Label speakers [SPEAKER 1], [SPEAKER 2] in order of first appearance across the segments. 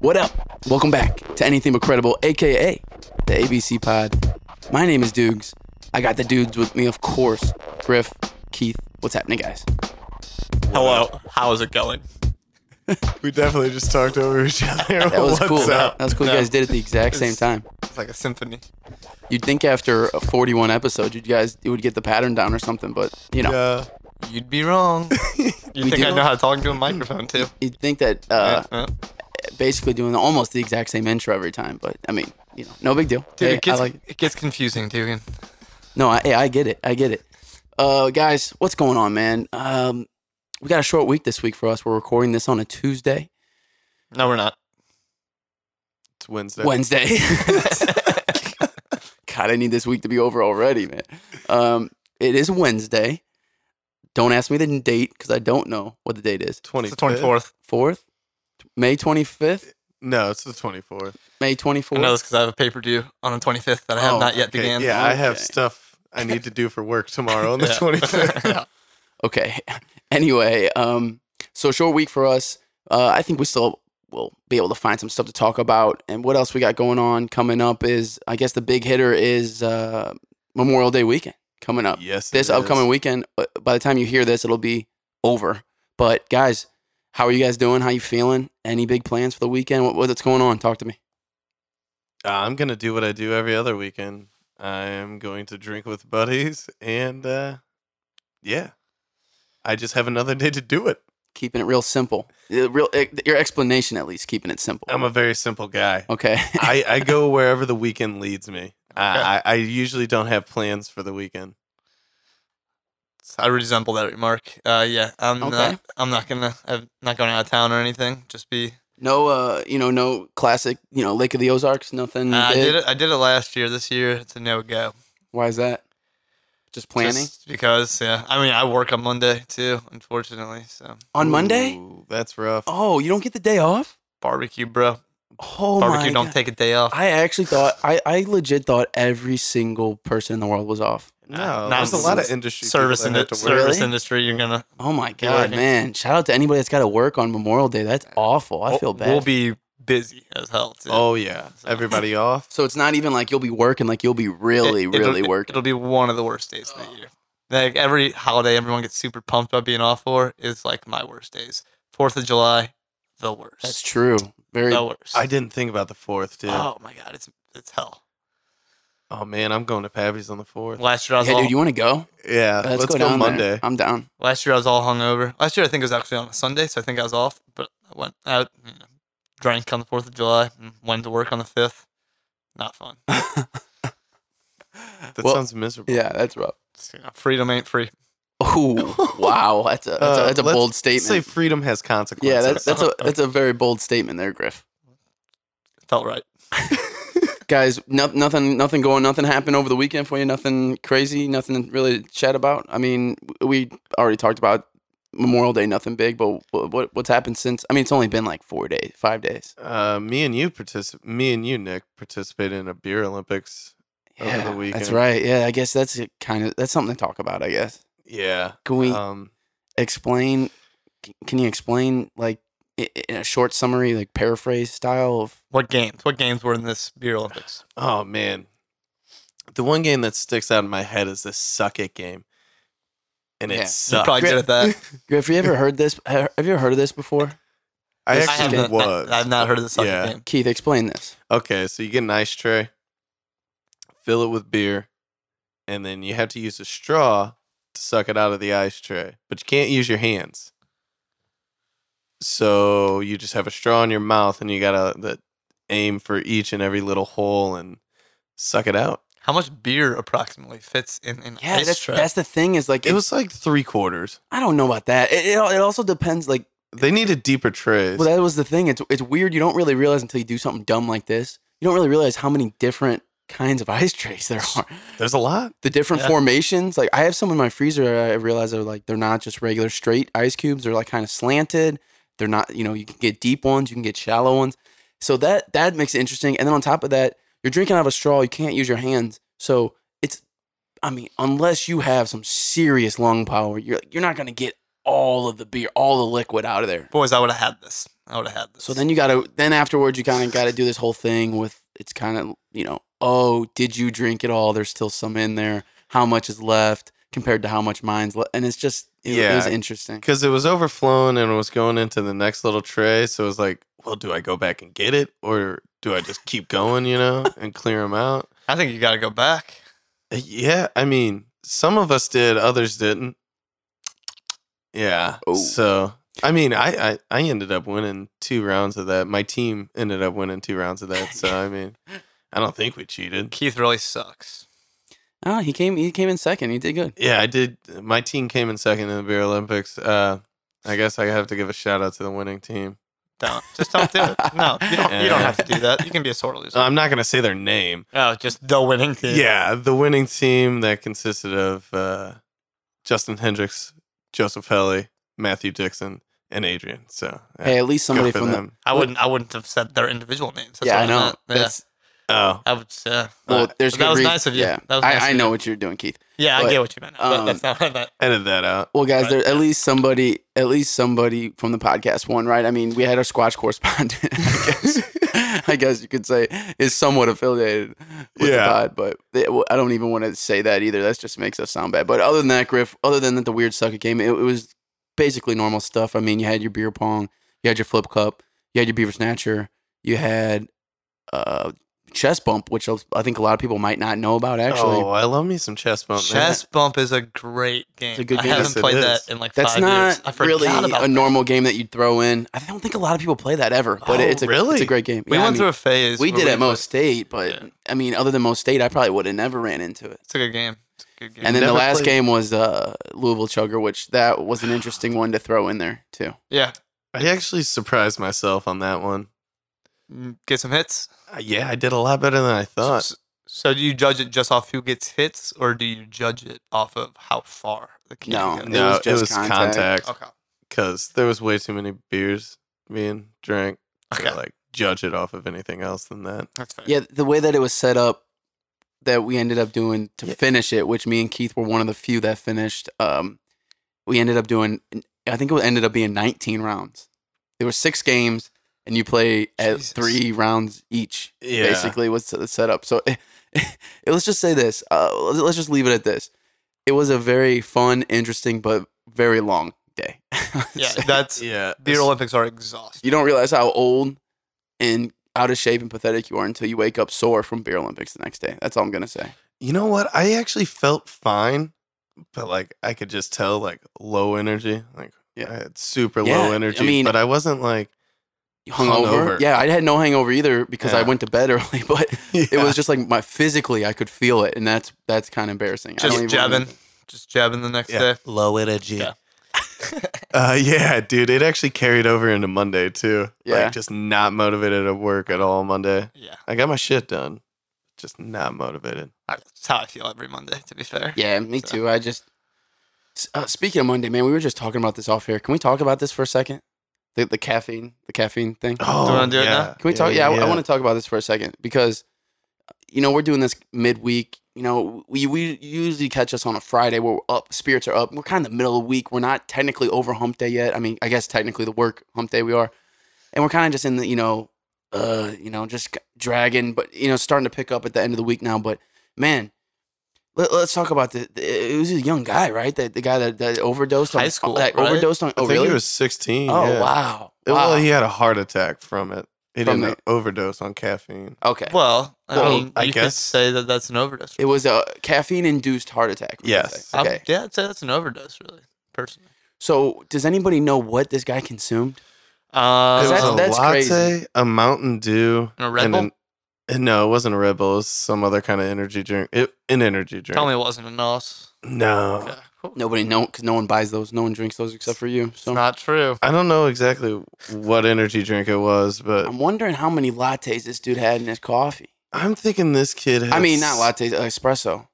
[SPEAKER 1] What up? Welcome back to Anything But Credible, aka the ABC Pod. My name is Dukes. I got the dudes with me, of course. Griff, Keith. What's happening, guys?
[SPEAKER 2] Hello, how is it going?
[SPEAKER 3] We definitely just talked over each other.
[SPEAKER 1] That was
[SPEAKER 3] What's
[SPEAKER 1] cool.
[SPEAKER 3] up?
[SPEAKER 1] That was cool. You
[SPEAKER 2] No.
[SPEAKER 1] guys did it the exact same
[SPEAKER 3] It's-
[SPEAKER 1] time.
[SPEAKER 3] It's like a symphony.
[SPEAKER 1] You'd think after a 41 episode, you guys you would get the pattern down or something, but you know,
[SPEAKER 3] Yeah. You'd be wrong. you
[SPEAKER 1] We
[SPEAKER 3] think I
[SPEAKER 1] do?
[SPEAKER 3] know how to talk to a microphone too?
[SPEAKER 1] you'd think that uh,
[SPEAKER 3] Yeah, yeah.
[SPEAKER 1] basically doing almost the exact same intro every time. But I mean, you know, no big deal.
[SPEAKER 3] Dude,
[SPEAKER 1] Hey,
[SPEAKER 3] it, gets,
[SPEAKER 1] I like it.
[SPEAKER 3] it gets confusing, dude.
[SPEAKER 1] No, I, hey, I get it. I get it. Uh, guys, what's going on, man? Um, we got a short week this week for us. We're recording this on a Tuesday,
[SPEAKER 3] No, we're not.
[SPEAKER 2] It's Wednesday.
[SPEAKER 1] Wednesday. God, I need this week to be over already, man. Um, it is Wednesday. Don't ask me the date because I don't know what the date is.
[SPEAKER 2] Twenty.
[SPEAKER 3] It's the 24th.
[SPEAKER 1] Fourth, May twenty fifth,
[SPEAKER 2] No, it's the twenty fourth.
[SPEAKER 1] May twenty
[SPEAKER 3] I know
[SPEAKER 1] fourth.
[SPEAKER 3] this because I have a paper due on the 25th that I have
[SPEAKER 1] Oh,
[SPEAKER 3] not yet began.
[SPEAKER 2] Yeah, I have
[SPEAKER 1] Okay.
[SPEAKER 2] stuff I need to do for work tomorrow on the
[SPEAKER 3] Yeah.
[SPEAKER 2] twenty fifth.
[SPEAKER 3] Yeah.
[SPEAKER 1] Okay. anyway, um, so short week for us. Uh, I think we still will be able to find some stuff to talk about. And what else we got going on coming up is, I guess, the big hitter is uh, Memorial Day weekend coming up.
[SPEAKER 2] yes.
[SPEAKER 1] This
[SPEAKER 2] it is.
[SPEAKER 1] upcoming weekend. uh, By the time you hear this, it'll be over. But guys, how are you guys doing? How you feeling? Any big plans for the weekend? What, what's going on? Talk to me.
[SPEAKER 2] Uh, I'm gonna do what I do every other weekend. I am going to drink with buddies, and uh, yeah, I just have another day to do it.
[SPEAKER 1] Keeping it real simple. Uh, Real, uh, your explanation at least. Keeping it simple.
[SPEAKER 2] I'm a very simple guy.
[SPEAKER 1] okay.
[SPEAKER 2] I, I go wherever the weekend leads me. I, I I usually don't have plans for the weekend.
[SPEAKER 3] I resemble that remark. Uh, yeah, I'm
[SPEAKER 1] Okay.
[SPEAKER 3] not. I'm not gonna. I'm not going out of town or anything. Just be.
[SPEAKER 1] No, uh, you know, no classic, you know, Lake of the Ozarks, nothing.
[SPEAKER 3] Uh, I
[SPEAKER 1] big?
[SPEAKER 3] did it. I did it last year. This year, it's a no go.
[SPEAKER 1] Why is that? Just planning
[SPEAKER 3] Just because, yeah. I mean, I work on Monday too, unfortunately. So
[SPEAKER 1] on Monday.
[SPEAKER 2] Ooh, that's rough.
[SPEAKER 1] Oh, you don't get the day off.
[SPEAKER 3] barbecue, bro.
[SPEAKER 1] Oh
[SPEAKER 3] barbecue
[SPEAKER 1] my
[SPEAKER 3] don't
[SPEAKER 1] God.
[SPEAKER 3] take a day off.
[SPEAKER 1] I actually thought I, I legit thought every single person in the world was off.
[SPEAKER 2] No,
[SPEAKER 3] Nah,
[SPEAKER 2] there's a lot of
[SPEAKER 3] s-
[SPEAKER 2] industry
[SPEAKER 3] service
[SPEAKER 2] people
[SPEAKER 3] in
[SPEAKER 2] that
[SPEAKER 3] the
[SPEAKER 2] have to work.
[SPEAKER 3] service
[SPEAKER 1] Really?
[SPEAKER 3] industry. You're gonna.
[SPEAKER 1] Oh my
[SPEAKER 3] You're
[SPEAKER 1] god,
[SPEAKER 3] working.
[SPEAKER 1] man! Shout out to anybody that's got to work on Memorial Day. That's awful. I feel bad.
[SPEAKER 3] We'll be busy as hell. Too.
[SPEAKER 2] Oh yeah,
[SPEAKER 3] So-
[SPEAKER 2] everybody off.
[SPEAKER 1] so it's not even like you'll be working. Like you'll be really,
[SPEAKER 3] It-
[SPEAKER 1] really
[SPEAKER 3] it'll,
[SPEAKER 1] working.
[SPEAKER 3] It'll be one of the worst days of the year. Like every holiday, everyone gets super pumped about being off for is like my worst days. Fourth of July, the worst.
[SPEAKER 1] That's true. Very.
[SPEAKER 3] The worst.
[SPEAKER 2] I didn't think about the fourth, dude. Oh,
[SPEAKER 3] Oh my god, it's it's hell.
[SPEAKER 2] man, I'm going to Pavy's on the fourth.
[SPEAKER 3] Last year I was
[SPEAKER 1] Yeah,
[SPEAKER 3] all
[SPEAKER 1] dude, you want to go?
[SPEAKER 2] Yeah,
[SPEAKER 1] Let's, go, down there.
[SPEAKER 2] Monday.
[SPEAKER 1] I'm down.
[SPEAKER 3] last year I was all hungover. Last year I think it was actually on a Sunday, so I think I was off. But I went out, you know, drank on the Fourth of July, and went to work on the fifth. Not fun.
[SPEAKER 2] That
[SPEAKER 1] Well,
[SPEAKER 2] sounds miserable.
[SPEAKER 1] Yeah, that's rough.
[SPEAKER 3] It's, you know, freedom ain't free.
[SPEAKER 1] Oh wow, that's a that's a,
[SPEAKER 2] Uh,
[SPEAKER 1] that's a
[SPEAKER 2] let's-
[SPEAKER 1] bold
[SPEAKER 2] Let's
[SPEAKER 1] statement.
[SPEAKER 2] Say freedom has consequences.
[SPEAKER 1] Yeah, that's that's a that's a very bold statement there, Griff.
[SPEAKER 3] Felt right.
[SPEAKER 1] Guys, no, nothing nothing going, nothing happened over the weekend for you, nothing crazy, nothing really to chat about. I mean, we already talked about Memorial Day, nothing big, but what, what what's happened since? I mean, it's only been like four days, five days.
[SPEAKER 2] uh, me and you particip- Me and you, Nick, participated in a beer Olympics. Over the
[SPEAKER 1] that's
[SPEAKER 2] weekend.
[SPEAKER 1] right. Yeah, I guess that's a kind of that's something to talk about. I guess.
[SPEAKER 2] Yeah.
[SPEAKER 1] Can we
[SPEAKER 2] Um,
[SPEAKER 1] explain? c- Can you explain like i- i- in a short summary, like paraphrase style of?
[SPEAKER 3] What games? What games were in this beer Olympics?
[SPEAKER 2] Oh man, the one game that sticks out in my head is the suck it game, and
[SPEAKER 1] Yeah. You
[SPEAKER 2] it
[SPEAKER 3] You
[SPEAKER 2] sucks.
[SPEAKER 3] probably good at that.
[SPEAKER 1] Griff, you ever heard this? Have you ever heard of this before?
[SPEAKER 2] I
[SPEAKER 1] This
[SPEAKER 3] I have
[SPEAKER 2] actually
[SPEAKER 3] not,
[SPEAKER 2] was.
[SPEAKER 3] I, have not heard of the soccer
[SPEAKER 2] Yeah.
[SPEAKER 3] game.
[SPEAKER 1] Keith, explain this.
[SPEAKER 2] Okay, so you get an ice tray, fill it with beer, and then you have to use a straw to suck it out of the ice tray, but you can't use your hands. So you just have a straw in your mouth, and you gotta the, aim for each and every little hole and suck it out.
[SPEAKER 3] How much beer approximately fits in an
[SPEAKER 1] Yeah,
[SPEAKER 3] ice
[SPEAKER 1] that's,
[SPEAKER 3] tray?
[SPEAKER 1] that's the thing is like
[SPEAKER 2] It
[SPEAKER 1] it
[SPEAKER 2] was like three quarters.
[SPEAKER 1] I don't know about that. It, it, al- it also depends. Like,
[SPEAKER 2] They needed deeper trays.
[SPEAKER 1] well, that was the thing. It's it's weird. You don't really realize until you do something dumb like this. You don't really realize how many different kinds of ice trays there are.
[SPEAKER 2] There's a lot.
[SPEAKER 1] The different
[SPEAKER 3] Yeah.
[SPEAKER 1] formations. Like, I have some in my freezer. I realize are like they're not just regular straight ice cubes. They're like kind of slanted. They're not. You know, you can get deep ones. You can get shallow ones. So that that makes it interesting. And then on top of that, you're drinking out of a straw. You can't use your hands. So it's, I mean, unless you have some serious lung power, you're you're not gonna get all of the beer, all the liquid out of there.
[SPEAKER 3] Boys, I would have had this. I would have had this.
[SPEAKER 1] So then you got to then afterwards you kind of got to do this whole thing with it's kind of you know oh did you drink it all? There's still some in there. How much is left compared to how much mine's left? And it's just it, it was
[SPEAKER 2] Yeah.
[SPEAKER 1] interesting.
[SPEAKER 2] because it was overflowing and it was going into the next little tray. So it was like, well, do I go back and get it or do I just keep going, you know, and clear them out? Uh,
[SPEAKER 3] I think you got to go back.
[SPEAKER 2] Yeah, I mean, some of us did, others didn't. Yeah.
[SPEAKER 1] Oh.
[SPEAKER 2] So I mean, I, I I ended up winning two rounds of that. My team ended up winning two rounds of that. So I mean, I don't think we cheated.
[SPEAKER 3] Keith really sucks.
[SPEAKER 1] Oh, he came he came in second. He did good.
[SPEAKER 2] Yeah, I did. My team came in second in the Beer Olympics. Uh, I guess I have to give a shout out to the winning team.
[SPEAKER 3] Don't just don't do it. No, you don't. You don't have to do that. You can be a sore loser.
[SPEAKER 2] I'm not going to say their name,
[SPEAKER 3] oh, just the winning team.
[SPEAKER 2] Um, Yeah, the winning team that consisted of uh, Justin Hendricks, Joseph Helly, Matthew Dixon, and Adrian. So yeah,
[SPEAKER 1] Hey, at least
[SPEAKER 2] good
[SPEAKER 1] somebody
[SPEAKER 2] for
[SPEAKER 1] from the
[SPEAKER 2] them.
[SPEAKER 3] I wouldn't. I wouldn't have said their individual names. That's
[SPEAKER 1] yeah,
[SPEAKER 3] what
[SPEAKER 1] I know.
[SPEAKER 3] meant. Yeah.
[SPEAKER 1] That's
[SPEAKER 2] oh,
[SPEAKER 3] I would. Uh,
[SPEAKER 1] well, there's
[SPEAKER 3] That
[SPEAKER 1] good
[SPEAKER 3] was
[SPEAKER 1] reas-
[SPEAKER 3] nice of you.
[SPEAKER 1] Yeah,
[SPEAKER 3] That was nice
[SPEAKER 1] I, I
[SPEAKER 3] of
[SPEAKER 1] know
[SPEAKER 3] you.
[SPEAKER 1] what you're doing, Keith.
[SPEAKER 3] yeah, I
[SPEAKER 1] but,
[SPEAKER 3] get what you meant. but
[SPEAKER 1] um,
[SPEAKER 3] that's not what I meant.
[SPEAKER 2] edit that out.
[SPEAKER 1] Well, guys,
[SPEAKER 3] Right.
[SPEAKER 1] there at least somebody, at least somebody from the podcast won, right? I mean, we had our Squatch correspondent. I guess, I guess you could say is somewhat affiliated with
[SPEAKER 2] Yeah.
[SPEAKER 1] the pod, but they- well, I don't even want to say that either. That just makes us sound bad. But other than that, Griff, other than that, the weird sucker game, it, it was basically normal stuff. I mean, you had your beer pong, you had your flip cup, you had your beaver snatcher, you had uh, chest bump, which I think a lot of people might not know about actually.
[SPEAKER 2] oh, I love me some chest bump. man.
[SPEAKER 3] Chess Bump is a great game.
[SPEAKER 1] It's a good
[SPEAKER 3] I
[SPEAKER 1] game.
[SPEAKER 3] haven't
[SPEAKER 2] Yes, it
[SPEAKER 3] played
[SPEAKER 2] is.
[SPEAKER 3] that in like
[SPEAKER 1] That's
[SPEAKER 3] five years. I
[SPEAKER 1] not
[SPEAKER 3] forgot
[SPEAKER 1] really
[SPEAKER 3] about
[SPEAKER 1] a
[SPEAKER 3] that.
[SPEAKER 1] normal game that you'd throw in. I don't think a lot of people play that ever, but
[SPEAKER 2] Oh,
[SPEAKER 1] it's a
[SPEAKER 2] really?
[SPEAKER 1] it's a great game.
[SPEAKER 3] We
[SPEAKER 1] Yeah,
[SPEAKER 3] went
[SPEAKER 1] I mean,
[SPEAKER 3] through a phase.
[SPEAKER 1] we
[SPEAKER 3] where
[SPEAKER 1] did at
[SPEAKER 3] put-
[SPEAKER 1] Most State, but
[SPEAKER 3] Yeah.
[SPEAKER 1] I mean, other than Most State, I probably would have never ran into it.
[SPEAKER 3] It's a good game. It's a good game.
[SPEAKER 1] And then the
[SPEAKER 2] never
[SPEAKER 1] last
[SPEAKER 2] played-
[SPEAKER 1] game was uh, Louisville Chugger, which that was an interesting one to throw in there too.
[SPEAKER 3] yeah,
[SPEAKER 2] I actually surprised myself on that one.
[SPEAKER 3] Mm, get some hits.
[SPEAKER 2] Uh, yeah, I did a lot better than I thought.
[SPEAKER 3] So, so do you judge it just off who gets hits, or do you judge it off of how far the can
[SPEAKER 1] No.
[SPEAKER 3] goes?
[SPEAKER 1] it
[SPEAKER 2] No,
[SPEAKER 1] was
[SPEAKER 2] it
[SPEAKER 1] just
[SPEAKER 2] was
[SPEAKER 1] contact.
[SPEAKER 2] contact
[SPEAKER 3] Okay.
[SPEAKER 2] because there was way too many beers being drank. to,
[SPEAKER 3] Okay.
[SPEAKER 2] like judge it off of anything else than that.
[SPEAKER 3] That's fair.
[SPEAKER 1] Yeah, the way that it was set up that we ended up doing to
[SPEAKER 2] Yeah.
[SPEAKER 1] finish it, which me and Keith were one of the few that finished. Um, we ended up doing, I think it ended up being 19 rounds. There were six games, and you play at
[SPEAKER 3] Jesus.
[SPEAKER 1] three rounds each.
[SPEAKER 2] Yeah.
[SPEAKER 1] Basically, was the setup. So, let's just say this. Uh, let's let's just leave it at this. It was a very fun, interesting, but very long day.
[SPEAKER 3] Yeah, that's
[SPEAKER 2] Yeah,
[SPEAKER 3] beer Olympics are exhausting.
[SPEAKER 1] you don't realize how old and out of shape and pathetic you are until you wake up sore from beer Olympics the next day. That's all I'm gonna say.
[SPEAKER 2] You know what? I actually felt fine, but like I could just tell like low energy. Like
[SPEAKER 1] Yeah.
[SPEAKER 2] I had super
[SPEAKER 1] Yeah,
[SPEAKER 2] low
[SPEAKER 1] I
[SPEAKER 2] energy.
[SPEAKER 1] mean-
[SPEAKER 2] but I wasn't like
[SPEAKER 1] Hungover.
[SPEAKER 2] Hungover.
[SPEAKER 1] Yeah, I had no hangover either because I
[SPEAKER 2] Yeah.
[SPEAKER 1] went to bed early, but it
[SPEAKER 2] Yeah.
[SPEAKER 1] was just like my physically I could feel it, and that's that's kind of embarrassing. I don't
[SPEAKER 3] Just
[SPEAKER 1] even
[SPEAKER 3] jabbing,
[SPEAKER 1] wanna-
[SPEAKER 3] just jabbing the next
[SPEAKER 2] Yeah.
[SPEAKER 3] day.
[SPEAKER 2] low energy.
[SPEAKER 3] Yeah.
[SPEAKER 2] uh yeah, dude. It actually carried over into Monday too.
[SPEAKER 1] Yeah.
[SPEAKER 2] Like just not motivated at work at all Monday.
[SPEAKER 3] Yeah,
[SPEAKER 2] I got my shit done. Just not motivated.
[SPEAKER 3] I- that's how I feel every Monday. To be fair.
[SPEAKER 1] Yeah, me too. I just S- uh, speaking of Monday, man, we were just talking about this off here. Can we talk about this for a second? The the caffeine, the caffeine thing.
[SPEAKER 2] Oh,
[SPEAKER 3] wanna do it now?
[SPEAKER 1] Can we talk? Yeah, I- I, want to talk about this for a second because, you know, we're doing this midweek. You know, we, we usually catch us on a Friday where we're up, spirits are up. We're kind of middle of the week. We're not technically over hump day yet. I mean, I guess technically the work hump day we are. And we're kind of just in the, you know, uh, you know, just g- dragging, but, you know, starting to pick up at the end of the week now. But man, let, us talk about the, the, it was a young guy, right? That the guy that, that overdosed on
[SPEAKER 3] High school,
[SPEAKER 1] that
[SPEAKER 3] right?
[SPEAKER 1] overdosed on,
[SPEAKER 2] I
[SPEAKER 1] oh,
[SPEAKER 2] think
[SPEAKER 1] really?
[SPEAKER 2] he was sixteen.
[SPEAKER 1] oh,
[SPEAKER 2] yeah.
[SPEAKER 1] wow. wow.
[SPEAKER 2] Well, he had a heart attack from it. He
[SPEAKER 1] From
[SPEAKER 2] didn't overdose on caffeine.
[SPEAKER 1] okay.
[SPEAKER 3] Well, I
[SPEAKER 2] Well,
[SPEAKER 3] mean,
[SPEAKER 2] I
[SPEAKER 3] you could
[SPEAKER 2] guess-
[SPEAKER 3] say that that's an overdose.
[SPEAKER 1] It was a caffeine induced heart attack. we could
[SPEAKER 2] Yes.
[SPEAKER 1] say. Okay.
[SPEAKER 3] I'm, yeah, I'd say that's an overdose, really, personally.
[SPEAKER 1] so, does anybody know what this guy consumed?
[SPEAKER 3] Uh,
[SPEAKER 2] It
[SPEAKER 1] Is
[SPEAKER 2] was
[SPEAKER 1] that-
[SPEAKER 2] a
[SPEAKER 1] that's
[SPEAKER 2] latte,
[SPEAKER 1] crazy.
[SPEAKER 2] a Mountain Dew,
[SPEAKER 3] And a Red Bull?
[SPEAKER 2] and no, it wasn't a Red Bull. It was some other kind of energy drink. It, an energy drink.
[SPEAKER 3] tell me it wasn't a nos.
[SPEAKER 2] No,
[SPEAKER 3] Okay.
[SPEAKER 1] Nobody know because no one buys those. No one drinks those except for you.
[SPEAKER 3] It's
[SPEAKER 1] So,
[SPEAKER 3] not true.
[SPEAKER 2] I don't know exactly what energy drink it was, but
[SPEAKER 3] Um,
[SPEAKER 1] I'm wondering how many lattes this dude had in his coffee.
[SPEAKER 2] I'm thinking this kid. Had
[SPEAKER 1] I mean, not
[SPEAKER 2] s-
[SPEAKER 1] lattes, uh, espresso.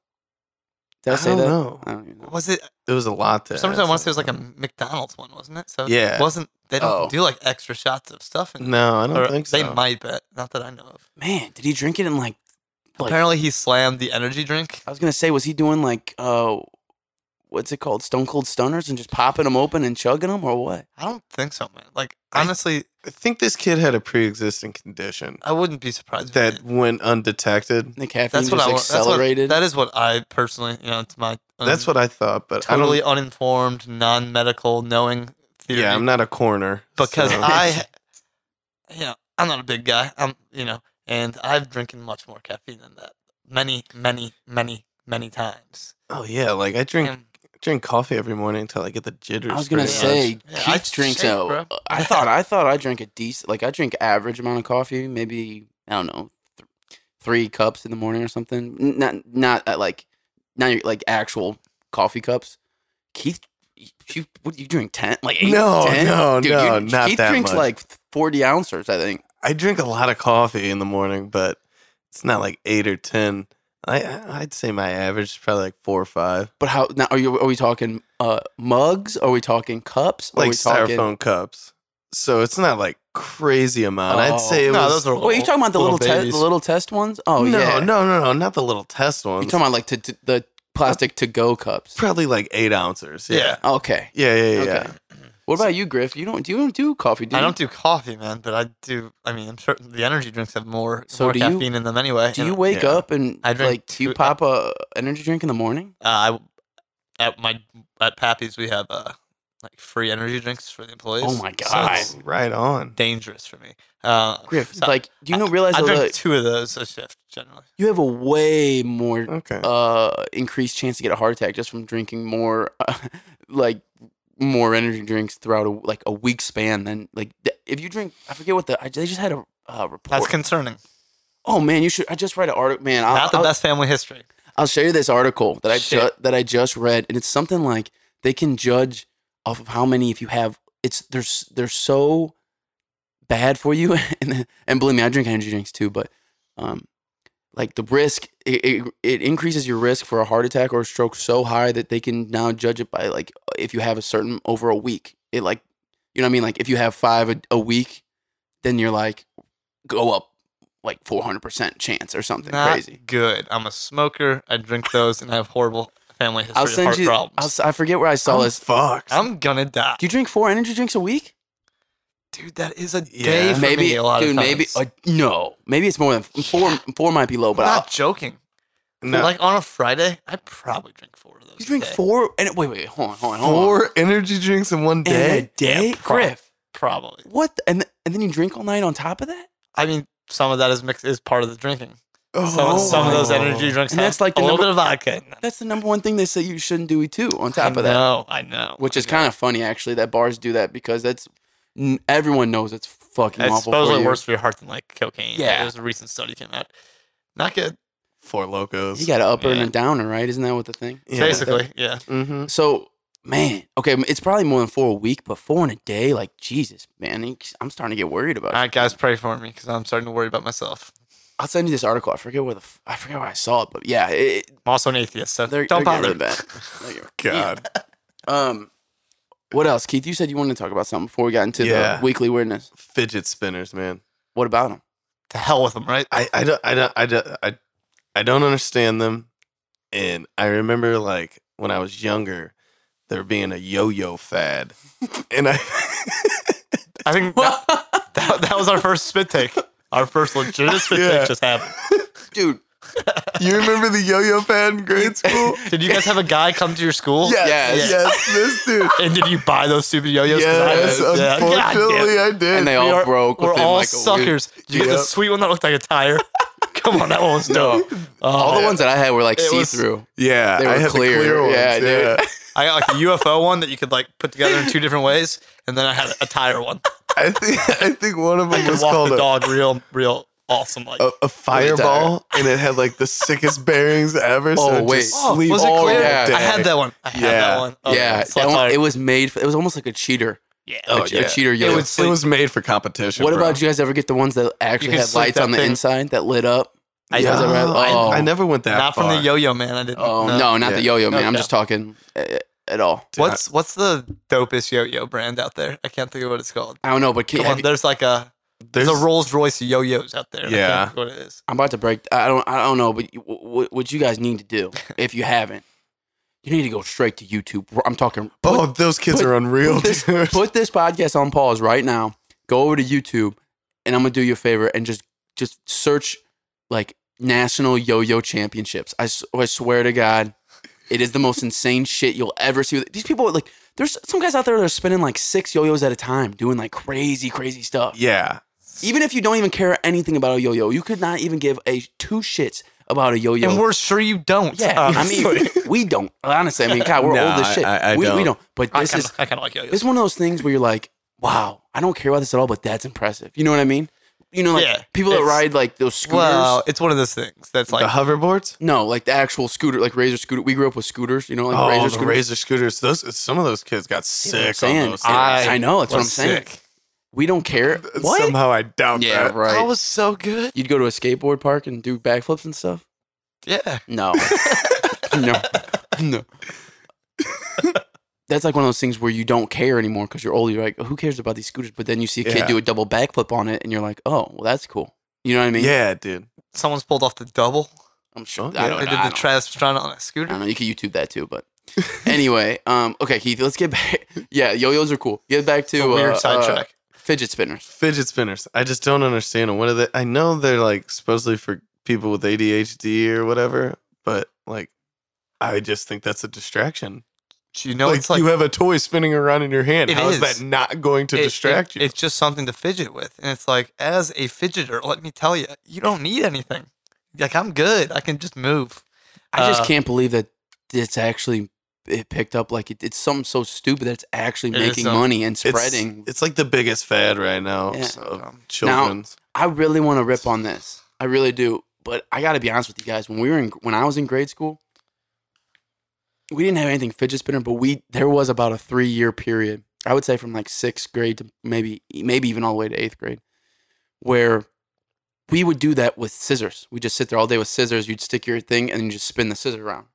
[SPEAKER 1] Did I
[SPEAKER 2] I,
[SPEAKER 1] say
[SPEAKER 2] don't
[SPEAKER 1] that?
[SPEAKER 2] know.
[SPEAKER 1] I don't even know.
[SPEAKER 3] Was it?
[SPEAKER 2] It was a latte.
[SPEAKER 3] Sometimes I want to say it was like a McDonald's one, wasn't it? So
[SPEAKER 2] Yeah.
[SPEAKER 3] it wasn't they don't
[SPEAKER 1] Oh.
[SPEAKER 3] do like extra shots of stuff? In
[SPEAKER 2] No, I don't
[SPEAKER 3] or
[SPEAKER 2] think so.
[SPEAKER 3] They might, but not that I know of.
[SPEAKER 1] Man, did he drink it in like? Like-
[SPEAKER 3] Apparently, he slammed the energy drink.
[SPEAKER 1] I was gonna say, was he doing like? Uh, what's it called, Stone Cold Stunners, and just popping them open and chugging them, or what?
[SPEAKER 3] I don't think so, man. Like
[SPEAKER 2] I-
[SPEAKER 3] honestly,
[SPEAKER 2] I think this kid had a pre-existing condition
[SPEAKER 3] I, wouldn't be surprised. if
[SPEAKER 2] that
[SPEAKER 3] it-
[SPEAKER 2] went undetected.
[SPEAKER 1] The caffeine
[SPEAKER 3] that's what
[SPEAKER 1] just
[SPEAKER 3] I wa- that's what-
[SPEAKER 1] accelerated.
[SPEAKER 3] that is what I personally, you know, it's my un-
[SPEAKER 2] That's what I thought, but
[SPEAKER 3] Um, totally
[SPEAKER 2] I
[SPEAKER 3] uninformed, non-medical, knowing
[SPEAKER 2] don't.
[SPEAKER 3] theory.
[SPEAKER 2] Yeah, I'm not a coroner
[SPEAKER 3] because
[SPEAKER 2] so-
[SPEAKER 3] I, you know, I'm not a big guy. I'm, you know, and I've drinking much more caffeine than that, many, many, many, many times.
[SPEAKER 2] Oh yeah, like I drink
[SPEAKER 3] And
[SPEAKER 2] drink coffee every morning until I get the jitters.
[SPEAKER 1] I was gonna
[SPEAKER 2] pretty
[SPEAKER 1] say
[SPEAKER 2] much.
[SPEAKER 3] Yeah, I
[SPEAKER 1] Keith drinks
[SPEAKER 3] shake,
[SPEAKER 1] out.
[SPEAKER 3] bro.
[SPEAKER 1] I thought I thought I drank a decent like I drink average amount of coffee, maybe I don't know, th- three cups in the morning or something. N- Not not at like not your, like actual coffee cups. Keith, you what you drink ten like eight?
[SPEAKER 2] No,
[SPEAKER 1] 10?
[SPEAKER 2] no,
[SPEAKER 1] Dude,
[SPEAKER 2] no,
[SPEAKER 1] you,
[SPEAKER 2] not
[SPEAKER 1] Keith
[SPEAKER 2] that
[SPEAKER 1] drinks
[SPEAKER 2] much.
[SPEAKER 1] like forty ouncers, I think.
[SPEAKER 2] I drink a lot of coffee in the morning, but it's not like eight or ten. I I- I'd say my average is probably like four or five,
[SPEAKER 1] But how now are you? Are we talking uh, mugs? Are we talking cups? Are
[SPEAKER 2] like
[SPEAKER 1] we talking,
[SPEAKER 2] styrofoam cups. So it's not like crazy amount.
[SPEAKER 1] Oh,
[SPEAKER 2] I'd say it
[SPEAKER 3] No,
[SPEAKER 2] was.
[SPEAKER 3] those are
[SPEAKER 1] Wait, you talking about the little
[SPEAKER 3] Little
[SPEAKER 1] te-
[SPEAKER 3] babies.
[SPEAKER 1] the little test ones? Oh
[SPEAKER 2] no,
[SPEAKER 1] yeah.
[SPEAKER 2] no, no, no, not the little test
[SPEAKER 1] You
[SPEAKER 2] ones.
[SPEAKER 1] talking about like to, to, the plastic to go cups?
[SPEAKER 2] probably like eight ounces.
[SPEAKER 3] Yeah.
[SPEAKER 2] Yeah,
[SPEAKER 1] Okay.
[SPEAKER 2] yeah, yeah, yeah.
[SPEAKER 1] Okay. What about you, Griff? You don't do you don't do coffee, do you?
[SPEAKER 3] I don't do coffee, man, but I do. I mean, I'm sure the energy drinks have more,
[SPEAKER 1] So
[SPEAKER 3] more
[SPEAKER 1] do you-
[SPEAKER 3] caffeine in them anyway.
[SPEAKER 1] Do
[SPEAKER 3] and,
[SPEAKER 1] you wake
[SPEAKER 2] Yeah.
[SPEAKER 1] up and
[SPEAKER 3] I drink
[SPEAKER 1] like do you
[SPEAKER 3] two-
[SPEAKER 1] pop a energy drink in the morning?
[SPEAKER 3] Uh, I at my at Pappy's we have uh like free energy drinks for the employees.
[SPEAKER 1] Oh my
[SPEAKER 3] so
[SPEAKER 1] God.
[SPEAKER 3] it's
[SPEAKER 2] Right on.
[SPEAKER 3] dangerous for me. Uh,
[SPEAKER 1] Griff,
[SPEAKER 3] so
[SPEAKER 1] like do you not realize
[SPEAKER 3] I
[SPEAKER 1] that,
[SPEAKER 3] drink
[SPEAKER 1] like,
[SPEAKER 3] two of those a shift generally.
[SPEAKER 1] you have a way more
[SPEAKER 2] Okay.
[SPEAKER 3] Mm.
[SPEAKER 1] uh increased chance to get a heart attack just from drinking more uh, like more energy drinks throughout a, like a week span than like th- if you drink I forget what the I, they just had a uh, report.
[SPEAKER 3] That's concerning.
[SPEAKER 1] oh man, you should I just read an article, man. I'll,
[SPEAKER 3] Not the
[SPEAKER 1] I'll-
[SPEAKER 3] best family history.
[SPEAKER 1] I'll show you this article that I ju-
[SPEAKER 3] Shit.
[SPEAKER 1] that I just read, and it's something like they can judge off of how many if you have. It's they're s- they're so bad for you, and and believe me, I drink energy drinks too, but um, like the risk it, it it increases your risk for a heart attack or a stroke so high that they can now judge it by like if you have a certain over a week. It like you know what I mean? Like if you have five a, a week, then you're like go up like four hundred percent chance or something
[SPEAKER 3] Not
[SPEAKER 1] crazy.
[SPEAKER 3] good. I'm a smoker. I drink those, and I have horrible family history
[SPEAKER 1] I'll
[SPEAKER 3] of
[SPEAKER 1] send
[SPEAKER 3] heart
[SPEAKER 1] you.
[SPEAKER 3] problems.
[SPEAKER 1] I'll, s- I forget where I saw
[SPEAKER 2] I'm
[SPEAKER 1] this.
[SPEAKER 2] fucked.
[SPEAKER 3] I'm gonna die,
[SPEAKER 1] Do you drink four energy drinks a week?
[SPEAKER 3] dude. That is a
[SPEAKER 2] Yeah.
[SPEAKER 3] day for
[SPEAKER 1] Maybe,
[SPEAKER 3] me. A lot
[SPEAKER 1] dude.
[SPEAKER 3] of
[SPEAKER 1] Maybe
[SPEAKER 3] times.
[SPEAKER 1] uh, no. Maybe it's more than four. Four might be low,
[SPEAKER 3] I'm
[SPEAKER 1] but
[SPEAKER 3] not
[SPEAKER 1] I'll,
[SPEAKER 3] joking.
[SPEAKER 2] No.
[SPEAKER 3] Like on a Friday, I probably drink four of those.
[SPEAKER 1] you drink
[SPEAKER 3] a day.
[SPEAKER 1] four. And wait, wait, hold on, hold on, hold on.
[SPEAKER 2] Four energy drinks in one
[SPEAKER 1] in
[SPEAKER 2] day.
[SPEAKER 1] a day,
[SPEAKER 3] Yeah, prob-
[SPEAKER 1] Griff.
[SPEAKER 3] probably.
[SPEAKER 1] What? The, and th- and then you drink all night on top of that.
[SPEAKER 3] I mean, some of that is mixed is part of the drinking.
[SPEAKER 2] Oh,
[SPEAKER 3] Some, some of those
[SPEAKER 1] Oh.
[SPEAKER 3] energy drinks
[SPEAKER 1] And
[SPEAKER 3] have
[SPEAKER 1] that's like the
[SPEAKER 3] a little
[SPEAKER 1] number-
[SPEAKER 3] bit of vodka. in them.
[SPEAKER 1] Oh. That's the number one thing they say you shouldn't do too. On top
[SPEAKER 3] I
[SPEAKER 1] of that,
[SPEAKER 3] know, I know.
[SPEAKER 1] which is
[SPEAKER 3] I know.
[SPEAKER 1] kind of funny actually that bars do that because that's n- everyone knows it's fucking
[SPEAKER 3] it's
[SPEAKER 1] awful for
[SPEAKER 3] supposedly
[SPEAKER 1] you.
[SPEAKER 3] worse for your heart than like cocaine.
[SPEAKER 1] Yeah.
[SPEAKER 3] there's a recent study came out. Not good,
[SPEAKER 2] Four locos.
[SPEAKER 1] You got an upper and
[SPEAKER 3] Yeah.
[SPEAKER 1] a downer, right? Isn't that what the thing?
[SPEAKER 2] Yeah.
[SPEAKER 3] basically. Yeah,
[SPEAKER 2] Mm-hmm.
[SPEAKER 1] So, man, okay, it's probably more than four a week, but four in a day, like Jesus, man, I'm starting to get worried about. it.
[SPEAKER 3] All right, guys, pray for me because I'm starting to worry about myself.
[SPEAKER 1] I'll send you this article. I forget where the f- I forget where I saw it, but yeah, it,
[SPEAKER 3] I'm also an atheist, so
[SPEAKER 1] They're-
[SPEAKER 3] don't
[SPEAKER 1] they're getting
[SPEAKER 3] bother.
[SPEAKER 1] rid of
[SPEAKER 2] Oh, God.
[SPEAKER 1] um, what else, Keith? You said you wanted to talk about something before we got into
[SPEAKER 2] Yeah.
[SPEAKER 1] the weekly weirdness.
[SPEAKER 2] Fidget spinners, man.
[SPEAKER 1] What about them?
[SPEAKER 3] to hell with them, right?
[SPEAKER 2] I, I don't I don't I don't I, I don't understand them. And I remember like when I was younger, there being a yo-yo fad, and I
[SPEAKER 3] I think that, that, that was our first spit take. Our first legitimate spit
[SPEAKER 2] Yeah.
[SPEAKER 3] take just happened.
[SPEAKER 1] Dude,
[SPEAKER 2] you remember the yo-yo fad in grade school?
[SPEAKER 3] Did you guys have a guy come to your school?
[SPEAKER 2] Yes,
[SPEAKER 1] Yes.
[SPEAKER 2] yes, this dude.
[SPEAKER 3] And did you buy those stupid yo-yos? 'Cause I
[SPEAKER 2] Yes,
[SPEAKER 3] did. Yeah. God damn it.
[SPEAKER 2] unfortunately, I did.
[SPEAKER 1] and they
[SPEAKER 3] We
[SPEAKER 1] all
[SPEAKER 3] are-
[SPEAKER 1] broke.
[SPEAKER 3] We're
[SPEAKER 1] within,
[SPEAKER 3] all
[SPEAKER 1] like, a week.
[SPEAKER 3] suckers. Did you get the
[SPEAKER 2] Yep.
[SPEAKER 3] sweet one that looked like a tire? Come on, that one was dope. Oh,
[SPEAKER 1] All the ones that I had were like
[SPEAKER 3] It
[SPEAKER 1] see
[SPEAKER 3] was-
[SPEAKER 1] through.
[SPEAKER 2] yeah,
[SPEAKER 1] They were
[SPEAKER 2] I had
[SPEAKER 1] clear.
[SPEAKER 2] the clear ones.
[SPEAKER 1] Yeah,
[SPEAKER 2] Yeah,
[SPEAKER 1] dude.
[SPEAKER 3] I got like a UFO one that you could like put together in two different ways, and then I had a tire one.
[SPEAKER 2] I think I think one of
[SPEAKER 3] I
[SPEAKER 2] them
[SPEAKER 3] could
[SPEAKER 2] was
[SPEAKER 3] walk
[SPEAKER 2] called
[SPEAKER 3] the
[SPEAKER 2] a,
[SPEAKER 3] dog real, real awesome. Like,
[SPEAKER 2] a, a fireball, and it had like the sickest bearings ever.
[SPEAKER 1] Oh,
[SPEAKER 2] so it
[SPEAKER 1] wait.
[SPEAKER 2] just
[SPEAKER 3] oh,
[SPEAKER 2] sleep
[SPEAKER 3] was it
[SPEAKER 1] all
[SPEAKER 3] clear?
[SPEAKER 1] day.
[SPEAKER 3] I had that one. I had
[SPEAKER 2] Yeah.
[SPEAKER 3] that one. Oh,
[SPEAKER 1] yeah,
[SPEAKER 3] so
[SPEAKER 1] that one-
[SPEAKER 3] tired.
[SPEAKER 1] it was made. For, it was almost like a cheater.
[SPEAKER 3] yeah.
[SPEAKER 2] Oh,
[SPEAKER 1] a, che- a
[SPEAKER 2] yeah.
[SPEAKER 1] cheater.
[SPEAKER 2] It
[SPEAKER 1] Yo.
[SPEAKER 2] was, it was made for competition.
[SPEAKER 1] what
[SPEAKER 2] bro.
[SPEAKER 1] about you guys? Ever get the ones that actually
[SPEAKER 3] could
[SPEAKER 1] had
[SPEAKER 3] slip
[SPEAKER 1] lights
[SPEAKER 3] that
[SPEAKER 1] on the
[SPEAKER 3] thing-
[SPEAKER 1] inside that lit up?
[SPEAKER 3] I-
[SPEAKER 1] You guys ever had-
[SPEAKER 2] Oh, I-
[SPEAKER 1] oh.
[SPEAKER 2] I, never went that
[SPEAKER 3] Not
[SPEAKER 2] far.
[SPEAKER 3] from the yo-yo man. I didn't.
[SPEAKER 1] Oh no, not
[SPEAKER 2] Yeah.
[SPEAKER 1] the yo-yo man. I'm
[SPEAKER 3] Okay.
[SPEAKER 1] just talking uh, at all.
[SPEAKER 3] What's what's the dopest yo-yo brand out there? I can't think of what it's called.
[SPEAKER 1] I don't know, but Keith,
[SPEAKER 3] Come on, there's like a there's, a Rolls Royce yo-yos out there. and I can't
[SPEAKER 2] Yeah.
[SPEAKER 3] think of what it is.
[SPEAKER 1] I'm about to break. I don't. I don't know, but you, what, what you guys need to do if you haven't, you need to go straight to YouTube. I'm talking. put-
[SPEAKER 2] Oh, those kids
[SPEAKER 1] put-
[SPEAKER 2] are unreal,
[SPEAKER 1] put this,
[SPEAKER 2] dude.
[SPEAKER 1] put this podcast on pause right now. Go over to YouTube, and I'm gonna do you a favor and just just search like national yo-yo championships. I, s- I swear to God, it is the most insane shit you'll ever see. These people like there's some guys out there that are spinning like six yo-yos at a time, doing like crazy crazy stuff.
[SPEAKER 2] yeah.
[SPEAKER 1] Even if you don't even care anything about a yo-yo, you could not even give a two shits about a yo-yo.
[SPEAKER 3] And we're sure you don't.
[SPEAKER 1] yeah, I mean,
[SPEAKER 3] obviously.
[SPEAKER 1] we don't. Honestly, I mean, God, we're
[SPEAKER 2] No,
[SPEAKER 1] old as shit.
[SPEAKER 2] I- I- I
[SPEAKER 1] we, we
[SPEAKER 2] don't.
[SPEAKER 1] don't. But
[SPEAKER 3] I
[SPEAKER 1] this
[SPEAKER 3] kind
[SPEAKER 1] is
[SPEAKER 3] of I kind of like yo-yo.
[SPEAKER 1] it's one of those things where you're like, wow, I don't care about this at all, but that's impressive. You know what I mean? You know, like
[SPEAKER 3] Yeah,
[SPEAKER 1] people that
[SPEAKER 3] it's-
[SPEAKER 1] ride like those scooters.
[SPEAKER 3] Well, it's one of those things that's
[SPEAKER 2] the
[SPEAKER 3] like
[SPEAKER 2] hoverboards?
[SPEAKER 1] no, like the actual scooter, like razor scooter. We grew up with scooters. You know, like
[SPEAKER 2] oh,
[SPEAKER 1] razor
[SPEAKER 2] the
[SPEAKER 1] scooters.
[SPEAKER 2] razor scooters. Those some of those kids got
[SPEAKER 1] You know what I'm
[SPEAKER 2] sick on
[SPEAKER 1] saying?
[SPEAKER 2] those.
[SPEAKER 1] I,
[SPEAKER 3] I
[SPEAKER 1] I know. That's what I'm
[SPEAKER 3] was
[SPEAKER 1] saying.
[SPEAKER 3] sick.
[SPEAKER 1] We don't care.
[SPEAKER 2] things.
[SPEAKER 1] What?
[SPEAKER 2] Somehow I doubt
[SPEAKER 1] yeah,
[SPEAKER 2] that.
[SPEAKER 1] right.
[SPEAKER 3] I was so good.
[SPEAKER 1] You'd go to a skateboard park and do backflips and stuff.
[SPEAKER 3] Yeah.
[SPEAKER 1] No, no, no. That's like one of those things where you don't care anymore because you're old. You're like, "Oh, who cares about these scooters? But then you see a kid
[SPEAKER 2] Yeah.
[SPEAKER 1] do a double backflip on it, and you're like, oh, well, that's cool. You know what I mean?
[SPEAKER 2] Yeah, dude.
[SPEAKER 3] Someone's pulled off the double.
[SPEAKER 1] I'm sure.
[SPEAKER 2] Okay.
[SPEAKER 1] I
[SPEAKER 3] They
[SPEAKER 1] don't,
[SPEAKER 3] did
[SPEAKER 1] know. I,
[SPEAKER 3] the
[SPEAKER 1] don't,
[SPEAKER 3] Travis on a
[SPEAKER 1] I don't
[SPEAKER 3] scooter.
[SPEAKER 1] know. You can YouTube that too, but anyway. Um. Okay, Keith. Let's get back. Yeah, yo-yos are cool. Get back to
[SPEAKER 3] A weird
[SPEAKER 1] uh,
[SPEAKER 3] sidetrack.
[SPEAKER 1] uh, fidget spinners.
[SPEAKER 2] Fidget spinners. I just don't understand them. What are they? I know they're like supposedly for people with ADHD or whatever, but like, I just think that's a distraction.
[SPEAKER 3] Do you know
[SPEAKER 2] like,
[SPEAKER 3] it's like
[SPEAKER 2] you have a toy spinning around in your hand.
[SPEAKER 3] It
[SPEAKER 2] How is
[SPEAKER 3] is.
[SPEAKER 2] that not going to
[SPEAKER 3] it-
[SPEAKER 2] distract
[SPEAKER 3] it-
[SPEAKER 2] you?
[SPEAKER 3] It's just something to fidget with, and it's like as a fidgeter, let me tell you, you don't need anything. Like I'm good. I can just move.
[SPEAKER 1] I just
[SPEAKER 3] Uh,
[SPEAKER 1] can't believe that it's actually it picked up like it, it's something so stupid that it's actually
[SPEAKER 3] It is
[SPEAKER 1] making
[SPEAKER 3] something-
[SPEAKER 1] money and
[SPEAKER 2] It's-
[SPEAKER 1] spreading.
[SPEAKER 2] It's, like the biggest fad right now.
[SPEAKER 1] Yeah.
[SPEAKER 2] of
[SPEAKER 3] Um,
[SPEAKER 2] children's.
[SPEAKER 1] I really want to rip on this. I really do. But I got to be honest with you guys. When we were in, when I was in grade school, we didn't have anything fidget spinner, but we there was about a three year period. I would say from like sixth grade to maybe maybe even all the way to eighth grade, where we would do that with scissors. We just sit there all day with scissors. You'd stick your thing and you just spin the scissor around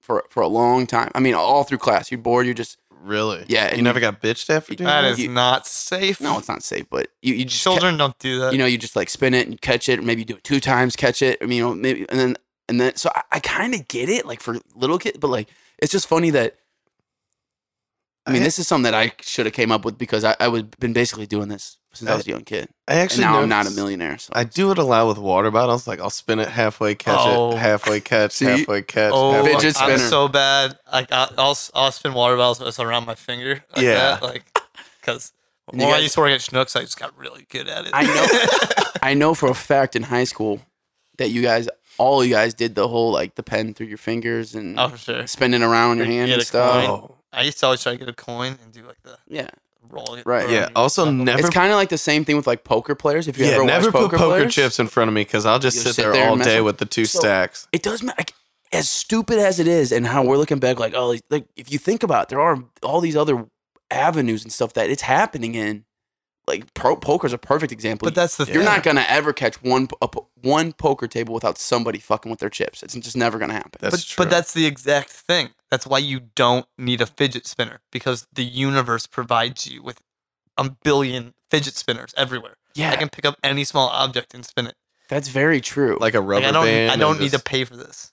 [SPEAKER 1] for for a long time. I mean, all through class. You're bored. You're just
[SPEAKER 2] really?
[SPEAKER 1] Yeah, and
[SPEAKER 2] You never got bitched after doing
[SPEAKER 3] that
[SPEAKER 2] that?
[SPEAKER 3] is
[SPEAKER 1] you-
[SPEAKER 3] not safe.
[SPEAKER 1] no, it's not safe. But you you just kept-
[SPEAKER 3] children don't do
[SPEAKER 2] Uh,
[SPEAKER 3] that.
[SPEAKER 1] you know, you just like spin it and catch it, or maybe you do it two times, catch it. I mean, you know, maybe and then and then so I, I kind of get it, like for little kids, but like it's just funny that. I mean,
[SPEAKER 2] I-
[SPEAKER 1] this is something that I should have came up with because I, I would been basically doing this since I,
[SPEAKER 2] I-
[SPEAKER 1] was a young kid,
[SPEAKER 2] I
[SPEAKER 1] and
[SPEAKER 2] actually
[SPEAKER 1] now I'm not a
[SPEAKER 2] noticed-
[SPEAKER 1] millionaire. So
[SPEAKER 2] I do it a lot with water bottles. Like I'll spin it halfway, catch
[SPEAKER 3] Oh.
[SPEAKER 2] it halfway, catch
[SPEAKER 1] See?
[SPEAKER 2] halfway, catch.
[SPEAKER 3] oh,
[SPEAKER 2] halfway.
[SPEAKER 1] Fidget
[SPEAKER 3] I'm
[SPEAKER 1] spinner.
[SPEAKER 3] so bad. Like I, I'll s- I'll spin water bottles just around my finger. Like
[SPEAKER 2] Yeah.
[SPEAKER 3] that, like because
[SPEAKER 1] And you
[SPEAKER 3] when I
[SPEAKER 1] guys-
[SPEAKER 3] used to work at Schnucks, I just got really good at it.
[SPEAKER 1] I know. I know for a fact in high school that you guys, all you guys, did the whole like the pen through your fingers and
[SPEAKER 3] oh, for sure.
[SPEAKER 1] spinning around your
[SPEAKER 3] You
[SPEAKER 1] hand
[SPEAKER 3] get
[SPEAKER 1] and
[SPEAKER 3] a coin.
[SPEAKER 1] stuff.
[SPEAKER 2] Oh.
[SPEAKER 3] I used to always try to get a coin and do like the
[SPEAKER 1] Yeah,
[SPEAKER 3] roll. it
[SPEAKER 1] Right.
[SPEAKER 3] around
[SPEAKER 2] Yeah.
[SPEAKER 3] and
[SPEAKER 2] Also,
[SPEAKER 3] stuff.
[SPEAKER 2] never.
[SPEAKER 1] it's kind of like the same thing with like poker players. If you
[SPEAKER 2] yeah,
[SPEAKER 1] ever watch
[SPEAKER 2] never put
[SPEAKER 1] poker,
[SPEAKER 2] poker
[SPEAKER 1] players.
[SPEAKER 2] chips in front of me because I'll just
[SPEAKER 1] You'll
[SPEAKER 2] sit,
[SPEAKER 1] sit
[SPEAKER 2] there,
[SPEAKER 1] there
[SPEAKER 2] all
[SPEAKER 1] and mess
[SPEAKER 2] day
[SPEAKER 1] with-
[SPEAKER 2] with the two
[SPEAKER 1] So-
[SPEAKER 2] stacks.
[SPEAKER 1] it does matter. Like, as stupid as it is, and how we're looking back, like oh, like if you think about, it, there are all these other avenues and stuff that it's happening in. Like pro- poker's a perfect example.
[SPEAKER 3] But that's the
[SPEAKER 2] You're
[SPEAKER 1] you're
[SPEAKER 3] thing.
[SPEAKER 1] not gonna ever catch one po- a po- one poker table without somebody fucking with their chips. It's just never gonna happen.
[SPEAKER 2] That's
[SPEAKER 3] but,
[SPEAKER 2] true.
[SPEAKER 3] but that's the exact thing. That's why you don't need a fidget spinner because the universe provides you with a billion fidget spinners everywhere.
[SPEAKER 1] yeah,
[SPEAKER 3] I can pick up any small object and spin it.
[SPEAKER 1] that's very true. Like
[SPEAKER 2] like a
[SPEAKER 3] Like,
[SPEAKER 2] rubber
[SPEAKER 3] I don't,
[SPEAKER 2] band.
[SPEAKER 3] I
[SPEAKER 2] and
[SPEAKER 3] don't need to
[SPEAKER 2] just-
[SPEAKER 3] pay for this.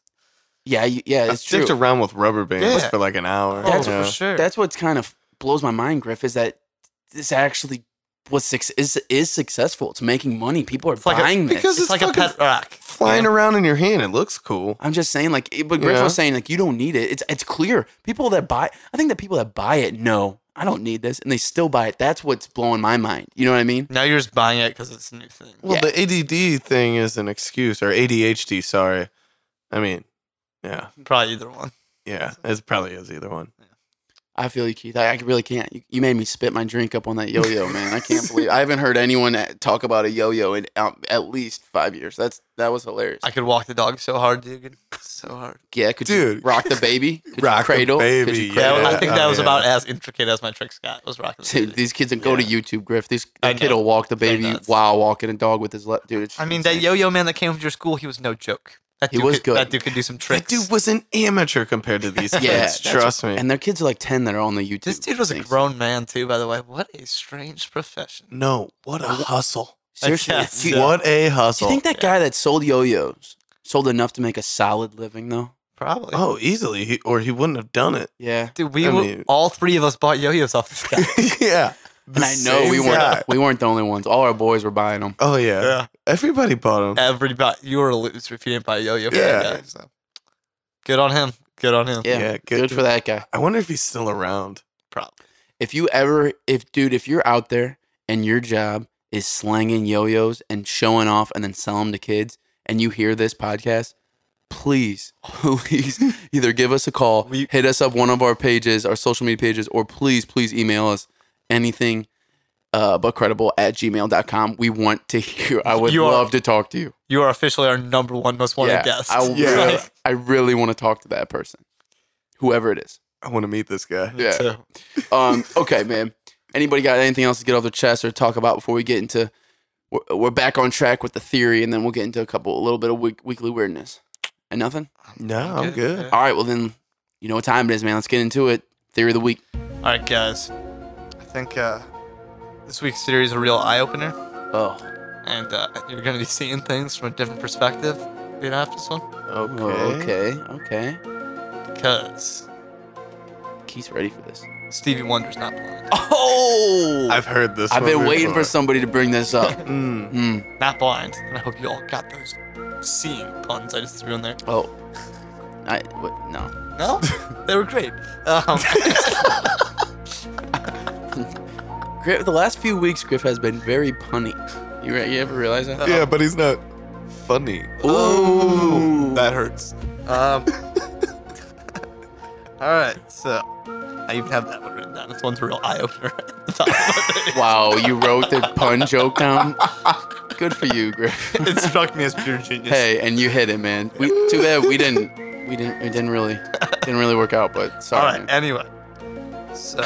[SPEAKER 1] yeah, you, yeah,
[SPEAKER 2] I
[SPEAKER 1] it's true.
[SPEAKER 2] sticked around with rubber bands
[SPEAKER 3] Yeah.
[SPEAKER 2] for like an hour.
[SPEAKER 1] Oh, That's
[SPEAKER 2] you
[SPEAKER 1] for
[SPEAKER 2] know?
[SPEAKER 3] sure.
[SPEAKER 1] That's what kind of blows my mind, Griff, is that this actually was suc is is successful. It's making money. People are
[SPEAKER 3] like a-
[SPEAKER 1] buying this.
[SPEAKER 2] because
[SPEAKER 3] it's,
[SPEAKER 2] it's,
[SPEAKER 3] like a
[SPEAKER 2] fucking
[SPEAKER 3] pet rock.
[SPEAKER 2] flying around in your hand. It looks cool.
[SPEAKER 1] I'm just saying, like, it- but Griff
[SPEAKER 2] Yeah.
[SPEAKER 1] was saying, like, you don't need it. It's it's clear. People that buy, I think that people that buy it know I don't need this, and they still buy it. That's what's blowing my mind. You know what I mean?
[SPEAKER 3] Now you're just buying it because it's a new thing.
[SPEAKER 2] Well,
[SPEAKER 1] Yeah.
[SPEAKER 2] the ADD thing is an excuse or ADHD. Sorry, I mean, yeah,
[SPEAKER 3] Probably either one.
[SPEAKER 2] yeah. It probably is either one.
[SPEAKER 1] I feel you, Keith. I, I really can't. You, you made me spit my drink up on that yo-yo, man. I can't believe I haven't heard anyone at- talk about a yo-yo in um, at least five years. That's that was hilarious.
[SPEAKER 3] I could walk the dog so hard, dude. So hard.
[SPEAKER 1] yeah, could you
[SPEAKER 2] Dude.
[SPEAKER 1] rock the baby? Could you
[SPEAKER 2] Rock the
[SPEAKER 1] cradle? Could
[SPEAKER 2] baby,
[SPEAKER 1] you
[SPEAKER 2] Yeah,
[SPEAKER 1] cradle?
[SPEAKER 3] Yeah, I think that
[SPEAKER 2] oh,
[SPEAKER 3] was
[SPEAKER 2] yeah.
[SPEAKER 3] about as intricate as my trick Scott was rocking. the
[SPEAKER 1] Dude,
[SPEAKER 3] fidget.
[SPEAKER 1] these kids that go to
[SPEAKER 3] Yeah.
[SPEAKER 1] YouTube, Griff. This
[SPEAKER 3] I
[SPEAKER 1] kid
[SPEAKER 3] know.
[SPEAKER 1] will walk the
[SPEAKER 3] They're
[SPEAKER 1] baby
[SPEAKER 3] nuts.
[SPEAKER 1] while walking a dog with his left. Dude, it's
[SPEAKER 3] I mean, that
[SPEAKER 1] insane.
[SPEAKER 3] yo-yo man that came to your school, he was no joke. That
[SPEAKER 1] He
[SPEAKER 3] dude
[SPEAKER 1] was
[SPEAKER 3] could,
[SPEAKER 1] good.
[SPEAKER 3] That dude could do some tricks.
[SPEAKER 2] That dude was an amateur compared to these kids.
[SPEAKER 1] that's
[SPEAKER 2] trust me.
[SPEAKER 1] and their kids are like ten that are on the YouTube.
[SPEAKER 3] This dude was a
[SPEAKER 1] things.
[SPEAKER 3] grown man too, by the way. What a strange profession.
[SPEAKER 2] no, what a hustle!
[SPEAKER 1] Seriously,
[SPEAKER 3] Yes.
[SPEAKER 1] do, you,
[SPEAKER 3] Yeah.
[SPEAKER 2] What a
[SPEAKER 1] do
[SPEAKER 2] hustle!
[SPEAKER 1] you think that guy that sold yo-yos sold enough to make a solid living though?
[SPEAKER 3] Probably.
[SPEAKER 2] Oh, easily, he, or he wouldn't have done it.
[SPEAKER 1] Yeah.
[SPEAKER 3] Dude, we
[SPEAKER 2] I
[SPEAKER 3] were,
[SPEAKER 2] mean-
[SPEAKER 3] all three of us bought yo-yos off this guy.
[SPEAKER 2] yeah,
[SPEAKER 1] And I know we
[SPEAKER 2] same
[SPEAKER 1] weren't
[SPEAKER 2] guy.
[SPEAKER 1] we weren't the only ones. All our boys were buying them.
[SPEAKER 2] Oh yeah. everybody bought him.
[SPEAKER 1] Uh,
[SPEAKER 3] Everybody, you were a loser if you didn't buy a yo-yo. for
[SPEAKER 2] Yeah.
[SPEAKER 3] that guy, so. Good on him. Good on him.
[SPEAKER 1] Yeah.
[SPEAKER 2] Yeah, good
[SPEAKER 1] good
[SPEAKER 2] dude.
[SPEAKER 1] for that guy.
[SPEAKER 2] I wonder if he's still around.
[SPEAKER 3] Probably.
[SPEAKER 1] If you ever, if dude, if you're out there and your job is slanging yo-yos and showing off and then sell them to kids, and you hear this podcast, please, please, either give us a call,
[SPEAKER 3] We-
[SPEAKER 1] hit us up one of our pages, our social media pages, or please, please email us anything. Uh, but credible at gmail.com. We want to hear. I would
[SPEAKER 3] You are-
[SPEAKER 1] love to talk to you.
[SPEAKER 3] You are officially our number one most wanted
[SPEAKER 1] yeah,
[SPEAKER 3] guest.
[SPEAKER 1] I,
[SPEAKER 2] Yeah.
[SPEAKER 1] really, I really want to talk to that person, whoever it is.
[SPEAKER 2] I want to meet this guy.
[SPEAKER 1] Yeah.
[SPEAKER 3] So,
[SPEAKER 1] Um, okay, man. Anybody got anything else to get off their chest or talk about before we get into? We're, we're back on track with the theory, and then we'll get into a couple, a little bit of week, weekly weirdness. And nothing.
[SPEAKER 2] No, I'm good.
[SPEAKER 3] yeah.
[SPEAKER 1] All right. Well, then you know what time it is, man. Let's get into it. Theory of the week.
[SPEAKER 3] All right, guys. I think uh, this week's series is a real eye opener,
[SPEAKER 1] Oh,
[SPEAKER 3] and uh, you're going to be seeing things from a different perspective being after this one.
[SPEAKER 1] okay,
[SPEAKER 2] Okay.
[SPEAKER 1] okay.
[SPEAKER 3] Because
[SPEAKER 1] Keith's ready for this.
[SPEAKER 3] Stevie Wonder's not blind.
[SPEAKER 1] Oh, I've,
[SPEAKER 2] I've heard this. one
[SPEAKER 1] been waiting for
[SPEAKER 2] before.
[SPEAKER 1] somebody to bring this up.
[SPEAKER 2] Mm.
[SPEAKER 1] Hmm.
[SPEAKER 3] Not blind. And I hope you all got those seeing puns I just threw in there.
[SPEAKER 1] Oh, I what, no.
[SPEAKER 3] No? they were great. Um,
[SPEAKER 1] Griff, the last few weeks, Griff has been very punny. You re- you ever realize that?
[SPEAKER 2] Yeah, but he's not funny.
[SPEAKER 1] Ooh.
[SPEAKER 2] That hurts.
[SPEAKER 3] Um. all right, so I even have that one written down. This one's a real eye opener.
[SPEAKER 1] Wow, you wrote the pun joke down. Good for you, Griff.
[SPEAKER 3] it struck me as pure genius.
[SPEAKER 1] hey, and you hit it, man. We, too bad we didn't. We didn't. It didn't really. Didn't really work out. But
[SPEAKER 3] all
[SPEAKER 1] sorry.
[SPEAKER 3] right.
[SPEAKER 1] man.
[SPEAKER 3] Anyway, so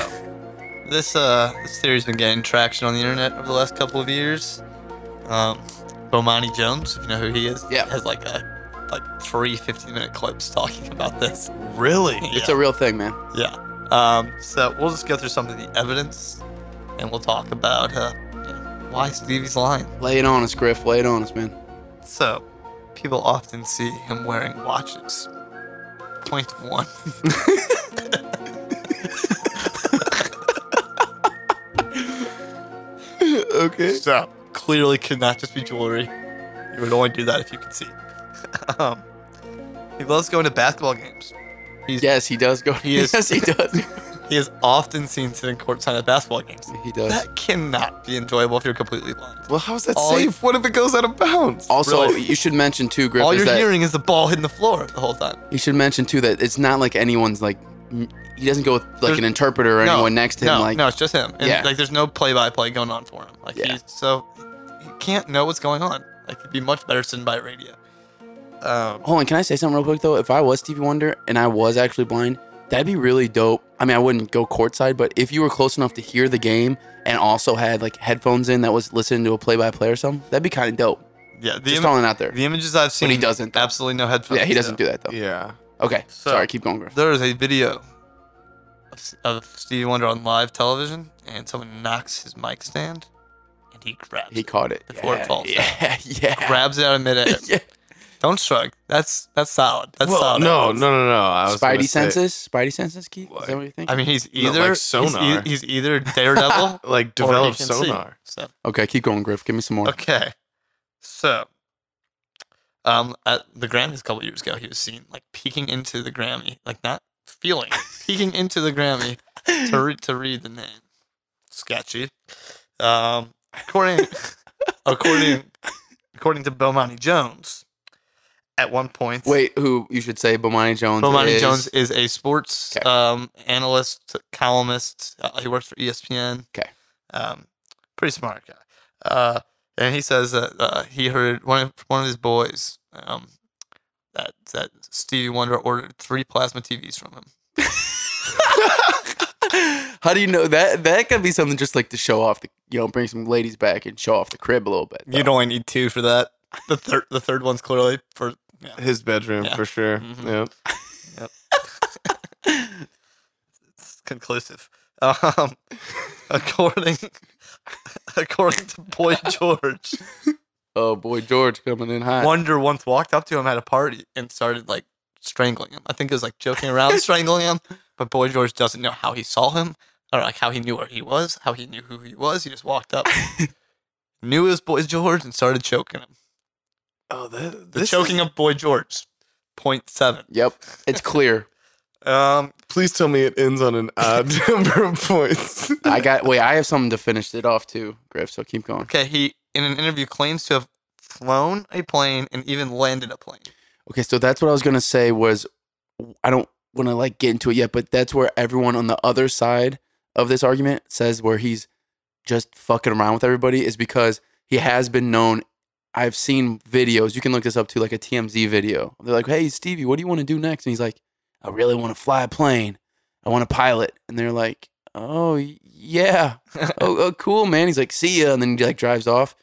[SPEAKER 3] this uh this theory's been getting traction on the internet over the last couple of years. Um, Bomani Jones, if you know who he is,
[SPEAKER 1] Yeah.
[SPEAKER 3] has like a like three 15 minute clips talking about this.
[SPEAKER 2] Really?
[SPEAKER 3] Yeah.
[SPEAKER 1] It's a real thing, man.
[SPEAKER 3] Yeah. Um, so we'll just go through some of the evidence, and we'll talk about uh, you know, why Stevie's lying.
[SPEAKER 1] Lay it on us, Griff. Lay it on us, man.
[SPEAKER 3] So people often see him wearing watches. Point one.
[SPEAKER 2] okay.
[SPEAKER 3] So clearly could not just be jewelry. You would only do that if you could see. um, he loves going to basketball games.
[SPEAKER 1] Yes, he does go.
[SPEAKER 3] He is-
[SPEAKER 1] yes, he does.
[SPEAKER 3] He is often seen sitting courtside at basketball games.
[SPEAKER 1] He does.
[SPEAKER 3] That cannot be enjoyable if you're completely blind.
[SPEAKER 2] Well, how's that
[SPEAKER 3] All-
[SPEAKER 2] safe? What if it goes out of bounds?
[SPEAKER 1] Also,
[SPEAKER 3] Really?
[SPEAKER 1] you should mention too, Griff.
[SPEAKER 3] All
[SPEAKER 1] is
[SPEAKER 3] you're
[SPEAKER 1] that
[SPEAKER 3] hearing is the ball hitting the floor the whole time.
[SPEAKER 1] you should mention too that it's not like anyone's like. m- He doesn't go with like
[SPEAKER 3] There's-
[SPEAKER 1] an interpreter or
[SPEAKER 3] no,
[SPEAKER 1] anyone next to him.
[SPEAKER 3] no,
[SPEAKER 1] like
[SPEAKER 3] no, it's just him. And
[SPEAKER 1] Yeah.
[SPEAKER 3] like there's no play by play going on for him. Like
[SPEAKER 1] Yeah.
[SPEAKER 3] he's so he can't know what's going on. Like it'd be much better sitting by a radio. Um,
[SPEAKER 1] Hold on, can I say something real quick though? If I was Stevie Wonder and I was actually blind, that'd be really dope. I mean, I wouldn't go courtside, but if you were close enough to hear the game and also had like headphones in that was listening to a play-by-play or something, that'd be kind of dope.
[SPEAKER 3] yeah, the,
[SPEAKER 1] Just
[SPEAKER 3] im-
[SPEAKER 1] throwing it out there.
[SPEAKER 3] the images I've seen
[SPEAKER 1] he doesn't, though.
[SPEAKER 3] absolutely no headphones.
[SPEAKER 1] Yeah, he doesn't
[SPEAKER 3] though.
[SPEAKER 1] do that though.
[SPEAKER 2] Yeah.
[SPEAKER 1] Okay,
[SPEAKER 3] So-
[SPEAKER 1] sorry, keep going, Griff.
[SPEAKER 3] There is a video of, of Stevie Wonder on live television, and someone knocks his mic stand, and he grabs
[SPEAKER 1] He
[SPEAKER 3] it,
[SPEAKER 1] caught it
[SPEAKER 3] Before it
[SPEAKER 1] yeah,
[SPEAKER 3] falls
[SPEAKER 1] Yeah, yeah.
[SPEAKER 3] grabs it out of midair.
[SPEAKER 1] yeah.
[SPEAKER 3] Don't shrug. That's that's solid. That's
[SPEAKER 2] well,
[SPEAKER 3] solid.
[SPEAKER 2] no, no,
[SPEAKER 3] evidence.
[SPEAKER 2] no, no. I was gonna
[SPEAKER 1] Spidey
[SPEAKER 2] say-
[SPEAKER 1] senses, Spidey senses, Keith. Is
[SPEAKER 2] What?
[SPEAKER 1] that what you think?
[SPEAKER 3] I mean, he's
[SPEAKER 2] No, like
[SPEAKER 3] either he's e-
[SPEAKER 2] sonar.
[SPEAKER 3] He's, either Daredevil
[SPEAKER 2] Like
[SPEAKER 3] or he
[SPEAKER 2] develop
[SPEAKER 3] can see.
[SPEAKER 2] sonar.
[SPEAKER 3] So
[SPEAKER 1] okay, keep going, Griff. Give me some more.
[SPEAKER 3] Okay. So, um, at the Grammys a couple years ago, he was seen like peeking into the Grammy, like not feeling, peeking into the Grammy to read to read the name. Sketchy. Um, according according according to Bomani Jones, at one point,
[SPEAKER 1] Wait, who you should say? Bomani Jones.
[SPEAKER 3] Bomani
[SPEAKER 1] is-
[SPEAKER 3] Jones is a sports
[SPEAKER 1] Okay.
[SPEAKER 3] um, analyst, columnist. Uh, he works for ESPN.
[SPEAKER 1] Okay.
[SPEAKER 3] Um, pretty smart guy. Uh, and he says that uh, he heard one of one of his boys um, that that Stevie Wonder ordered three plasma TVs from him.
[SPEAKER 1] How do you know that? That could be something just like to show off the, you know, bring some ladies back and show off the crib a little bit. though.
[SPEAKER 3] You'd only need two for that. The third the third one's clearly for yeah.
[SPEAKER 2] His bedroom
[SPEAKER 3] Yeah.
[SPEAKER 2] for sure.
[SPEAKER 3] Mhm.
[SPEAKER 2] Yep.
[SPEAKER 3] It's conclusive. Um, according according to Boy George.
[SPEAKER 1] Oh boy, George coming in hot.
[SPEAKER 3] Wonder once walked up to him at a party and started like strangling him. I think it was like joking around strangling him, but Boy George doesn't know how he saw him or like how he knew where he was, how he knew who he was. He just walked up, knew it was Boy George, and started choking him.
[SPEAKER 2] Oh, that,
[SPEAKER 3] The
[SPEAKER 2] this
[SPEAKER 3] choking
[SPEAKER 2] Is,
[SPEAKER 3] of Boy George, point seven.
[SPEAKER 1] Yep, it's clear.
[SPEAKER 3] Um, uh,
[SPEAKER 2] please tell me it ends on an odd number of points.
[SPEAKER 1] I got wait. I have something to finish it off too, Griff. So keep going.
[SPEAKER 3] okay, he in an interview claims to have flown a plane and even landed a plane.
[SPEAKER 1] Okay, so that's what I was gonna say was I don't want to like get into it yet, but that's where everyone on the other side of this argument says where he's just fucking around with everybody is because he has been known. I've seen videos. You can look this up too, like a TMZ video. They're like, "Hey Stevie, what do you want to do next?" And he's like, "I really want to fly a plane. I want to pilot." And they're like, "Oh yeah, oh, oh cool man." He's like, "See ya," and then he like drives off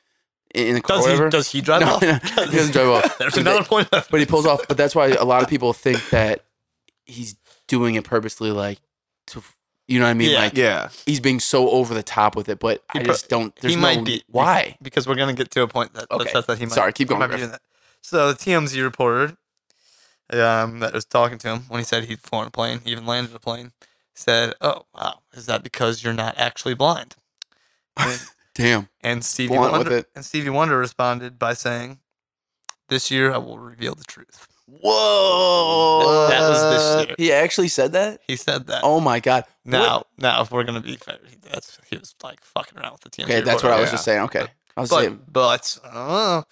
[SPEAKER 1] in in the car.
[SPEAKER 3] Does
[SPEAKER 1] or whatever.
[SPEAKER 3] he? Does he drive
[SPEAKER 1] No,
[SPEAKER 3] off?
[SPEAKER 1] no, he doesn't drive off.
[SPEAKER 3] There's
[SPEAKER 1] But
[SPEAKER 3] another
[SPEAKER 1] they-
[SPEAKER 3] point.
[SPEAKER 1] but he pulls off. But that's why a lot of people think that he's doing it purposely, like to, you know what I mean?
[SPEAKER 3] Yeah.
[SPEAKER 1] Like
[SPEAKER 2] yeah.
[SPEAKER 1] he's being so over the top with it. But
[SPEAKER 3] He
[SPEAKER 1] I
[SPEAKER 3] pro-
[SPEAKER 1] just don't.
[SPEAKER 3] he
[SPEAKER 1] There's no
[SPEAKER 3] might be-
[SPEAKER 1] why.
[SPEAKER 3] because we're gonna get to a point that that
[SPEAKER 1] Okay.
[SPEAKER 3] says that he might.
[SPEAKER 1] Sorry, keep
[SPEAKER 3] he
[SPEAKER 1] going,
[SPEAKER 3] might be
[SPEAKER 1] Griff.
[SPEAKER 3] doing that. So the TMZ reporter, um, that was talking to him when he said he'd flown a plane, he even landed a plane, said, "Oh, wow, is that because you're not actually blind?" And,
[SPEAKER 1] Damn.
[SPEAKER 3] and Stevie
[SPEAKER 1] Blunt with
[SPEAKER 3] Wonder
[SPEAKER 1] it.
[SPEAKER 3] and Stevie Wonder responded by saying, "This year I will reveal the truth."
[SPEAKER 1] Whoa.
[SPEAKER 3] That- that was this year.
[SPEAKER 1] He actually said that.
[SPEAKER 3] He said that.
[SPEAKER 1] Oh my god. What-
[SPEAKER 3] now, now, if we're gonna be fair, he- that's he was like fucking around with the TMZ.
[SPEAKER 1] Okay, that's what I
[SPEAKER 3] reporter.
[SPEAKER 1] was just saying. Okay, I was saying.
[SPEAKER 3] but but uh,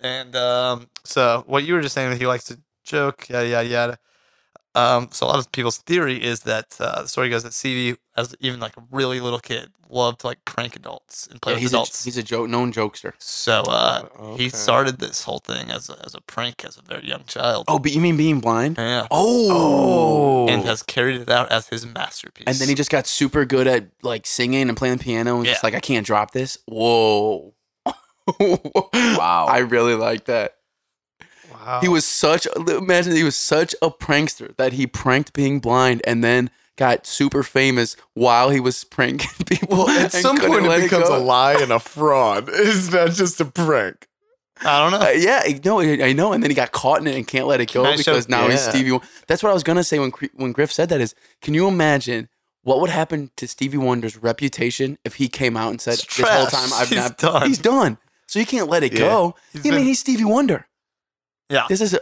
[SPEAKER 3] and um, so what you were just saying that he likes to joke, yada yada yada. Um, so a lot of people's theory is that uh, the story goes that CV, as even like a really little kid, loved to like prank adults and play
[SPEAKER 1] Yeah,
[SPEAKER 3] with
[SPEAKER 1] he's a
[SPEAKER 3] adults.
[SPEAKER 1] he's Oh, a joke known jokester.
[SPEAKER 3] so uh,
[SPEAKER 2] Okay.
[SPEAKER 3] he started this whole thing as a, as a prank as a very young child.
[SPEAKER 1] Oh, but you mean being blind?
[SPEAKER 3] yeah,
[SPEAKER 1] Oh.
[SPEAKER 2] Oh.
[SPEAKER 3] and has carried it out as his masterpiece.
[SPEAKER 1] And then he just got super good at like singing and playing the piano and just
[SPEAKER 3] Yeah.
[SPEAKER 1] like, I can't drop this. Whoa. wow. I really like that.
[SPEAKER 2] wow.
[SPEAKER 1] He was such imagine he was such a prankster that he pranked being blind and then got super famous while he was pranking people.
[SPEAKER 2] At some point, it becomes a lie and a fraud. It's not just a prank.
[SPEAKER 3] I don't know.
[SPEAKER 1] Uh, yeah, I- no, I I know. And then he got caught in it and can't let it go
[SPEAKER 3] Can I show-
[SPEAKER 1] because now he's
[SPEAKER 2] Yeah.
[SPEAKER 1] Stevie. Won- That's what I was gonna say when Cre- when Griff said that is, can you imagine what would happen to Stevie Wonder's reputation if he came out and said
[SPEAKER 3] It's
[SPEAKER 1] this whole
[SPEAKER 3] trash.
[SPEAKER 1] time I've
[SPEAKER 3] He's
[SPEAKER 1] not
[SPEAKER 3] done."
[SPEAKER 1] he's done. So you can't let it
[SPEAKER 2] Yeah.
[SPEAKER 1] go.
[SPEAKER 3] He's
[SPEAKER 1] I mean,
[SPEAKER 3] been-
[SPEAKER 1] he's Stevie Wonder.
[SPEAKER 3] Yeah.
[SPEAKER 1] this is a,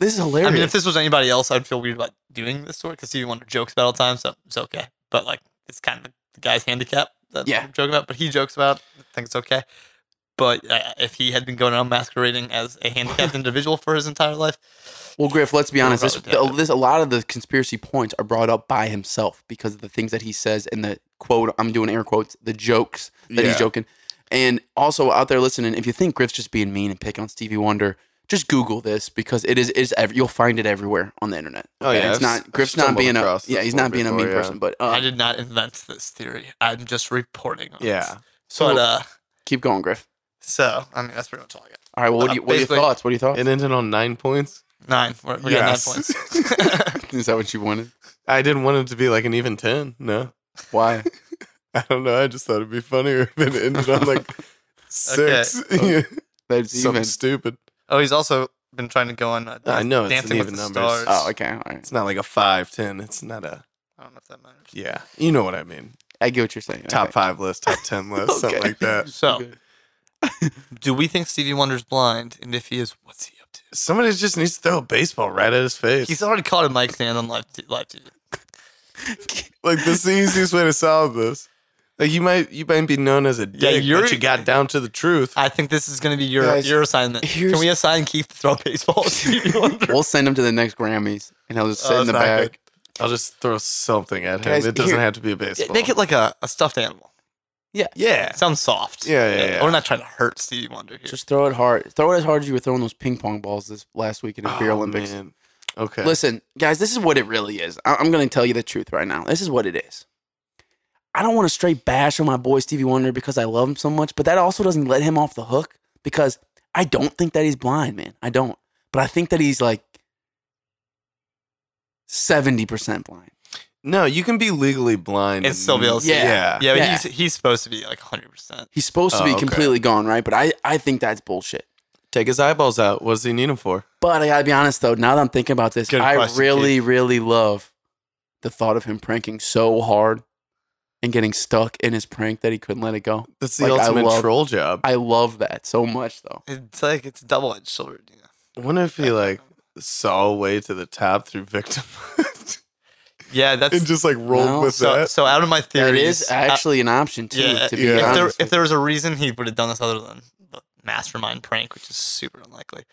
[SPEAKER 1] this is hilarious.
[SPEAKER 3] I mean, if this was anybody else, I'd feel weird about doing this sort because Stevie Wonder jokes about it all the time, so it's okay. But like, it's kind of the guy's handicap that
[SPEAKER 1] Yeah.
[SPEAKER 3] I'm joking about. But he jokes about, it, I think it's okay. But uh, if he had been going around masquerading as a handicapped individual for his entire life,
[SPEAKER 1] well, Griff, let's be
[SPEAKER 3] We're
[SPEAKER 1] honest. This,
[SPEAKER 3] about to tap
[SPEAKER 1] the,
[SPEAKER 3] it.
[SPEAKER 1] this a lot of the conspiracy points are brought up by himself because of the things that he says and the quote. I'm doing air quotes. The jokes that he's
[SPEAKER 2] Yeah.
[SPEAKER 1] joking. And also out there listening, if you think Griff's just being mean and picking on Stevie Wonder, just Google this because it is is ev- you'll find it everywhere on the internet.
[SPEAKER 2] Oh, yeah,
[SPEAKER 1] it's
[SPEAKER 2] I've s-
[SPEAKER 1] not
[SPEAKER 2] I've
[SPEAKER 1] Griff's not
[SPEAKER 2] stumbled
[SPEAKER 1] being a
[SPEAKER 2] across
[SPEAKER 1] yeah
[SPEAKER 2] this
[SPEAKER 1] he's
[SPEAKER 2] one
[SPEAKER 1] not being a
[SPEAKER 2] before,
[SPEAKER 1] mean
[SPEAKER 2] yeah.
[SPEAKER 1] person. But
[SPEAKER 3] I
[SPEAKER 1] uh,
[SPEAKER 3] did not invent this theory. I'm just reporting on
[SPEAKER 2] Yeah.
[SPEAKER 3] it.
[SPEAKER 1] so
[SPEAKER 3] but uh,
[SPEAKER 1] keep going, Griff.
[SPEAKER 3] so I mean, that's pretty much all I got.
[SPEAKER 1] All right, well, what,
[SPEAKER 3] uh,
[SPEAKER 1] do you, what are your
[SPEAKER 3] basically-
[SPEAKER 1] thoughts? What are your thoughts?
[SPEAKER 2] It ended on nine points.
[SPEAKER 3] Nine. We're, we got nine points.
[SPEAKER 1] is that what you wanted?
[SPEAKER 2] I didn't want it to be like an even 10. No.
[SPEAKER 1] Why?
[SPEAKER 2] I don't know. I just thought it'd be funnier if it ended on like six. Yeah.
[SPEAKER 1] That's
[SPEAKER 2] Something
[SPEAKER 1] even.
[SPEAKER 2] stupid.
[SPEAKER 3] oh, he's also been trying to go on. Uh,
[SPEAKER 2] I know, it's
[SPEAKER 3] Dancing
[SPEAKER 2] an
[SPEAKER 3] with
[SPEAKER 2] even
[SPEAKER 3] the
[SPEAKER 2] numbers.
[SPEAKER 3] Stars.
[SPEAKER 1] Oh, okay. All right.
[SPEAKER 2] It's not like a five, 10. It's not a,
[SPEAKER 3] I don't know if that matters.
[SPEAKER 2] yeah. You know what I mean.
[SPEAKER 1] I get what you're saying.
[SPEAKER 2] Top
[SPEAKER 1] Okay.
[SPEAKER 2] five list, top 10 list, something
[SPEAKER 1] Okay.
[SPEAKER 2] like that.
[SPEAKER 3] So, do we think Stevie Wonder's blind? And if he is, what's he up to?
[SPEAKER 2] Somebody just needs to throw a baseball right at his face.
[SPEAKER 3] He's already caught a mic stand on live, t- live TV.
[SPEAKER 2] like, that's the easiest way to solve this. Like, you might you might be known as a dick,
[SPEAKER 3] you're-
[SPEAKER 2] but you got down to the truth.
[SPEAKER 3] I think this is going to be your
[SPEAKER 1] Guys,
[SPEAKER 3] your assignment. Can
[SPEAKER 1] here's-
[SPEAKER 3] we assign Keith to throw baseballs? to you? Wonder?
[SPEAKER 1] We'll send him to the next Grammys, and he'll just sit
[SPEAKER 2] Oh,
[SPEAKER 1] in the
[SPEAKER 2] that's not
[SPEAKER 1] back.
[SPEAKER 2] good. I'll just throw something at him.
[SPEAKER 1] Guys,
[SPEAKER 2] it doesn't
[SPEAKER 1] here-
[SPEAKER 2] have to be a baseball.
[SPEAKER 3] Make it like a, a stuffed animal.
[SPEAKER 2] yeah.
[SPEAKER 3] It sounds soft.
[SPEAKER 2] Yeah, yeah, yeah.
[SPEAKER 3] We're not trying to hurt Stevie Wonder here.
[SPEAKER 1] Just throw it hard. Throw it as hard as you were throwing those ping pong balls this last week in the Beer
[SPEAKER 2] Oh,
[SPEAKER 1] Olympics.
[SPEAKER 2] man. Okay.
[SPEAKER 1] Listen, guys, this is what it really is. I- am going to tell you the truth right now. This is what it is. I don't want to straight bash on my boy Stevie Wonder because I love him so much, but that also doesn't let him off the hook because I don't think that he's blind, man. I don't. But I think that he's like 70% blind.
[SPEAKER 2] No, you can be legally blind.
[SPEAKER 3] And still be able to see.
[SPEAKER 2] Yeah.
[SPEAKER 3] yeah, but
[SPEAKER 1] yeah.
[SPEAKER 3] He's, he's supposed to be like 100%.
[SPEAKER 1] He's supposed to
[SPEAKER 2] Oh,
[SPEAKER 1] be
[SPEAKER 2] okay.
[SPEAKER 1] completely gone, right? But I, I think that's bullshit. Take his eyeballs out.
[SPEAKER 2] What does he need him for?
[SPEAKER 1] But I gotta be honest though, now that I'm thinking about this,
[SPEAKER 3] Good
[SPEAKER 1] I
[SPEAKER 3] question,
[SPEAKER 1] really, really love the thought of him pranking so hard and getting stuck in his prank that he couldn't let it go.
[SPEAKER 2] That's the
[SPEAKER 1] Like, I
[SPEAKER 2] ultimate
[SPEAKER 1] love-
[SPEAKER 2] troll job. I
[SPEAKER 1] I love that so much though.
[SPEAKER 3] It's like it's double edged sword. You know?
[SPEAKER 2] wonder if he like saw a way to the top through victim
[SPEAKER 3] Yeah, that's
[SPEAKER 2] and just like rolled
[SPEAKER 1] No.
[SPEAKER 2] with
[SPEAKER 3] so.
[SPEAKER 2] that.
[SPEAKER 3] So out of my
[SPEAKER 1] That
[SPEAKER 3] theories,
[SPEAKER 1] is actually an option too,
[SPEAKER 3] Uh, yeah,
[SPEAKER 1] to be
[SPEAKER 2] yeah.
[SPEAKER 3] if there
[SPEAKER 1] honest.
[SPEAKER 3] if there was a reason he would have done this other than the mastermind prank, which is super unlikely,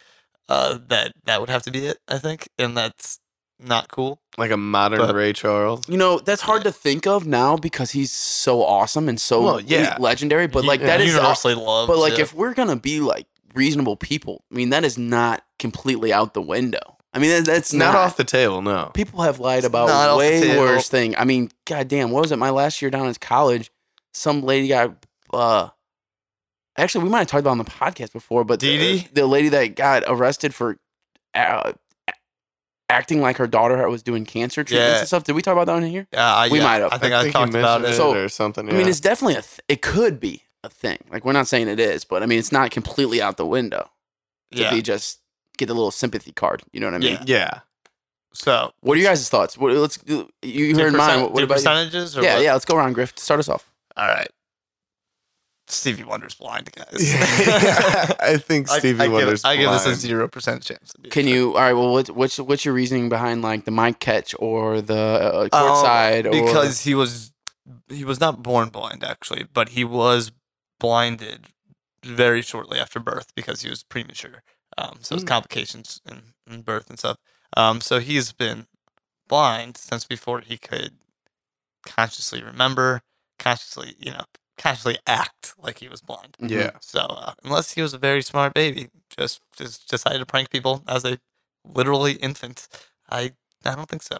[SPEAKER 3] uh, that that would have to be it. I think, and that's not cool.
[SPEAKER 2] Like a modern
[SPEAKER 3] But-
[SPEAKER 2] Ray Charles.
[SPEAKER 1] you know, that's hard to think of now because he's so awesome and so
[SPEAKER 2] Well, yeah.
[SPEAKER 1] he's legendary, but like that is
[SPEAKER 3] universally loved.
[SPEAKER 1] But like,
[SPEAKER 3] yeah.
[SPEAKER 1] if we're gonna be like reasonable people, I mean, that is not completely out the window. I mean, that- that's
[SPEAKER 2] It's not
[SPEAKER 1] not
[SPEAKER 2] off the table, no.
[SPEAKER 1] People have lied
[SPEAKER 3] not
[SPEAKER 1] about
[SPEAKER 3] off the
[SPEAKER 1] way
[SPEAKER 3] table.
[SPEAKER 1] worse thing. I mean, goddamn, what was it? My last year down at college, some lady got. uh Actually, we might have talked about it on the podcast before, but the,
[SPEAKER 3] Dee Dee?
[SPEAKER 1] the lady that got arrested for uh, a- acting like her daughter was doing cancer treatments
[SPEAKER 3] Yeah.
[SPEAKER 1] and stuff. Did we talk about that one in here?
[SPEAKER 3] Yeah, I-
[SPEAKER 1] we
[SPEAKER 3] yeah,
[SPEAKER 1] might have.
[SPEAKER 3] I think I,
[SPEAKER 2] he
[SPEAKER 3] talked about
[SPEAKER 2] mentioned
[SPEAKER 3] it.
[SPEAKER 1] So,
[SPEAKER 2] or something.
[SPEAKER 1] I mean,
[SPEAKER 2] yeah.
[SPEAKER 1] it's definitely a. Th- it could be a thing. Like we're not saying it is, but I mean, it's not completely out the window to
[SPEAKER 3] yeah.
[SPEAKER 1] be just get the little sympathy card. You know what I mean?
[SPEAKER 3] Yeah.
[SPEAKER 2] yeah.
[SPEAKER 3] So
[SPEAKER 1] What are you guys' thoughts? What, let's you
[SPEAKER 3] do
[SPEAKER 1] heard mine.
[SPEAKER 3] percent-
[SPEAKER 1] What,
[SPEAKER 3] do
[SPEAKER 1] what about you?
[SPEAKER 3] percentages? Or
[SPEAKER 1] Yeah,
[SPEAKER 3] what?
[SPEAKER 1] yeah. Let's go around, Griff. Start us off.
[SPEAKER 3] All right. Stevie Wonder's blind, guys.
[SPEAKER 2] I think
[SPEAKER 3] I-
[SPEAKER 2] Stevie
[SPEAKER 3] I, give-
[SPEAKER 2] Wonder's.
[SPEAKER 3] I give this a
[SPEAKER 2] blind.
[SPEAKER 3] zero percent chance. to be
[SPEAKER 1] Can
[SPEAKER 3] true.
[SPEAKER 1] you? All right. Well, what's what's what's your reasoning behind like the mic catch or the uh,
[SPEAKER 3] Um,
[SPEAKER 1] courtside?
[SPEAKER 3] because he was he was not born blind actually, but he was blinded very shortly after birth because he was premature. Um, so it's
[SPEAKER 2] Mm.
[SPEAKER 3] complications in, in birth and stuff. Um, so he's been blind since before he could
[SPEAKER 4] consciously remember, consciously, you know, consciously act like he was blind.
[SPEAKER 1] or,
[SPEAKER 3] Mm-hmm.
[SPEAKER 2] Yeah.
[SPEAKER 4] So uh, unless he was a very smart baby, just just decided to prank people as a literally infant, I I don't think so.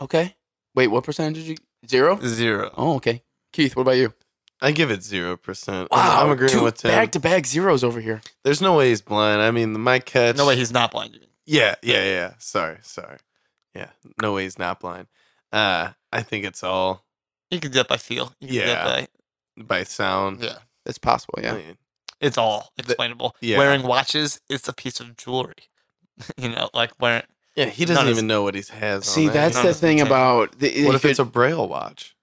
[SPEAKER 1] Okay. Wait, what percentage? Did you, zero.
[SPEAKER 3] zero.
[SPEAKER 1] Oh, okay. Keith, what about you?
[SPEAKER 2] I give it zero percent. I'm, I'm agreeing
[SPEAKER 1] two
[SPEAKER 2] with Tim.
[SPEAKER 1] Back to back zeros over here.
[SPEAKER 2] There's no way he's blind. I mean, my catch.
[SPEAKER 4] No way, he's not blind. you mean.
[SPEAKER 2] Yeah, yeah, yeah. Sorry, sorry. Yeah, no way he's not blind. Uh, I think it's all
[SPEAKER 4] You can get by feel. You can
[SPEAKER 2] Yeah. Mm.
[SPEAKER 4] get by.
[SPEAKER 2] by sound.
[SPEAKER 4] Yeah.
[SPEAKER 1] That's possible. Yeah.
[SPEAKER 2] I mean,
[SPEAKER 4] It's all explainable.
[SPEAKER 2] yeah.
[SPEAKER 4] Wearing watches, it's a piece of jewelry. you know, like wearing.
[SPEAKER 2] yeah. He
[SPEAKER 4] None
[SPEAKER 2] doesn't
[SPEAKER 4] is-
[SPEAKER 2] even know what he has. on
[SPEAKER 1] See,
[SPEAKER 2] there.
[SPEAKER 1] that's
[SPEAKER 4] no,
[SPEAKER 1] the
[SPEAKER 4] it's
[SPEAKER 1] thing
[SPEAKER 4] okay.
[SPEAKER 1] about the,
[SPEAKER 2] What
[SPEAKER 1] you
[SPEAKER 2] if it's a
[SPEAKER 1] could-
[SPEAKER 2] braille watch?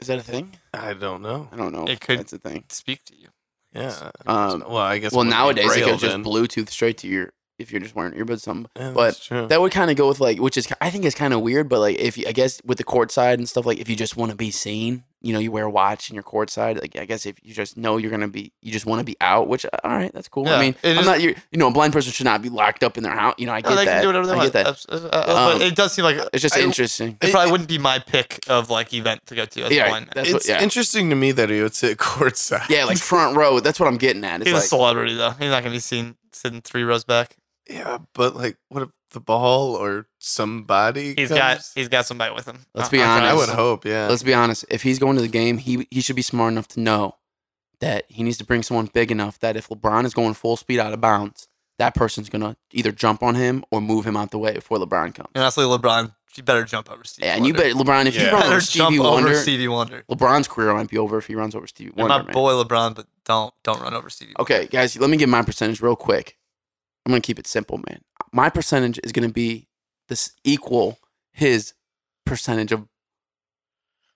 [SPEAKER 1] is that a thing?
[SPEAKER 2] I don't know.
[SPEAKER 1] I don't know.
[SPEAKER 4] It
[SPEAKER 1] if
[SPEAKER 4] could-
[SPEAKER 1] That's a thing.
[SPEAKER 4] Speak to you.
[SPEAKER 2] Yeah.
[SPEAKER 1] Um,
[SPEAKER 2] well, I guess.
[SPEAKER 1] well,
[SPEAKER 2] it would be
[SPEAKER 1] nowadays it
[SPEAKER 2] braille
[SPEAKER 1] could just
[SPEAKER 2] then.
[SPEAKER 1] Bluetooth straight to your if you're just wearing earbuds. Something
[SPEAKER 2] Yeah,
[SPEAKER 1] but
[SPEAKER 2] that's true.
[SPEAKER 1] that would kind of go with like, which is I think is kind of weird, but like if you, I guess with the court side and stuff, like if you just want to be seen, you know, you wear a watch and your court side. Like I guess if you just know you're gonna be, you just want to be out. Which all right, that's cool. I
[SPEAKER 3] Yeah,
[SPEAKER 1] mean,
[SPEAKER 3] it
[SPEAKER 1] I'm
[SPEAKER 3] is-
[SPEAKER 1] not you. You know, a blind person should not be locked up in their house. You know, I get
[SPEAKER 3] No, they
[SPEAKER 1] that.
[SPEAKER 3] can do whatever they
[SPEAKER 1] I
[SPEAKER 3] want.
[SPEAKER 1] get that.
[SPEAKER 3] Abs- uh, uh,
[SPEAKER 1] Um,
[SPEAKER 3] but it does seem like
[SPEAKER 1] It's just
[SPEAKER 3] I-
[SPEAKER 1] interesting.
[SPEAKER 3] it
[SPEAKER 2] it-
[SPEAKER 3] probably
[SPEAKER 2] it-
[SPEAKER 3] wouldn't be my pick of like event to go to as a
[SPEAKER 1] Yeah,
[SPEAKER 3] blind man.
[SPEAKER 1] that's what,
[SPEAKER 2] it's
[SPEAKER 1] yeah,
[SPEAKER 2] interesting to me that he would sit courtside.
[SPEAKER 1] yeah, like front row. That's what I'm getting at. It's
[SPEAKER 3] He's a
[SPEAKER 1] like,
[SPEAKER 3] celebrity though. He's not gonna be seen sitting three rows back.
[SPEAKER 2] yeah, but like, what if the ball or somebody?
[SPEAKER 4] He's
[SPEAKER 2] comes?
[SPEAKER 4] got he's got somebody with him.
[SPEAKER 1] Let's
[SPEAKER 4] I-
[SPEAKER 1] be
[SPEAKER 4] I'm trying to-
[SPEAKER 2] I would
[SPEAKER 1] honest.
[SPEAKER 2] hope. Yeah.
[SPEAKER 1] let's be honest. If he's going to the game, he he should be smart enough to know that he needs to bring someone big enough that if LeBron is going full speed out of bounds, that person's gonna either jump on him or move him out the way before LeBron comes.
[SPEAKER 3] And honestly, LeBron, you better jump over Stevie.
[SPEAKER 1] Yeah, and you bet
[SPEAKER 3] Wonder.
[SPEAKER 1] LeBron if
[SPEAKER 2] Yeah.
[SPEAKER 1] you run
[SPEAKER 3] better
[SPEAKER 1] over
[SPEAKER 3] jump
[SPEAKER 1] Stevie Wonder,
[SPEAKER 3] over Stevie Wonder.
[SPEAKER 1] LeBron's career might be over if he runs over Stevie
[SPEAKER 3] You're
[SPEAKER 1] Wonder.
[SPEAKER 3] my
[SPEAKER 1] man.
[SPEAKER 3] boy LeBron, but don't don't run over Stevie.
[SPEAKER 1] Okay, guys, let me give my percentage real quick. I'm gonna keep it simple, man. My percentage is gonna be this equal his percentage of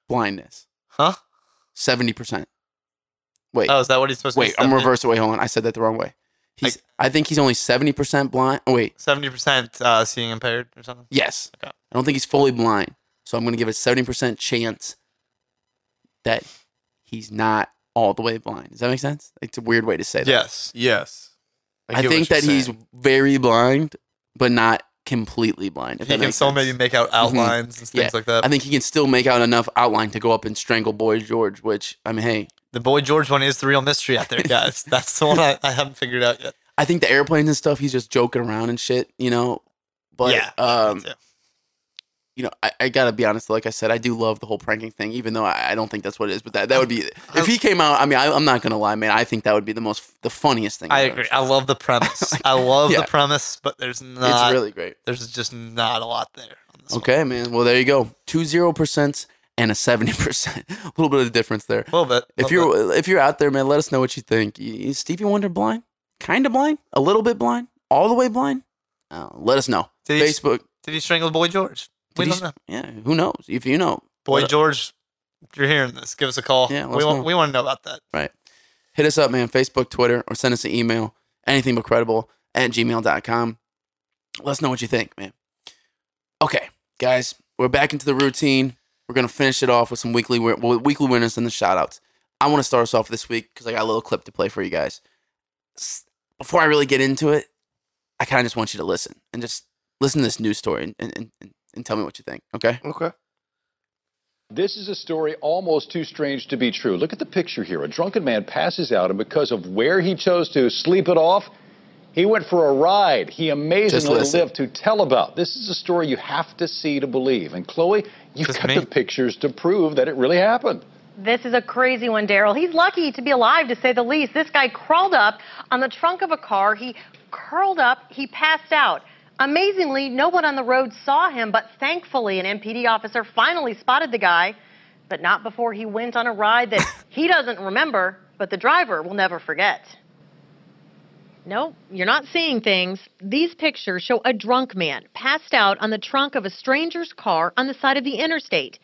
[SPEAKER 1] blindness.
[SPEAKER 3] Huh?
[SPEAKER 1] Seventy percent. Wait,
[SPEAKER 3] Oh, is that what he's supposed
[SPEAKER 1] wait,
[SPEAKER 3] to be?
[SPEAKER 1] I'm reverse. Wait, hold on. I said that the wrong way. He's, I think he's only seventy percent blind. Oh, wait,
[SPEAKER 3] Seventy percent uh, seeing impaired or something.
[SPEAKER 1] yes.
[SPEAKER 3] Okay.
[SPEAKER 1] I don't think he's fully blind, so I'm gonna give it seventy percent chance that he's not all the way blind. Does that make sense? It's a weird way to say that.
[SPEAKER 3] Yes.
[SPEAKER 2] yes.
[SPEAKER 1] I,
[SPEAKER 2] get what
[SPEAKER 1] think
[SPEAKER 2] you're
[SPEAKER 1] that he's
[SPEAKER 2] saying.
[SPEAKER 1] very blind, but not completely blind. If
[SPEAKER 3] He
[SPEAKER 1] that
[SPEAKER 3] can
[SPEAKER 1] makes
[SPEAKER 3] still
[SPEAKER 1] sense.
[SPEAKER 3] maybe make out outlines and
[SPEAKER 1] Mm-hmm. Yeah.
[SPEAKER 3] things like that.
[SPEAKER 1] I think he can still make out enough outline to go up and strangle Boy George, which I mean, hey,
[SPEAKER 3] the boy George one is the real mystery out there, guys. That's the one I, I haven't figured out yet.
[SPEAKER 1] I think the airplanes and stuff, he's just joking around and shit, you know. But
[SPEAKER 3] Yeah,
[SPEAKER 1] um,
[SPEAKER 3] too.
[SPEAKER 1] you know, I, I gotta be honest. Like I said, I do love the whole pranking thing, even though I, I don't think that's what it is. But that, that would be if he came out. I mean, I, I'm not gonna lie, man. I think that would be the most the funniest thing.
[SPEAKER 3] I
[SPEAKER 1] I've ever
[SPEAKER 3] agree.
[SPEAKER 1] seen.
[SPEAKER 3] I love the premise. I love
[SPEAKER 1] Yeah.
[SPEAKER 3] the premise, but there's
[SPEAKER 1] It's
[SPEAKER 3] not.
[SPEAKER 1] really great.
[SPEAKER 3] there's just not a lot there. On this one.
[SPEAKER 1] Okay, man. Well, there you go. Two zero percent and a seventy percent. A little bit of difference there.
[SPEAKER 3] A little bit.
[SPEAKER 1] If
[SPEAKER 3] little bit.
[SPEAKER 1] you're if you're out there, man, let us know what you think. Y- Is Stevie Wonder blind? kind of blind, a little bit blind, all the way blind? Uh, let us know.
[SPEAKER 3] Did he,
[SPEAKER 1] Facebook.
[SPEAKER 3] did he strangle Boy George? We
[SPEAKER 1] Did he
[SPEAKER 3] don't know.
[SPEAKER 1] Yeah, who knows? If you know,
[SPEAKER 3] Boy
[SPEAKER 1] Let-
[SPEAKER 3] George, if you're hearing this, give us a call.
[SPEAKER 1] Yeah, let
[SPEAKER 3] we
[SPEAKER 1] us
[SPEAKER 3] want
[SPEAKER 1] know.
[SPEAKER 3] we want to know about that.
[SPEAKER 1] hit us up, man. Facebook, Twitter, or send us an email. Anything but credible at gmail.com. Let us know what you think, man. Okay, guys, we're back into the routine. We're gonna finish it off with some weekly win- well, weekly winners and the shout outs. I want to start us off this week because I got a little clip to play for you guys. S- Before I really get into it, I kind of just want you to listen and just listen to this news story and, and, and, and tell me what you think. Okay.
[SPEAKER 2] Okay.
[SPEAKER 5] This is a story almost too strange to be true. Look at the picture here. A drunken man passes out, and because of where he chose to sleep it off, he went for a ride he amazingly
[SPEAKER 1] listen.
[SPEAKER 5] lived to tell about. This is a story you have to see to believe. And Chloe, you've
[SPEAKER 3] Just
[SPEAKER 5] got
[SPEAKER 3] me.
[SPEAKER 5] the pictures to prove that it really happened.
[SPEAKER 6] This is a crazy one, Daryl. He's lucky to be alive, to say the least. This guy crawled up on the trunk of a car. He curled up. He passed out. Amazingly, no one on the road saw him, but thankfully, an MPD officer finally spotted the guy, but not before he went on a ride that he doesn't remember, but the driver will never forget. No, you're not seeing things. These pictures show a drunk man passed out on the trunk of a stranger's car on the side of the interstate.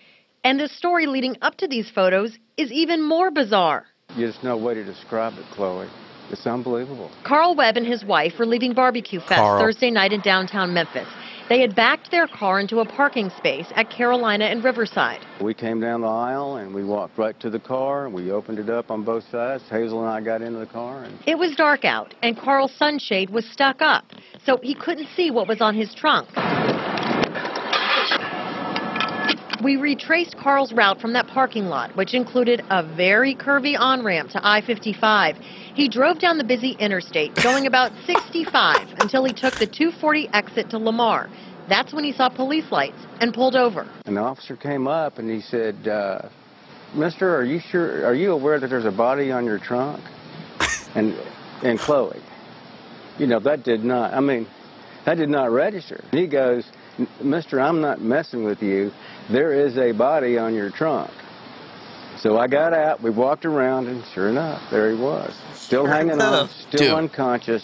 [SPEAKER 6] And the story leading up to these photos is even more bizarre.
[SPEAKER 7] There's no way to describe it, Chloe. It's unbelievable.
[SPEAKER 6] Carl Webb and his wife were leaving Barbecue Fest Thursday night in downtown Memphis. They had backed their car into a parking space at Carolina and Riverside.
[SPEAKER 7] We came down the aisle and we walked right to the car and we opened it up on both sides. Hazel and I got into the car and
[SPEAKER 6] It was dark out, and Carl's sunshade was stuck up, so he couldn't see what was on his trunk. We retraced Carl's route from that parking lot, which included a very curvy on ramp to I 55. He drove down the busy interstate, going about 65 until he took the 240 exit to Lamar. That's when he saw police lights and pulled over.
[SPEAKER 7] an officer came up and he said, uh, "Mister, are you sure? Are you aware that there's a body on your trunk?" and and Chloe, you know that did not. I mean, that did not register. And he goes, "Mister, I'm not messing with you. There is a body on your trunk." So I got out. We walked around, and sure enough, there he was, still hanging
[SPEAKER 3] enough.
[SPEAKER 7] on, still
[SPEAKER 1] Dude.
[SPEAKER 7] unconscious,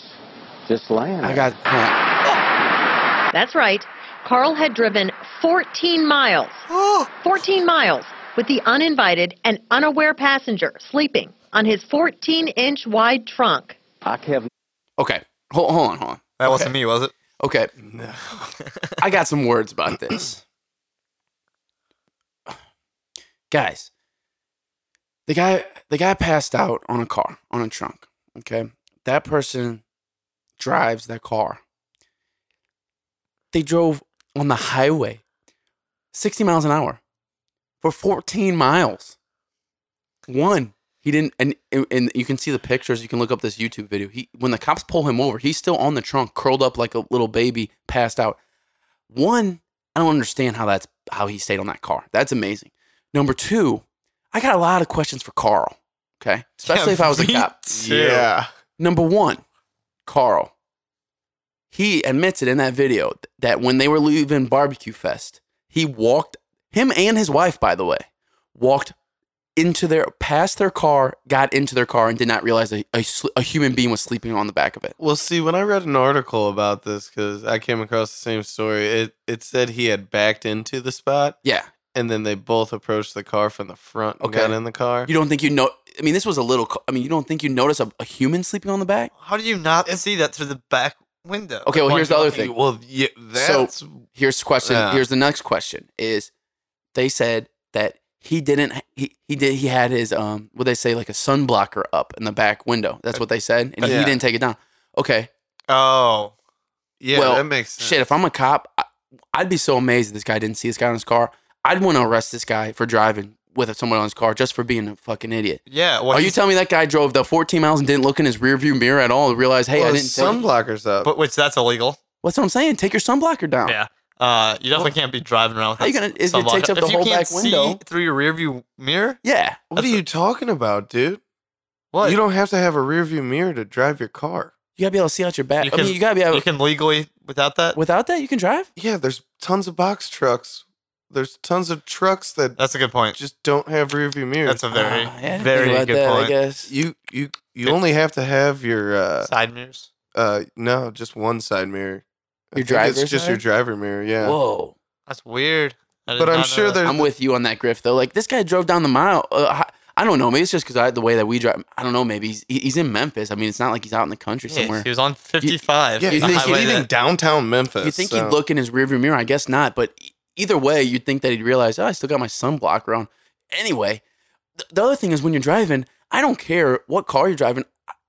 [SPEAKER 7] just laying.
[SPEAKER 1] I
[SPEAKER 7] there.
[SPEAKER 1] got.
[SPEAKER 6] That's right. Carl had driven 14 miles.
[SPEAKER 1] Oh.
[SPEAKER 6] 14 miles with the uninvited and unaware passenger sleeping on his 14 inch wide trunk.
[SPEAKER 7] I have
[SPEAKER 1] Okay. Hold, hold on. Hold on.
[SPEAKER 3] That wasn't me, was it?
[SPEAKER 1] Okay.
[SPEAKER 2] No.
[SPEAKER 1] I got some words about this. Guys, the guy the guy passed out on a car, on a trunk. Okay. That person drives that car. They drove on the highway 60 miles an hour for 14 miles. One. He didn't and and you can see the pictures, you can look up this YouTube video. He when the cops pull him over, he's still on the trunk, curled up like a little baby, passed out. One, I don't understand how that's how he stayed on that car. That's amazing. Number two, I got a lot of questions for Carl. Okay. Especially if I was a
[SPEAKER 3] me
[SPEAKER 1] cop.
[SPEAKER 3] too.
[SPEAKER 2] Yeah.
[SPEAKER 1] Number one, Carl. He admits it in that video th- that when they were leaving Barbecue Fest, he walked, him and his wife, by the way, walked into their, past their car, got into their car, and did not realize a, a, sl- a human being was sleeping on the back of it.
[SPEAKER 2] Well, see, when I read an article about this, because I came across the same story, it, it said he had backed into the spot
[SPEAKER 1] Yeah.
[SPEAKER 2] and then they both approached the car from the front and
[SPEAKER 1] Okay.
[SPEAKER 2] got in the car.
[SPEAKER 1] You don't think you know, I mean, this was a little, co- I mean, you don't think you notice a, a human sleeping on the back?
[SPEAKER 3] How do you not see that through the back window?
[SPEAKER 1] Okay, well, here's the other thing.
[SPEAKER 2] Well, yeah, that's
[SPEAKER 1] here's the question.
[SPEAKER 2] Yeah.
[SPEAKER 1] Here's the next question is they said that he didn't he, he did he had his um what they say like a sun blocker up in the back window. That's what they said. And he
[SPEAKER 2] Yeah.
[SPEAKER 1] didn't take it down. Okay.
[SPEAKER 3] Oh,
[SPEAKER 2] yeah,
[SPEAKER 1] well,
[SPEAKER 2] that makes sense.
[SPEAKER 1] Shit, if I'm a cop, I, I'd be so amazed that this guy didn't see this guy on his car. I'd want to arrest this guy for driving with someone on his car just for being a fucking idiot.
[SPEAKER 3] yeah. Well,
[SPEAKER 1] Are you
[SPEAKER 3] he's-
[SPEAKER 1] telling me that guy drove the 14 miles and didn't look in his rearview mirror at all and realize, hey,
[SPEAKER 2] Well,
[SPEAKER 1] I
[SPEAKER 2] his
[SPEAKER 1] didn't.
[SPEAKER 2] sun
[SPEAKER 1] take-
[SPEAKER 2] blockers up.
[SPEAKER 3] but which that's illegal.
[SPEAKER 1] What's what I'm saying? Take your sun blocker down.
[SPEAKER 3] Yeah. Uh, you definitely can't be driving around. With
[SPEAKER 1] How you
[SPEAKER 3] that
[SPEAKER 1] gonna- if it
[SPEAKER 3] sunblock.
[SPEAKER 1] takes up the
[SPEAKER 3] If you
[SPEAKER 1] whole
[SPEAKER 3] can't
[SPEAKER 1] back window-
[SPEAKER 3] see through your rearview mirror,
[SPEAKER 1] Yeah.
[SPEAKER 2] what are you talking about, dude?
[SPEAKER 3] what
[SPEAKER 2] You don't have to have a rearview mirror to drive your car.
[SPEAKER 1] You gotta be able to see out your back.
[SPEAKER 3] You
[SPEAKER 1] I
[SPEAKER 3] can-
[SPEAKER 1] mean, you gotta be able.
[SPEAKER 3] you can legally without that.
[SPEAKER 1] without that, you can drive.
[SPEAKER 2] Yeah, there's tons of box trucks There's tons of trucks that
[SPEAKER 3] That's a good point.
[SPEAKER 2] just don't have rearview mirrors.
[SPEAKER 3] That's a very,
[SPEAKER 1] Ah, yeah, I didn't
[SPEAKER 3] very
[SPEAKER 1] think about
[SPEAKER 3] good
[SPEAKER 1] that, I
[SPEAKER 3] point.
[SPEAKER 1] guess.
[SPEAKER 2] you you you
[SPEAKER 3] It-
[SPEAKER 2] only have to have your uh
[SPEAKER 3] Side mirrors.
[SPEAKER 2] uh no just one side mirror. I
[SPEAKER 1] Your
[SPEAKER 2] think
[SPEAKER 1] driver's
[SPEAKER 2] It's just your
[SPEAKER 1] side?
[SPEAKER 2] driver mirror. Yeah.
[SPEAKER 1] Whoa.
[SPEAKER 3] That's weird. I did
[SPEAKER 2] but
[SPEAKER 3] not
[SPEAKER 2] I'm
[SPEAKER 3] know
[SPEAKER 2] sure
[SPEAKER 3] that.
[SPEAKER 2] there's
[SPEAKER 1] I'm with you on that, Griff. Though, like this guy drove down the mile. Uh, hi- I don't know. Maybe it's just because the way that we drive. I don't know. Maybe he's, he- he's in Memphis. I mean, it's not like he's out in the country
[SPEAKER 3] Yeah,
[SPEAKER 1] somewhere.
[SPEAKER 3] He was on 55.
[SPEAKER 2] yeah,
[SPEAKER 3] the
[SPEAKER 2] you think he's
[SPEAKER 3] highway
[SPEAKER 2] leaving
[SPEAKER 3] that-
[SPEAKER 2] downtown Memphis.
[SPEAKER 1] You think
[SPEAKER 2] so.
[SPEAKER 1] he'd look in his rearview mirror? I guess not. But e- either way, you'd think that he'd realize, oh, I still got my sunblocker on. Anyway, th- the other thing is when you're driving, I don't care what car you're driving.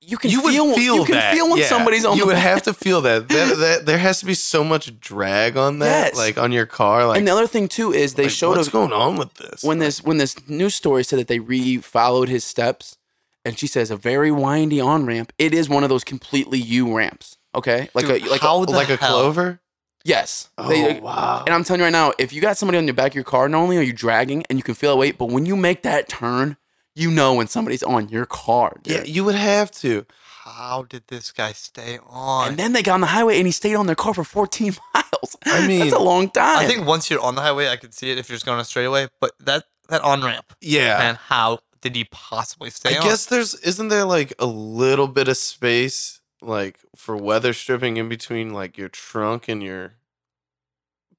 [SPEAKER 1] You can
[SPEAKER 2] you would
[SPEAKER 1] feel,
[SPEAKER 2] feel,
[SPEAKER 1] you can
[SPEAKER 2] that.
[SPEAKER 1] feel when
[SPEAKER 2] yeah.
[SPEAKER 1] somebody's on
[SPEAKER 2] You
[SPEAKER 1] the
[SPEAKER 2] would have to feel that. that. That there has to be so much drag on that,
[SPEAKER 1] Yes.
[SPEAKER 2] like on your car. Like
[SPEAKER 1] And the other thing too is they
[SPEAKER 2] like,
[SPEAKER 1] showed
[SPEAKER 2] what's
[SPEAKER 1] us
[SPEAKER 2] going on with this.
[SPEAKER 1] when this when this news story said that they re-followed his steps, and she says a very windy on ramp. It is one of those completely U ramps. Okay, like
[SPEAKER 3] Dude,
[SPEAKER 1] a like
[SPEAKER 3] how
[SPEAKER 1] a,
[SPEAKER 3] the
[SPEAKER 2] like a
[SPEAKER 3] hell?
[SPEAKER 2] clover.
[SPEAKER 1] yes.
[SPEAKER 2] Oh
[SPEAKER 1] They-
[SPEAKER 2] wow!
[SPEAKER 1] And I'm telling you right now, if you got somebody on the back of your car, not only are you dragging and you can feel the weight, but when you make that turn, you know when somebody's on your car. dude.
[SPEAKER 2] yeah, you would have to.
[SPEAKER 3] How did this guy stay on?
[SPEAKER 1] And then they got on the highway and he stayed on their car for 14 miles.
[SPEAKER 2] I mean,
[SPEAKER 1] that's a long time.
[SPEAKER 3] I think once you're on the highway, I could see it if you're just going a straightaway. But that that on ramp,
[SPEAKER 2] Yeah,
[SPEAKER 3] man, how did he possibly stay
[SPEAKER 2] I
[SPEAKER 3] on?
[SPEAKER 2] guess there's isn't there like a little bit of space like for weather stripping in between like your trunk and your.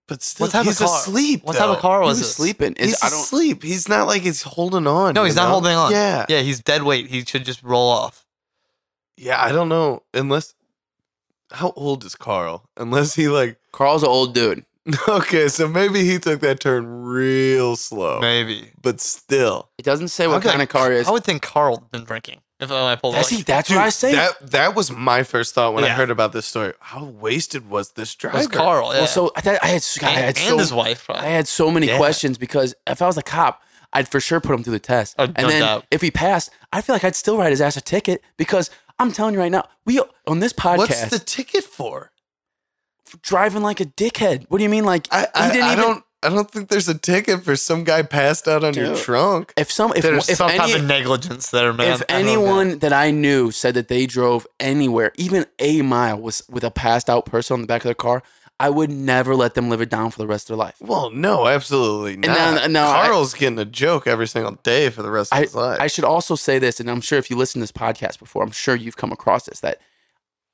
[SPEAKER 2] But still,
[SPEAKER 3] What type of
[SPEAKER 2] he's
[SPEAKER 3] car-
[SPEAKER 2] asleep.
[SPEAKER 3] what type of
[SPEAKER 2] though.
[SPEAKER 3] car
[SPEAKER 1] he
[SPEAKER 3] was
[SPEAKER 1] was
[SPEAKER 3] this?
[SPEAKER 1] sleeping. Is-
[SPEAKER 2] He's
[SPEAKER 1] I don't.
[SPEAKER 2] asleep. He's not like he's holding on.
[SPEAKER 3] No, he's
[SPEAKER 2] you
[SPEAKER 3] not
[SPEAKER 2] know?
[SPEAKER 3] holding on.
[SPEAKER 2] Yeah,
[SPEAKER 3] yeah, he's dead weight. He should just roll off.
[SPEAKER 2] Yeah, I don't know. Unless how old is Carl? Unless he like
[SPEAKER 1] Carl's an old dude.
[SPEAKER 2] okay, so maybe he took that turn real
[SPEAKER 3] Oh.
[SPEAKER 2] slow.
[SPEAKER 3] Maybe.
[SPEAKER 2] But still.
[SPEAKER 1] It doesn't say what
[SPEAKER 3] Okay.
[SPEAKER 1] kind of car it is.
[SPEAKER 3] I would think Carl had been drinking. If I pulled
[SPEAKER 1] That's,
[SPEAKER 3] like,
[SPEAKER 1] he, that's what I say.
[SPEAKER 2] That that was my first thought when I
[SPEAKER 3] Yeah.
[SPEAKER 2] heard about this story. How wasted was this
[SPEAKER 3] it
[SPEAKER 2] driver?
[SPEAKER 3] was Carl. Yeah.
[SPEAKER 1] Well, so I, thought- I had, s- I
[SPEAKER 3] and,
[SPEAKER 1] had
[SPEAKER 3] and
[SPEAKER 1] so,
[SPEAKER 3] his wife.
[SPEAKER 1] I
[SPEAKER 3] Probably.
[SPEAKER 1] had so many
[SPEAKER 2] Yeah.
[SPEAKER 1] questions because if I was a cop, I'd for sure put him through the test.
[SPEAKER 3] Oh,
[SPEAKER 1] and
[SPEAKER 3] no
[SPEAKER 1] then
[SPEAKER 3] doubt.
[SPEAKER 1] if he passed, I feel like I'd still write his ass a ticket because I'm telling you right now, we on this podcast
[SPEAKER 2] What's the ticket for?
[SPEAKER 1] driving like a dickhead. What do you mean? Like
[SPEAKER 2] I I,
[SPEAKER 1] he didn't
[SPEAKER 2] I
[SPEAKER 1] even.
[SPEAKER 2] don't I don't think there's a ticket for some guy passed out on your
[SPEAKER 1] Dude.
[SPEAKER 2] trunk.
[SPEAKER 1] if some if
[SPEAKER 3] There's
[SPEAKER 1] if
[SPEAKER 3] some type of
[SPEAKER 1] any
[SPEAKER 3] negligence there, man.
[SPEAKER 1] if
[SPEAKER 3] I don't know.
[SPEAKER 1] anyone that I knew said that they drove anywhere, even a mile, was with a passed out person on the back of their car, I would never let them live it down for the rest of their life.
[SPEAKER 2] Well, no, absolutely not.
[SPEAKER 1] now- now I-
[SPEAKER 2] Carl's getting a joke every single day for the rest of
[SPEAKER 1] I,
[SPEAKER 2] his life.
[SPEAKER 1] I should also say this, and I'm sure if you listen to this podcast before, I'm sure you've come across this that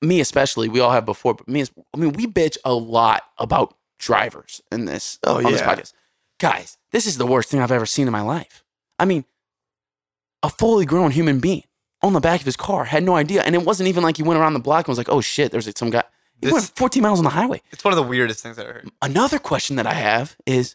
[SPEAKER 1] me especially, we all have before, but me, es- I mean, we bitch a lot about drivers in this
[SPEAKER 2] Oh,
[SPEAKER 1] on this
[SPEAKER 2] yeah.
[SPEAKER 1] podcast. Guys, this is the worst thing I've ever seen in my life. I mean, a fully grown human being on the back of his car had no idea, and it wasn't even like he went around the block and was like, "Oh shit, there's like some guy." He
[SPEAKER 2] This-
[SPEAKER 1] went 14 miles on the highway.
[SPEAKER 3] it's one of the weirdest things I heard.
[SPEAKER 1] Another question that I have is.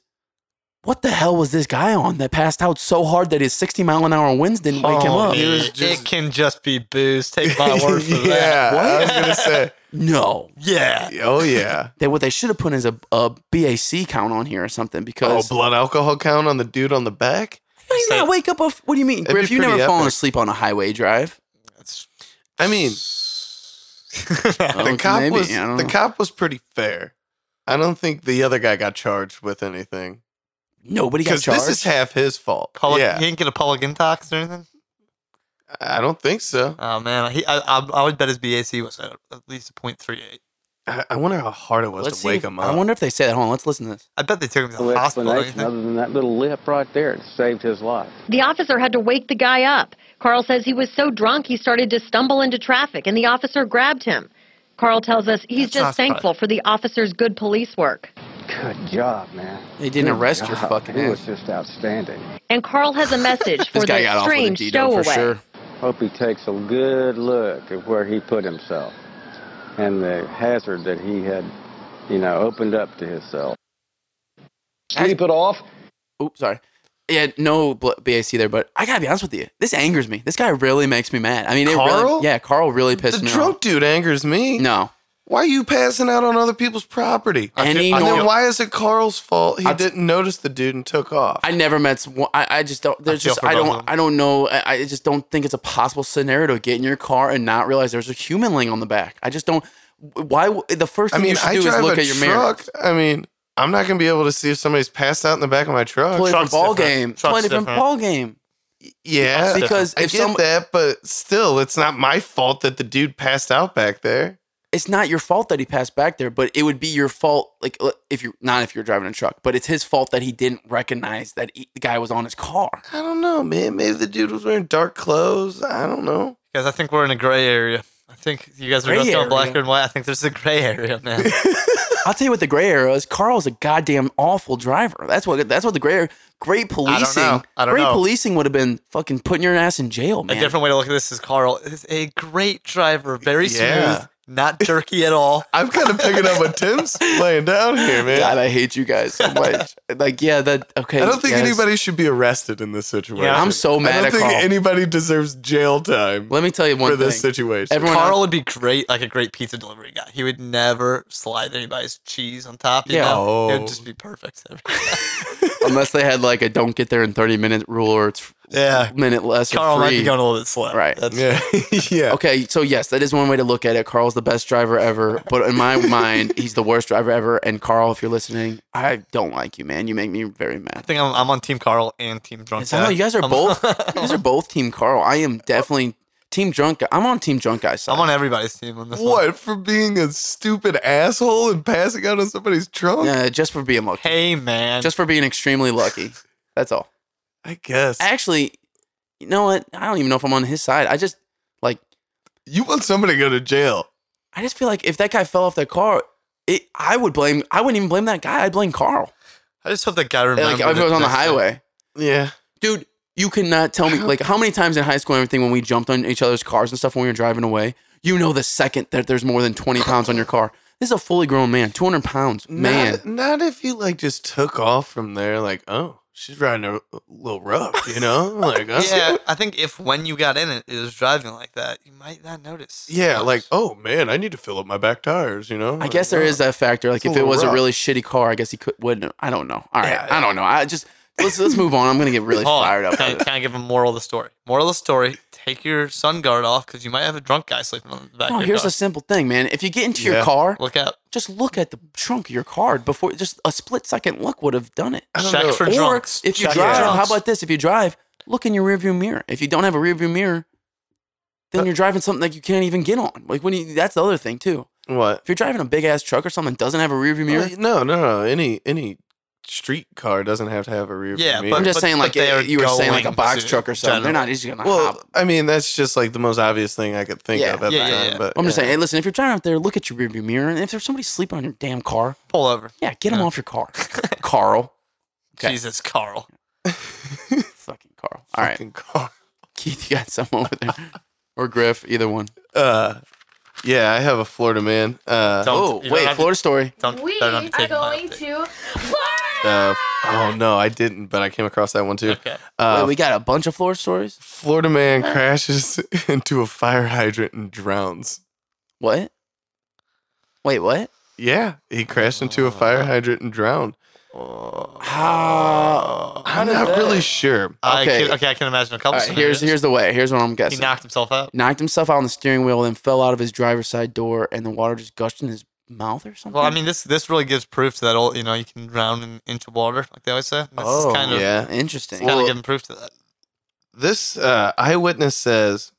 [SPEAKER 1] What the hell was this guy on that passed out so hard that his 60 mile an hour winds didn't wake him
[SPEAKER 2] Oh,
[SPEAKER 1] up?
[SPEAKER 2] he was
[SPEAKER 3] it,
[SPEAKER 2] just-
[SPEAKER 3] it can just be booze. Take my word for that.
[SPEAKER 2] yeah, I was gonna say.
[SPEAKER 1] No.
[SPEAKER 3] Yeah.
[SPEAKER 2] Oh yeah.
[SPEAKER 1] They, what they should have put is a, a BAC count on here or something
[SPEAKER 2] Oh,
[SPEAKER 1] because
[SPEAKER 2] blood alcohol count on the dude on the back.
[SPEAKER 1] How do you not wake up. Off, what do you mean,
[SPEAKER 2] That'd
[SPEAKER 1] Griff?
[SPEAKER 2] be
[SPEAKER 1] You never
[SPEAKER 2] pretty
[SPEAKER 1] fallen
[SPEAKER 2] epic.
[SPEAKER 1] asleep on a highway drive.
[SPEAKER 2] I mean, the
[SPEAKER 1] Oh,
[SPEAKER 2] cop
[SPEAKER 1] maybe,
[SPEAKER 2] was
[SPEAKER 1] I don't
[SPEAKER 2] the
[SPEAKER 1] know.
[SPEAKER 2] cop was pretty fair. I don't think the other guy got charged with anything
[SPEAKER 1] Nobody got
[SPEAKER 2] because this
[SPEAKER 1] charged.
[SPEAKER 2] is half his fault.
[SPEAKER 3] Public,
[SPEAKER 2] yeah,
[SPEAKER 3] He didn't get a public intox or anything.
[SPEAKER 2] I don't think so.
[SPEAKER 3] Oh man, he, I, I, I would bet his BAC was at, at least a point three eight.
[SPEAKER 2] I, I wonder how hard it was
[SPEAKER 1] Let's
[SPEAKER 2] to
[SPEAKER 1] see
[SPEAKER 2] wake
[SPEAKER 1] if-
[SPEAKER 2] him
[SPEAKER 1] I
[SPEAKER 2] up.
[SPEAKER 1] wonder if they say that. Hold on, let's listen to this.
[SPEAKER 3] I bet they took him to
[SPEAKER 7] No
[SPEAKER 3] the hospital. Or
[SPEAKER 7] explanation
[SPEAKER 3] anything.
[SPEAKER 7] other than that little lip right there. It saved his life.
[SPEAKER 6] The officer had to wake the guy up. Carl says he was so drunk he started to stumble into traffic, and the officer grabbed him. Carl tells us
[SPEAKER 3] That's not
[SPEAKER 6] he's just
[SPEAKER 3] surprising.
[SPEAKER 6] thankful for the officer's good police work.
[SPEAKER 7] Good job, man.
[SPEAKER 1] They didn't
[SPEAKER 7] Good
[SPEAKER 1] arrest your
[SPEAKER 7] job.
[SPEAKER 1] fucking
[SPEAKER 7] He
[SPEAKER 1] ass.
[SPEAKER 7] was just outstanding.
[SPEAKER 6] And Carl has a message for
[SPEAKER 1] This guy got
[SPEAKER 6] the
[SPEAKER 1] off with a
[SPEAKER 6] strange
[SPEAKER 1] Dito
[SPEAKER 6] stowaway.
[SPEAKER 1] for sure.
[SPEAKER 7] Hope he takes a good look at where he put himself and the hazard that he had, you know, opened up to himself.
[SPEAKER 5] Sleep it off.
[SPEAKER 1] Oops, sorry. Yeah, no bl- BAC there, but I gotta be honest with you. This angers me. This guy really makes me mad. I mean, it
[SPEAKER 2] Carl?
[SPEAKER 1] really, yeah, Carl really pissed
[SPEAKER 2] the
[SPEAKER 1] me
[SPEAKER 2] drunk dude angers me.
[SPEAKER 1] off. No,
[SPEAKER 2] Why are you passing out on other people's property?
[SPEAKER 1] I Any feel-
[SPEAKER 2] and
[SPEAKER 1] norm-
[SPEAKER 2] then why is it Carl's fault? He
[SPEAKER 1] I-
[SPEAKER 2] didn't notice the dude and took off.
[SPEAKER 1] I never met. Someone, I I just don't. There's
[SPEAKER 3] feel
[SPEAKER 1] just
[SPEAKER 3] for
[SPEAKER 1] I
[SPEAKER 3] both
[SPEAKER 1] don't.
[SPEAKER 3] of them.
[SPEAKER 1] I don't know. I, I just don't think it's a possible scenario to get in your car and not realize there's a human laying on the back. I just don't. Why? w- The first
[SPEAKER 2] I
[SPEAKER 1] thing
[SPEAKER 2] mean,
[SPEAKER 1] you should
[SPEAKER 2] I
[SPEAKER 1] do is
[SPEAKER 2] drive
[SPEAKER 1] look
[SPEAKER 2] a
[SPEAKER 1] at your mirror.
[SPEAKER 2] truck. I mean, I'm not gonna be able to see if somebody's passed out in the back of my truck.
[SPEAKER 1] Play a different
[SPEAKER 3] Truck's
[SPEAKER 1] ball
[SPEAKER 3] different.
[SPEAKER 1] game. Play a
[SPEAKER 3] Truck's
[SPEAKER 1] different
[SPEAKER 3] different.
[SPEAKER 1] ball game.
[SPEAKER 2] Yeah,
[SPEAKER 1] Because
[SPEAKER 2] I
[SPEAKER 1] if
[SPEAKER 2] get
[SPEAKER 1] some-
[SPEAKER 2] that, but still, it's not my fault that the dude passed out back there.
[SPEAKER 1] it's not your fault that he passed back there, but it would be your fault, like l- if you're not if you're driving a truck, but it's his fault that he didn't recognize that he, the guy was on his car.
[SPEAKER 2] I don't know, man. Maybe the dude was wearing dark clothes. I don't know.
[SPEAKER 3] Guys, I think we're in a gray area. I think you guys are
[SPEAKER 1] Gray
[SPEAKER 3] both going black
[SPEAKER 1] area?
[SPEAKER 3] and white. I think there's a gray area, man.
[SPEAKER 1] I'll tell you what the gray area is. Carl's a goddamn awful driver. That's what that's what the gray area. Great policing.
[SPEAKER 3] know. I don't
[SPEAKER 1] great
[SPEAKER 3] know.
[SPEAKER 1] policing would have been fucking putting your ass in jail,
[SPEAKER 3] a
[SPEAKER 1] man.
[SPEAKER 3] different way to look at this is Carl is a great driver, very
[SPEAKER 2] Yeah.
[SPEAKER 3] smooth, not jerky at all.
[SPEAKER 2] I'm kind of picking up what Tim's laying down here, man.
[SPEAKER 1] God, I hate you guys so much. like, yeah, that okay.
[SPEAKER 2] I don't think
[SPEAKER 1] yes.
[SPEAKER 2] anybody should be arrested in this situation.
[SPEAKER 3] Yeah,
[SPEAKER 1] I'm so
[SPEAKER 2] I
[SPEAKER 1] mad
[SPEAKER 2] don't
[SPEAKER 1] at
[SPEAKER 2] think
[SPEAKER 1] Carl.
[SPEAKER 2] anybody deserves jail time
[SPEAKER 1] Let me tell you one
[SPEAKER 2] for
[SPEAKER 1] thing.
[SPEAKER 2] this situation.
[SPEAKER 1] Everyone
[SPEAKER 3] Carl would be great, like a great pizza delivery guy. He would never slide anybody's cheese on top. You
[SPEAKER 1] Yeah.
[SPEAKER 3] know? it
[SPEAKER 2] Oh.
[SPEAKER 3] would just be perfect.
[SPEAKER 1] unless they had like a don't get there in 30 minute rule or it's
[SPEAKER 3] yeah,
[SPEAKER 1] minute less or
[SPEAKER 3] Carl might be
[SPEAKER 1] free.
[SPEAKER 3] going a little bit slow.
[SPEAKER 1] Right.
[SPEAKER 3] That's,
[SPEAKER 2] yeah, yeah.
[SPEAKER 1] Okay, so yes, that is one way to look at it. Carl's the best driver ever, but in my mind, he's the worst driver ever. And Carl, if you're listening, I don't like you, man. You make me very
[SPEAKER 3] I
[SPEAKER 1] mad.
[SPEAKER 3] think I'm, I'm on Team Carl and Team Drunk.
[SPEAKER 1] It sounds
[SPEAKER 3] Guy.
[SPEAKER 1] like you guys are
[SPEAKER 3] I'm-
[SPEAKER 1] both. you guys are both Team Carl. I am definitely Team Drunk. Guy. I'm on Team Drunk Guy side.
[SPEAKER 3] I'm on everybody's team on this one.
[SPEAKER 2] What for being a stupid asshole and passing out on somebody's trunk?
[SPEAKER 1] Uh, just for being lucky.
[SPEAKER 3] Hey man,
[SPEAKER 1] Just for being extremely lucky. That's all.
[SPEAKER 2] I guess
[SPEAKER 1] Actually, you know what? I don't even know if I'm on his side. I just like.
[SPEAKER 2] you want somebody to go to jail.
[SPEAKER 1] I just feel like if that guy fell off that car, it. I would blame. I wouldn't even blame that guy. I'd blame Carl.
[SPEAKER 3] I just hope that guy remembers.
[SPEAKER 1] Like if it was on the
[SPEAKER 3] next time.
[SPEAKER 1] highway.
[SPEAKER 2] Yeah,
[SPEAKER 1] dude you cannot tell me like how many times in high school and everything when we jumped on each other's cars and stuff when we were driving away you know the second that there's more than 20 pounds on your car this is a fully grown man 200 pounds man
[SPEAKER 2] Not, not if you like just took off from there. Like, oh, she's riding a little rough, you know? Like, oh,
[SPEAKER 3] Yeah, I think if when you got in it, it was driving like that, you might not notice.
[SPEAKER 2] yeah. Like, oh man, I need to fill up my back tires. You know? oh,
[SPEAKER 1] i guess there is that factor like
[SPEAKER 2] It's
[SPEAKER 1] if
[SPEAKER 2] a
[SPEAKER 1] it was a
[SPEAKER 2] little rough.
[SPEAKER 1] really shitty car i guess he could wouldn't i don't know all right
[SPEAKER 2] Yeah.
[SPEAKER 1] i don't know i just let's let's move on i'm gonna get really
[SPEAKER 3] Hold on.
[SPEAKER 1] fired up
[SPEAKER 3] Can I, can I give a moral of the story? Moral of the story: Take your sun guard off because you might have a drunk guy sleeping on the back.
[SPEAKER 8] Oh,
[SPEAKER 1] no
[SPEAKER 3] of your
[SPEAKER 1] here's
[SPEAKER 3] car.
[SPEAKER 1] a simple thing man if you get into your
[SPEAKER 2] Yeah.
[SPEAKER 1] car
[SPEAKER 3] look out.
[SPEAKER 1] just look at the trunk of your car before just a split second look would have done it
[SPEAKER 2] I don't
[SPEAKER 3] Check
[SPEAKER 2] know.
[SPEAKER 3] for
[SPEAKER 1] or
[SPEAKER 3] drunks.
[SPEAKER 1] if you
[SPEAKER 3] Check for
[SPEAKER 1] drive, how
[SPEAKER 3] drunks.
[SPEAKER 1] about this? If you drive, look in your rearview mirror. If you don't have a rearview mirror, then you're driving something that you can't even get on. Like when you, that's the other thing too.
[SPEAKER 2] what?
[SPEAKER 1] If you're driving a big ass truck or something that doesn't have a rearview mirror,
[SPEAKER 2] Well, No, no, no. Any any street car doesn't have to have a rear view
[SPEAKER 3] Yeah,
[SPEAKER 2] mirror.
[SPEAKER 1] I'm just
[SPEAKER 3] but-
[SPEAKER 1] saying
[SPEAKER 3] but
[SPEAKER 1] like eh,
[SPEAKER 3] they are
[SPEAKER 1] you were saying like a
[SPEAKER 3] going
[SPEAKER 1] box
[SPEAKER 3] to
[SPEAKER 1] truck or something. They're
[SPEAKER 3] general.
[SPEAKER 1] not just gonna hop.
[SPEAKER 2] well, I mean, that's just like the most obvious thing I could think
[SPEAKER 1] Yeah.
[SPEAKER 2] of at
[SPEAKER 3] Yeah,
[SPEAKER 2] the
[SPEAKER 3] yeah,
[SPEAKER 2] time.
[SPEAKER 3] yeah.
[SPEAKER 2] But
[SPEAKER 1] I'm just saying, hey, listen, if you're driving out there, look at your rearview mirror, and if there's somebody sleeping on your damn car,
[SPEAKER 3] Pull over.
[SPEAKER 1] yeah, get them off your car, Carl. Okay.
[SPEAKER 3] Jesus, Carl.
[SPEAKER 1] Fucking Carl. All right,
[SPEAKER 2] fucking car.
[SPEAKER 1] Keith, you got some over there, or Griff, either one.
[SPEAKER 2] Uh, yeah, I have a Florida man. Uh,
[SPEAKER 3] Don't-
[SPEAKER 1] Oh
[SPEAKER 3] you don't
[SPEAKER 1] wait,
[SPEAKER 3] have to-
[SPEAKER 1] Florida story.
[SPEAKER 3] Don't.
[SPEAKER 8] We
[SPEAKER 3] don't have to
[SPEAKER 8] are
[SPEAKER 3] take them out.
[SPEAKER 8] going to
[SPEAKER 2] uh, oh no, I didn't, but I came across that one too.
[SPEAKER 3] Okay.
[SPEAKER 2] Uh,
[SPEAKER 1] Wait, we got a bunch of Florida stories.
[SPEAKER 2] Florida man crashes into a fire hydrant and drowns.
[SPEAKER 1] What? Wait, what?
[SPEAKER 2] Yeah, he crashed into a fire hydrant and drowned.
[SPEAKER 1] How?
[SPEAKER 2] I'm not really sure.
[SPEAKER 3] I
[SPEAKER 1] Okay.
[SPEAKER 3] can, okay, I can imagine a
[SPEAKER 1] All
[SPEAKER 3] couple.
[SPEAKER 1] right, here's
[SPEAKER 3] scenarios.
[SPEAKER 1] here's the way. Here's what I'm
[SPEAKER 3] He
[SPEAKER 1] guessing. Knocked,
[SPEAKER 3] knocked himself out.
[SPEAKER 1] himself out on the steering wheel, then fell out of his driver's side door, and the water just gushed in his mouth or something.
[SPEAKER 3] Well, I mean, this this really gives proof to that old, you know, you can drown in an inch of water, like they always say. This
[SPEAKER 1] Oh,
[SPEAKER 3] is kind of
[SPEAKER 2] Yeah,
[SPEAKER 1] interesting.
[SPEAKER 3] kind
[SPEAKER 2] Well-
[SPEAKER 3] of giving proof to that.
[SPEAKER 2] this uh, eyewitness says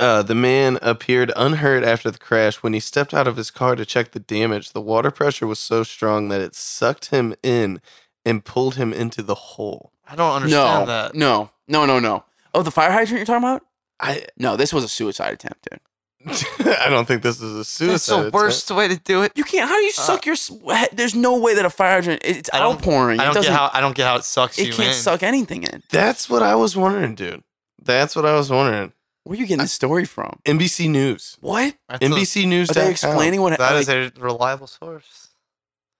[SPEAKER 2] uh, the man appeared unhurt after the crash when he stepped out of his car to check the damage the water pressure was so strong that it sucked him in and pulled him into the hole
[SPEAKER 3] I don't
[SPEAKER 1] no,
[SPEAKER 3] understand that.
[SPEAKER 1] no, no, no, no. Oh, the fire hydrant you're talking about?
[SPEAKER 2] i
[SPEAKER 1] No, this was a suicide attempt, dude.
[SPEAKER 2] i don't think this is a suicide
[SPEAKER 3] That's the
[SPEAKER 2] attempt.
[SPEAKER 3] worst way to do it.
[SPEAKER 1] You can't. How do you suck your your? s- wha- There's no way that a fire hydrant. it- It's
[SPEAKER 3] Uh, I don't-
[SPEAKER 1] outpouring.
[SPEAKER 3] I
[SPEAKER 1] it
[SPEAKER 3] don't
[SPEAKER 1] doesn't.
[SPEAKER 3] get how I don't get how it sucks
[SPEAKER 1] it
[SPEAKER 3] you
[SPEAKER 1] can't
[SPEAKER 3] in.
[SPEAKER 1] suck anything in.
[SPEAKER 2] that's what i was wondering dude that's what i was wondering
[SPEAKER 1] Where are you getting this story from?
[SPEAKER 2] nbc news
[SPEAKER 1] What?
[SPEAKER 3] That's a-
[SPEAKER 2] nbc news
[SPEAKER 1] Are they explaining what?
[SPEAKER 3] That
[SPEAKER 1] like,
[SPEAKER 3] is a reliable source.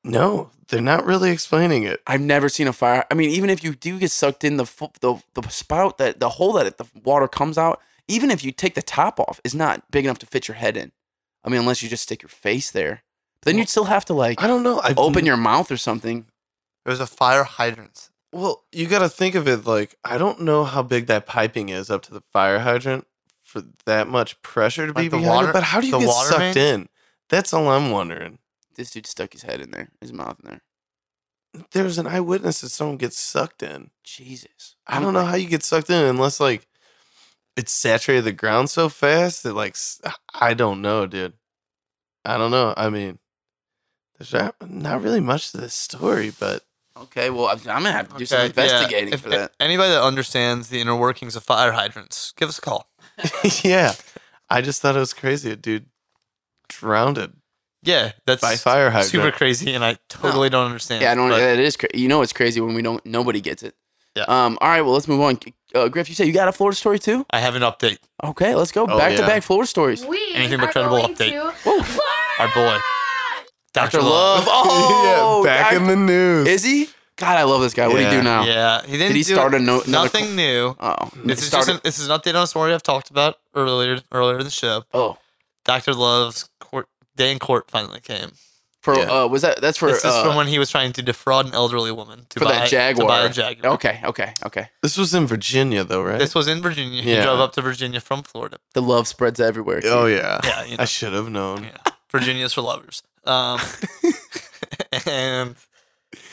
[SPEAKER 2] no they're not really explaining it
[SPEAKER 1] I've never seen a fire. I mean, even if you do get sucked in the fu- the, the spout that the hole that it, the water comes out, even if you take the top off, is not big enough to fit your head in. I mean, unless you just stick your face there, but then you'd still have to like
[SPEAKER 2] i don't know i
[SPEAKER 1] open your mouth or something.
[SPEAKER 3] There's a fire hydrant.
[SPEAKER 2] Well, you got to think of it like I don't know how big that piping is up to the fire hydrant for that much pressure to
[SPEAKER 3] Like
[SPEAKER 2] be
[SPEAKER 3] the
[SPEAKER 2] behind
[SPEAKER 3] water-
[SPEAKER 2] it. But how do you
[SPEAKER 3] the
[SPEAKER 2] get
[SPEAKER 3] water
[SPEAKER 2] sucked
[SPEAKER 3] main?
[SPEAKER 2] in? That's all I'm wondering.
[SPEAKER 1] This dude stuck his head in there, his mouth in there.
[SPEAKER 2] There's an eyewitness that someone gets sucked in.
[SPEAKER 1] Jesus,
[SPEAKER 2] I don't know how you get sucked in unless like it's saturated the ground so fast that like s- I don't know, dude. I don't know. I mean, there's not- not really much to this story, but
[SPEAKER 1] Okay, well, I'm, I'm gonna have to do some
[SPEAKER 3] Okay, yeah.
[SPEAKER 1] investigating
[SPEAKER 3] If
[SPEAKER 1] for that.
[SPEAKER 3] Anybody that understands the inner workings of fire hydrants, give us a call.
[SPEAKER 2] yeah, I just thought it was crazy. A dude drowned it
[SPEAKER 3] Yeah, that's
[SPEAKER 2] by fire hydrant.
[SPEAKER 3] super crazy, and I totally don't understand.
[SPEAKER 1] Yeah, I don't.
[SPEAKER 3] but
[SPEAKER 1] It is. Cra- you know, it's crazy when we don't. Nobody gets it.
[SPEAKER 3] Yeah.
[SPEAKER 1] Um. All right. Well, let's move on. Uh, Griff, you say you got a Florida story too?
[SPEAKER 3] I have an update.
[SPEAKER 1] Okay, let's go
[SPEAKER 2] Oh,
[SPEAKER 1] back to
[SPEAKER 2] yeah.
[SPEAKER 1] back Florida stories.
[SPEAKER 8] We
[SPEAKER 3] Anything but
[SPEAKER 8] are
[SPEAKER 3] credible
[SPEAKER 8] going
[SPEAKER 3] update.
[SPEAKER 8] to
[SPEAKER 3] Our boy, Doctor
[SPEAKER 1] Love.
[SPEAKER 3] Love.
[SPEAKER 1] Oh,
[SPEAKER 2] yeah, back
[SPEAKER 1] I-
[SPEAKER 2] in the news.
[SPEAKER 1] Is he? God, I love this guy. What do you do
[SPEAKER 2] Yeah.
[SPEAKER 1] now?
[SPEAKER 3] Yeah, he didn't.
[SPEAKER 1] Oh. Did he
[SPEAKER 3] do
[SPEAKER 1] start a no- another
[SPEAKER 3] Nothing
[SPEAKER 1] cl-
[SPEAKER 3] new.
[SPEAKER 1] Oh,
[SPEAKER 3] This
[SPEAKER 1] he
[SPEAKER 3] is just
[SPEAKER 1] started-
[SPEAKER 3] an, this is an update on a story I've talked about earlier earlier in the show.
[SPEAKER 1] oh,
[SPEAKER 3] Doctor Love's court day in court finally came.
[SPEAKER 1] for
[SPEAKER 2] Yeah.
[SPEAKER 1] uh, was that that's for
[SPEAKER 3] this is
[SPEAKER 1] uh,
[SPEAKER 3] from when he was trying to defraud an elderly woman to
[SPEAKER 1] for
[SPEAKER 3] buy
[SPEAKER 1] that
[SPEAKER 3] To buy
[SPEAKER 1] Jaguar.
[SPEAKER 3] a Jaguar.
[SPEAKER 1] Okay, okay, okay.
[SPEAKER 2] This was in Virginia, though, right?
[SPEAKER 3] This was in Virginia. He
[SPEAKER 2] Yeah.
[SPEAKER 3] drove up to Virginia from Florida.
[SPEAKER 1] The love spreads everywhere.
[SPEAKER 2] oh yeah.
[SPEAKER 3] Yeah, you know.
[SPEAKER 2] I should have known.
[SPEAKER 3] Yeah. Virginia's for lovers. Um, and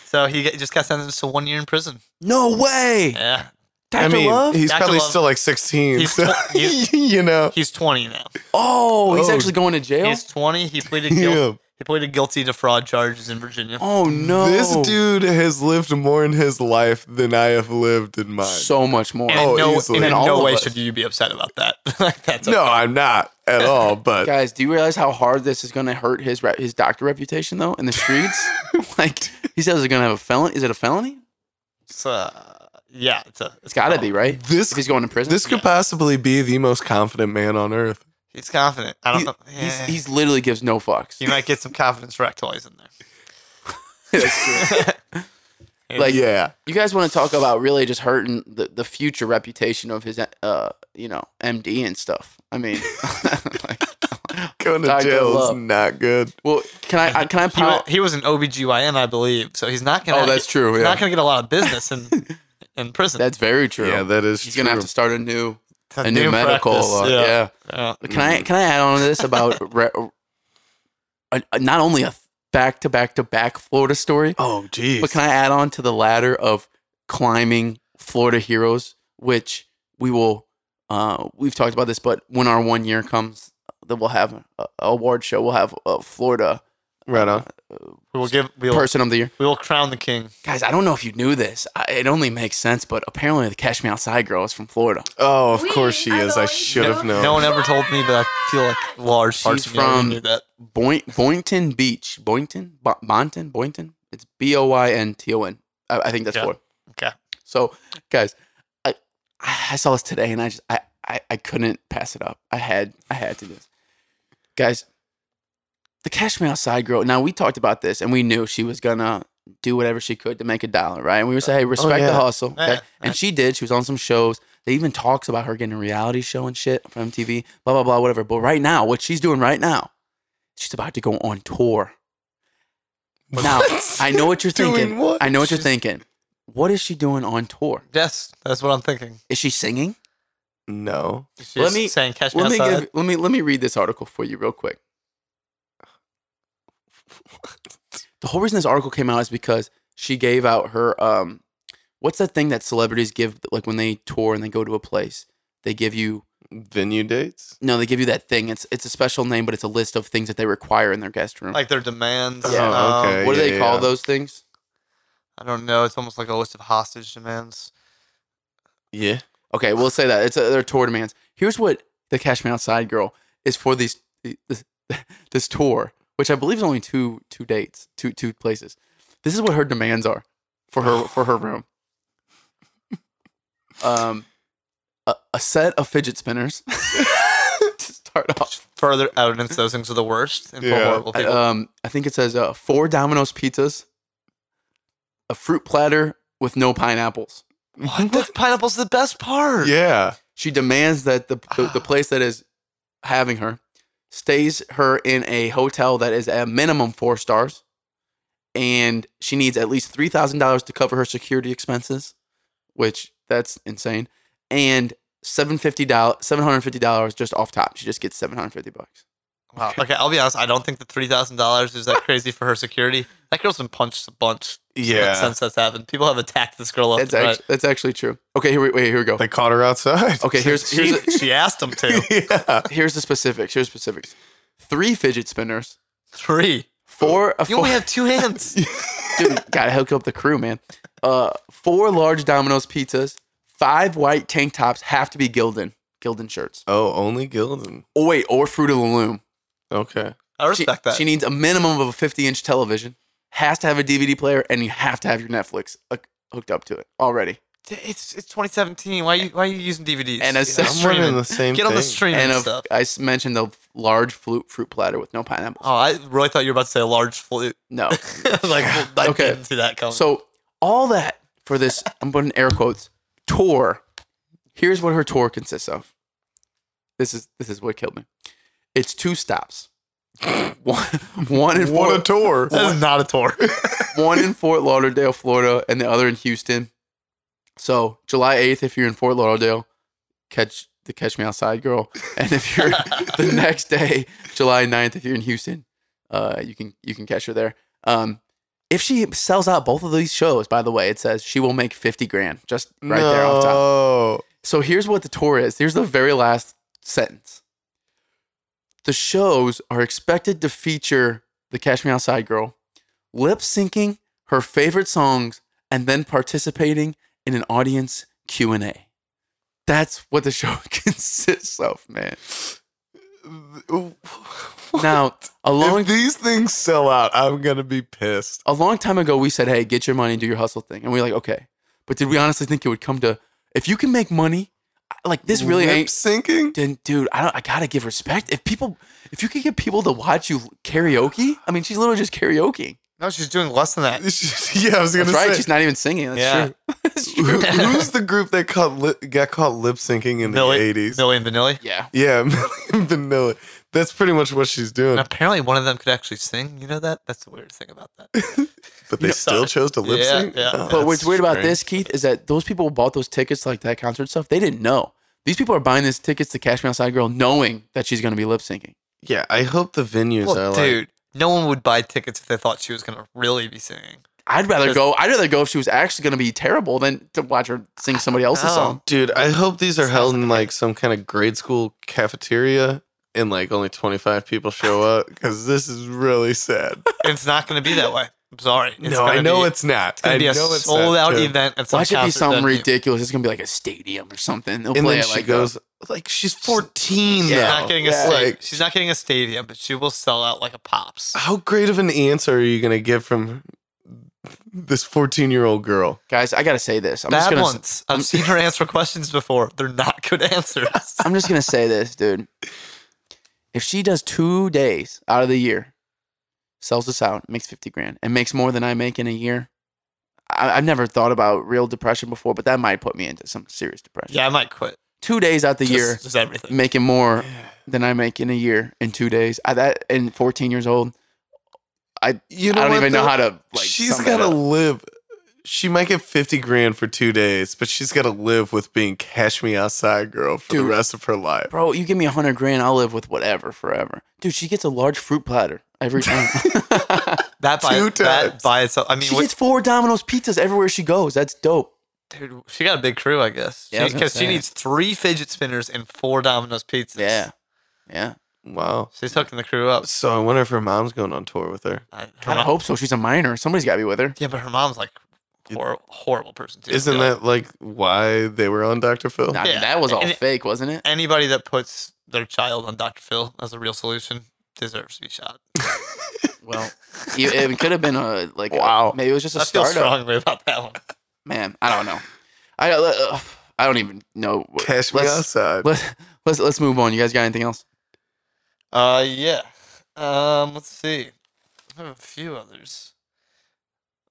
[SPEAKER 3] so he get- just got sentenced to one year in prison.
[SPEAKER 1] No way.
[SPEAKER 3] Yeah.
[SPEAKER 1] Dr.
[SPEAKER 2] I mean,
[SPEAKER 1] Love.
[SPEAKER 2] he's
[SPEAKER 3] Dr.
[SPEAKER 2] probably
[SPEAKER 3] Love-
[SPEAKER 2] still like 16.
[SPEAKER 3] He's
[SPEAKER 2] so,
[SPEAKER 3] tw- he's-
[SPEAKER 2] you know.
[SPEAKER 3] He's 20 now.
[SPEAKER 1] oh, he's
[SPEAKER 2] Oh.
[SPEAKER 1] actually going to jail.
[SPEAKER 3] He's 20. He pleaded
[SPEAKER 2] Yeah.
[SPEAKER 3] guilty. He pleaded guilty to fraud charges in Virginia.
[SPEAKER 1] oh no.
[SPEAKER 2] This dude has lived more in his life than I have lived in mine.
[SPEAKER 1] So much more.
[SPEAKER 3] And
[SPEAKER 2] Oh,
[SPEAKER 3] in no,
[SPEAKER 2] easily.
[SPEAKER 3] and in
[SPEAKER 1] And all
[SPEAKER 3] no
[SPEAKER 1] of
[SPEAKER 3] way
[SPEAKER 1] us.
[SPEAKER 3] should you be upset about that. Like, That's
[SPEAKER 2] no, I'm not at all, but
[SPEAKER 1] Guys, do you realize how hard this is going to hurt his re- his doctor reputation though in the streets? like he says, he's going to have a felon. Is it a felony?
[SPEAKER 3] It's, uh, yeah, it's a.
[SPEAKER 1] It's got to be right.
[SPEAKER 2] This-
[SPEAKER 1] if he's going to prison.
[SPEAKER 2] this could possibly be the most confident man on earth.
[SPEAKER 3] He's confident. I don't
[SPEAKER 1] He-
[SPEAKER 3] know.
[SPEAKER 1] he's,
[SPEAKER 3] Yeah.
[SPEAKER 1] he's literally gives no fucks.
[SPEAKER 3] you might get some confidence rectoids in there.
[SPEAKER 1] like
[SPEAKER 2] yeah.
[SPEAKER 1] you guys want to talk about really just hurting the, the future reputation of his uh you know MD and stuff. I mean, like,
[SPEAKER 2] Going to
[SPEAKER 1] Dr.
[SPEAKER 2] jail
[SPEAKER 1] Love.
[SPEAKER 2] is not good.
[SPEAKER 1] well, can I, I can I
[SPEAKER 3] He, wa-
[SPEAKER 1] pile?
[SPEAKER 3] he was an OBGYN, I believe, so he's not gonna.
[SPEAKER 1] Oh, that's true,
[SPEAKER 3] He's
[SPEAKER 1] yeah.
[SPEAKER 3] not gonna get a lot of business in in prison.
[SPEAKER 1] That's very true.
[SPEAKER 2] Yeah, that is
[SPEAKER 1] He's
[SPEAKER 2] true.
[SPEAKER 1] gonna have to start a new a, new,
[SPEAKER 3] new
[SPEAKER 1] medical.
[SPEAKER 3] practice,
[SPEAKER 1] law.
[SPEAKER 3] yeah.
[SPEAKER 1] yeah.
[SPEAKER 3] Yeah.
[SPEAKER 1] Can I can I add on to this about re- a, a- not only a back to back to back Florida story,
[SPEAKER 2] oh, geez.
[SPEAKER 1] but can I add on to the ladder of climbing Florida heroes, which we will uh, we've talked about this, but when our one year comes, that we'll have a, a award show. We'll have a Florida
[SPEAKER 2] right on.
[SPEAKER 3] We will give. We will,
[SPEAKER 1] person of the year.
[SPEAKER 3] we will crown the king.
[SPEAKER 1] Guys, I don't know if you knew this. I, it only makes sense, but apparently the Cash Me Outside girl is from Florida.
[SPEAKER 2] Oh, of
[SPEAKER 8] We
[SPEAKER 2] course she
[SPEAKER 8] are
[SPEAKER 2] is. I
[SPEAKER 8] going
[SPEAKER 2] should
[SPEAKER 8] to-
[SPEAKER 2] have
[SPEAKER 3] No,
[SPEAKER 2] known.
[SPEAKER 3] one ever told me, but I feel like large parts
[SPEAKER 1] She's
[SPEAKER 3] of me already
[SPEAKER 1] from-
[SPEAKER 3] knew that.
[SPEAKER 1] Boy- Boynton Beach. Boynton? Bo- Bonton? Boynton? It's B O Y N T O N. I I think that's
[SPEAKER 3] Yeah.
[SPEAKER 1] Florida.
[SPEAKER 3] Okay.
[SPEAKER 1] So, guys, I I saw this today, and I just I, I I couldn't pass it up. I had I had to do this, guys. The Cash Me Outside girl. Now we talked about this, and we knew she was gonna do whatever she could to make a dollar, right? And we would say, hey, respect the
[SPEAKER 2] yeah.
[SPEAKER 1] hustle, okay?
[SPEAKER 3] Yeah,
[SPEAKER 2] eh.
[SPEAKER 1] And she did. She was on some shows. They even talks about her getting a reality show and shit from MTV, blah blah blah, whatever. But right now, what she's doing right now, she's about to go on tour. Now I know what you're
[SPEAKER 2] Doing
[SPEAKER 1] thinking.
[SPEAKER 2] what?
[SPEAKER 1] I know what you're thinking. What is she doing on tour?
[SPEAKER 3] Yes, that's what I'm thinking.
[SPEAKER 1] Is she singing?
[SPEAKER 2] No.
[SPEAKER 3] She's
[SPEAKER 1] Let me-
[SPEAKER 3] saying, "Catch me
[SPEAKER 1] Let me
[SPEAKER 3] outside."
[SPEAKER 1] give, let me let me read this article for you real quick. The whole reason this article came out is because she gave out her um what's that thing that celebrities give like when they tour and they go to a place? They give you
[SPEAKER 2] Venue dates?
[SPEAKER 1] no, they give you that thing. It's it's a special name, but it's a list of things that they require in their guest room.
[SPEAKER 3] like their demands.
[SPEAKER 1] Yeah.
[SPEAKER 2] Oh,
[SPEAKER 3] um,
[SPEAKER 2] okay.
[SPEAKER 1] what do they
[SPEAKER 2] yeah,
[SPEAKER 1] call
[SPEAKER 2] yeah.
[SPEAKER 1] those things?
[SPEAKER 3] I don't know. It's almost like a list of hostage demands.
[SPEAKER 2] Yeah.
[SPEAKER 1] Okay, we'll say that it's a, their tour demands. Here's what the Cash Me Outside girl is for these this, this tour, which I believe is only two two dates, two two places. This is what her demands are for her for her room. Um, a, a set of fidget spinners to start off.
[SPEAKER 3] Further evidence those things are the worst and for
[SPEAKER 2] Yeah.
[SPEAKER 3] horrible people.
[SPEAKER 1] Um, I think it says uh, four Domino's pizzas, a fruit platter with no pineapples.
[SPEAKER 3] what? The pineapple's the best part.
[SPEAKER 2] Yeah.
[SPEAKER 1] She demands that the, the, the place that is having her stays her in a hotel that is at minimum four stars. And she needs at least $3,000 to cover her security expenses, which that's insane. And $750, $750 just off top. She just gets 750 bucks.
[SPEAKER 3] Wow. Okay, I'll be honest. I don't think the three thousand dollars is that crazy for her security. That girl's been punched a bunch
[SPEAKER 2] Yeah.
[SPEAKER 3] since that's happened. People have attacked this girl up.
[SPEAKER 1] That's,
[SPEAKER 3] and right.
[SPEAKER 1] act- that's actually true. Okay, here we, wait, here we go.
[SPEAKER 2] They caught her outside.
[SPEAKER 1] Okay, here's,
[SPEAKER 3] she,
[SPEAKER 1] here's,
[SPEAKER 3] she asked him to.
[SPEAKER 2] yeah.
[SPEAKER 1] here's the specifics. Here's the specifics. Three fidget spinners,
[SPEAKER 3] Three.
[SPEAKER 1] Four, uh,
[SPEAKER 3] Oh. You
[SPEAKER 1] four
[SPEAKER 3] only have two hands.
[SPEAKER 1] dude, gotta hook up the crew, man. Uh, four large Domino's pizzas, five white tank tops have to be Gildan, Gildan shirts.
[SPEAKER 2] Oh, only Gildan.
[SPEAKER 1] Oh wait, or Fruit of the Loom.
[SPEAKER 2] Okay.
[SPEAKER 3] I
[SPEAKER 1] She,
[SPEAKER 3] respect that.
[SPEAKER 1] she needs a minimum of a 50 inch television, has to have a DVD player, and you have to have your Netflix uh, hooked up to it already.
[SPEAKER 3] it's it's 2017. Why are you why are you using DVDs?
[SPEAKER 1] And a
[SPEAKER 3] You know,
[SPEAKER 1] sesame-
[SPEAKER 2] I'm running the same
[SPEAKER 3] Get on the
[SPEAKER 2] thing.
[SPEAKER 3] stream
[SPEAKER 1] And
[SPEAKER 3] and
[SPEAKER 1] of-
[SPEAKER 3] stuff.
[SPEAKER 1] I s- mentioned the large fruit fruit platter with no pineapples.
[SPEAKER 3] Oh, I really thought you were about to say a large flute.
[SPEAKER 1] No.
[SPEAKER 3] like, well, I
[SPEAKER 1] Okay.
[SPEAKER 3] didn't see that coming.
[SPEAKER 1] So all that for this, I'm putting air quotes tour. Here's what her tour consists of. This is this is what killed me. It's two stops. one, one in
[SPEAKER 2] What a
[SPEAKER 1] Fort,
[SPEAKER 2] tour.
[SPEAKER 3] That is not a tour.
[SPEAKER 1] one in Fort Lauderdale, Florida, and the other in Houston. So July 8th, if you're in Fort Lauderdale, catch the Catch Me Outside girl, and if you're the next day, July 9th, if you're in Houston, uh, you can you can catch her there. Um, if she sells out both of these shows, by the way, it says she will make 50 grand just right there off top.
[SPEAKER 2] Oh,
[SPEAKER 1] So here's what the tour is. Here's the very last sentence. The shows are expected to feature the Cash Me Outside girl lip syncing her favorite songs and then participating in an audience Q&A. That's what the show consists of, man. Now, a long
[SPEAKER 2] if these things sell out, I'm gonna be pissed.
[SPEAKER 1] a long time ago we said, "Hey, get your money, do your hustle thing," and we are like, "Okay," but did we honestly think it would come to? If you can make money, I- like this really
[SPEAKER 2] Lip
[SPEAKER 1] ain't.
[SPEAKER 2] syncing.
[SPEAKER 1] Then, dude, I don't. I gotta give respect. If people, if you could get people to watch you karaoke, I mean, she's literally just karaoke.
[SPEAKER 3] no, she's doing less than that.
[SPEAKER 2] yeah, I was gonna
[SPEAKER 1] That's right.
[SPEAKER 2] say.
[SPEAKER 1] She's not even singing. That's
[SPEAKER 3] Yeah.
[SPEAKER 1] true. That's
[SPEAKER 2] Who-
[SPEAKER 1] true.
[SPEAKER 2] Who's the group that caught lip, got caught lip syncing in
[SPEAKER 3] Millie,
[SPEAKER 2] the '80s?
[SPEAKER 3] Millie and Vanilli.
[SPEAKER 1] Yeah.
[SPEAKER 2] Yeah, Millie Vanilli. That's pretty much what she's
[SPEAKER 3] And
[SPEAKER 2] doing.
[SPEAKER 3] apparently one of them could actually sing. You know that? That's the weird thing about that.
[SPEAKER 2] But they still chose to lip
[SPEAKER 3] Yeah,
[SPEAKER 2] sync. Oh,
[SPEAKER 3] yeah.
[SPEAKER 1] But what's
[SPEAKER 2] that's
[SPEAKER 1] weird about
[SPEAKER 2] strange.
[SPEAKER 1] this, Keith, is that those people who bought those tickets, to, like that concert stuff, they didn't know. These people are buying these tickets to Cash Me Outside Girl, knowing that she's gonna be lip syncing.
[SPEAKER 2] Yeah, I hope the venues
[SPEAKER 3] Well,
[SPEAKER 2] are like.
[SPEAKER 3] dude, no one would buy tickets if they thought she was going to really be singing.
[SPEAKER 1] I'd rather
[SPEAKER 3] Just-
[SPEAKER 1] go. I'd rather go if she was actually going to be terrible than to watch her sing somebody else's
[SPEAKER 3] Oh.
[SPEAKER 1] song.
[SPEAKER 2] Dude, I hope these are held in like some kind of grade school cafeteria and like only 25 people show up because this is really sad.
[SPEAKER 3] And it's not going to be that way. I'm sorry. It's
[SPEAKER 2] no, I
[SPEAKER 3] gonna
[SPEAKER 2] know
[SPEAKER 3] be-
[SPEAKER 2] it's not.
[SPEAKER 3] It's gonna
[SPEAKER 2] I
[SPEAKER 3] be a
[SPEAKER 2] know it's
[SPEAKER 3] sold
[SPEAKER 2] not,
[SPEAKER 3] out
[SPEAKER 2] too.
[SPEAKER 3] event at some
[SPEAKER 1] Why should it be
[SPEAKER 3] concert
[SPEAKER 1] something
[SPEAKER 3] venue.
[SPEAKER 1] ridiculous? It's going to be like a stadium or something. They'll
[SPEAKER 2] And
[SPEAKER 1] play
[SPEAKER 2] then
[SPEAKER 1] it
[SPEAKER 2] she
[SPEAKER 1] like
[SPEAKER 2] goes,
[SPEAKER 1] a,
[SPEAKER 2] like, she's 14
[SPEAKER 3] She's
[SPEAKER 2] now.
[SPEAKER 3] not getting a
[SPEAKER 2] Yeah.
[SPEAKER 3] sta-
[SPEAKER 2] Like,
[SPEAKER 3] she's not getting a stadium, but she will sell out like a pops.
[SPEAKER 2] how great of an answer are you going to get from this 14 year old girl?
[SPEAKER 1] guys. I got to say this. I'm just
[SPEAKER 3] Bad
[SPEAKER 1] going to.
[SPEAKER 3] ones. I've seen her answer questions before. They're not good answers.
[SPEAKER 1] I'm just going to say this, dude. If she does two days out of the year, sells this out, makes fifty grand, and makes more than I make in a year, I, I've never thought about real depression before, but that might put me into some serious depression.
[SPEAKER 3] yeah, I might quit.
[SPEAKER 1] Two days out the
[SPEAKER 3] Just,
[SPEAKER 1] year,
[SPEAKER 3] just everything.
[SPEAKER 1] making more than I make in a year in two days. I, that and 14 years old.
[SPEAKER 2] You
[SPEAKER 1] I don't
[SPEAKER 2] what,
[SPEAKER 1] even know
[SPEAKER 2] though?
[SPEAKER 1] how to. Like,
[SPEAKER 2] she's
[SPEAKER 1] sum that
[SPEAKER 2] got to
[SPEAKER 1] up.
[SPEAKER 2] live. She might get 50 grand for two days, but she's got to live with being Cash Me Outside Girl for the
[SPEAKER 1] Dude.
[SPEAKER 2] rest of her life.
[SPEAKER 1] bro. You give me a hundred grand, I'll live with whatever forever, dude. She gets a large fruit platter every time.
[SPEAKER 3] That by,
[SPEAKER 2] Two times.
[SPEAKER 3] that by itself. I mean,
[SPEAKER 1] she
[SPEAKER 3] what-
[SPEAKER 1] gets four Domino's pizzas everywhere she goes. That's dope.
[SPEAKER 3] Dude, she got a big crew, I guess.
[SPEAKER 1] Yeah, I was gonna
[SPEAKER 3] Because she,
[SPEAKER 1] say.
[SPEAKER 3] needs three fidget spinners and four Domino's pizzas.
[SPEAKER 1] yeah.
[SPEAKER 2] Wow.
[SPEAKER 3] She's hooking the crew up.
[SPEAKER 2] So I wonder if her mom's going on tour with her.
[SPEAKER 3] I, her
[SPEAKER 1] I
[SPEAKER 3] mom-
[SPEAKER 1] hope so. She's a minor. Somebody's got to be with her.
[SPEAKER 3] yeah, but her mom's like hor- horrible person, too.
[SPEAKER 2] Isn't
[SPEAKER 3] Yeah.
[SPEAKER 2] that like why they were on Dr. Phil?
[SPEAKER 1] I mean,
[SPEAKER 3] Yeah.
[SPEAKER 1] that was all
[SPEAKER 3] And it-
[SPEAKER 1] fake, wasn't it?
[SPEAKER 3] Anybody that puts their child on Dr. Phil as a real solution deserves to be shot.
[SPEAKER 1] Well, it, it could have been a like. a-
[SPEAKER 2] Wow.
[SPEAKER 1] maybe it was just a
[SPEAKER 3] I feel
[SPEAKER 1] startup.
[SPEAKER 3] strongly about that one.
[SPEAKER 1] Man, I don't know. I uh, I don't even know.
[SPEAKER 2] Cash me
[SPEAKER 1] Let's-
[SPEAKER 2] outside.
[SPEAKER 1] Let's let's let's move on. You guys got anything else?
[SPEAKER 3] Uh, yeah. Um, let's see. I have a few others.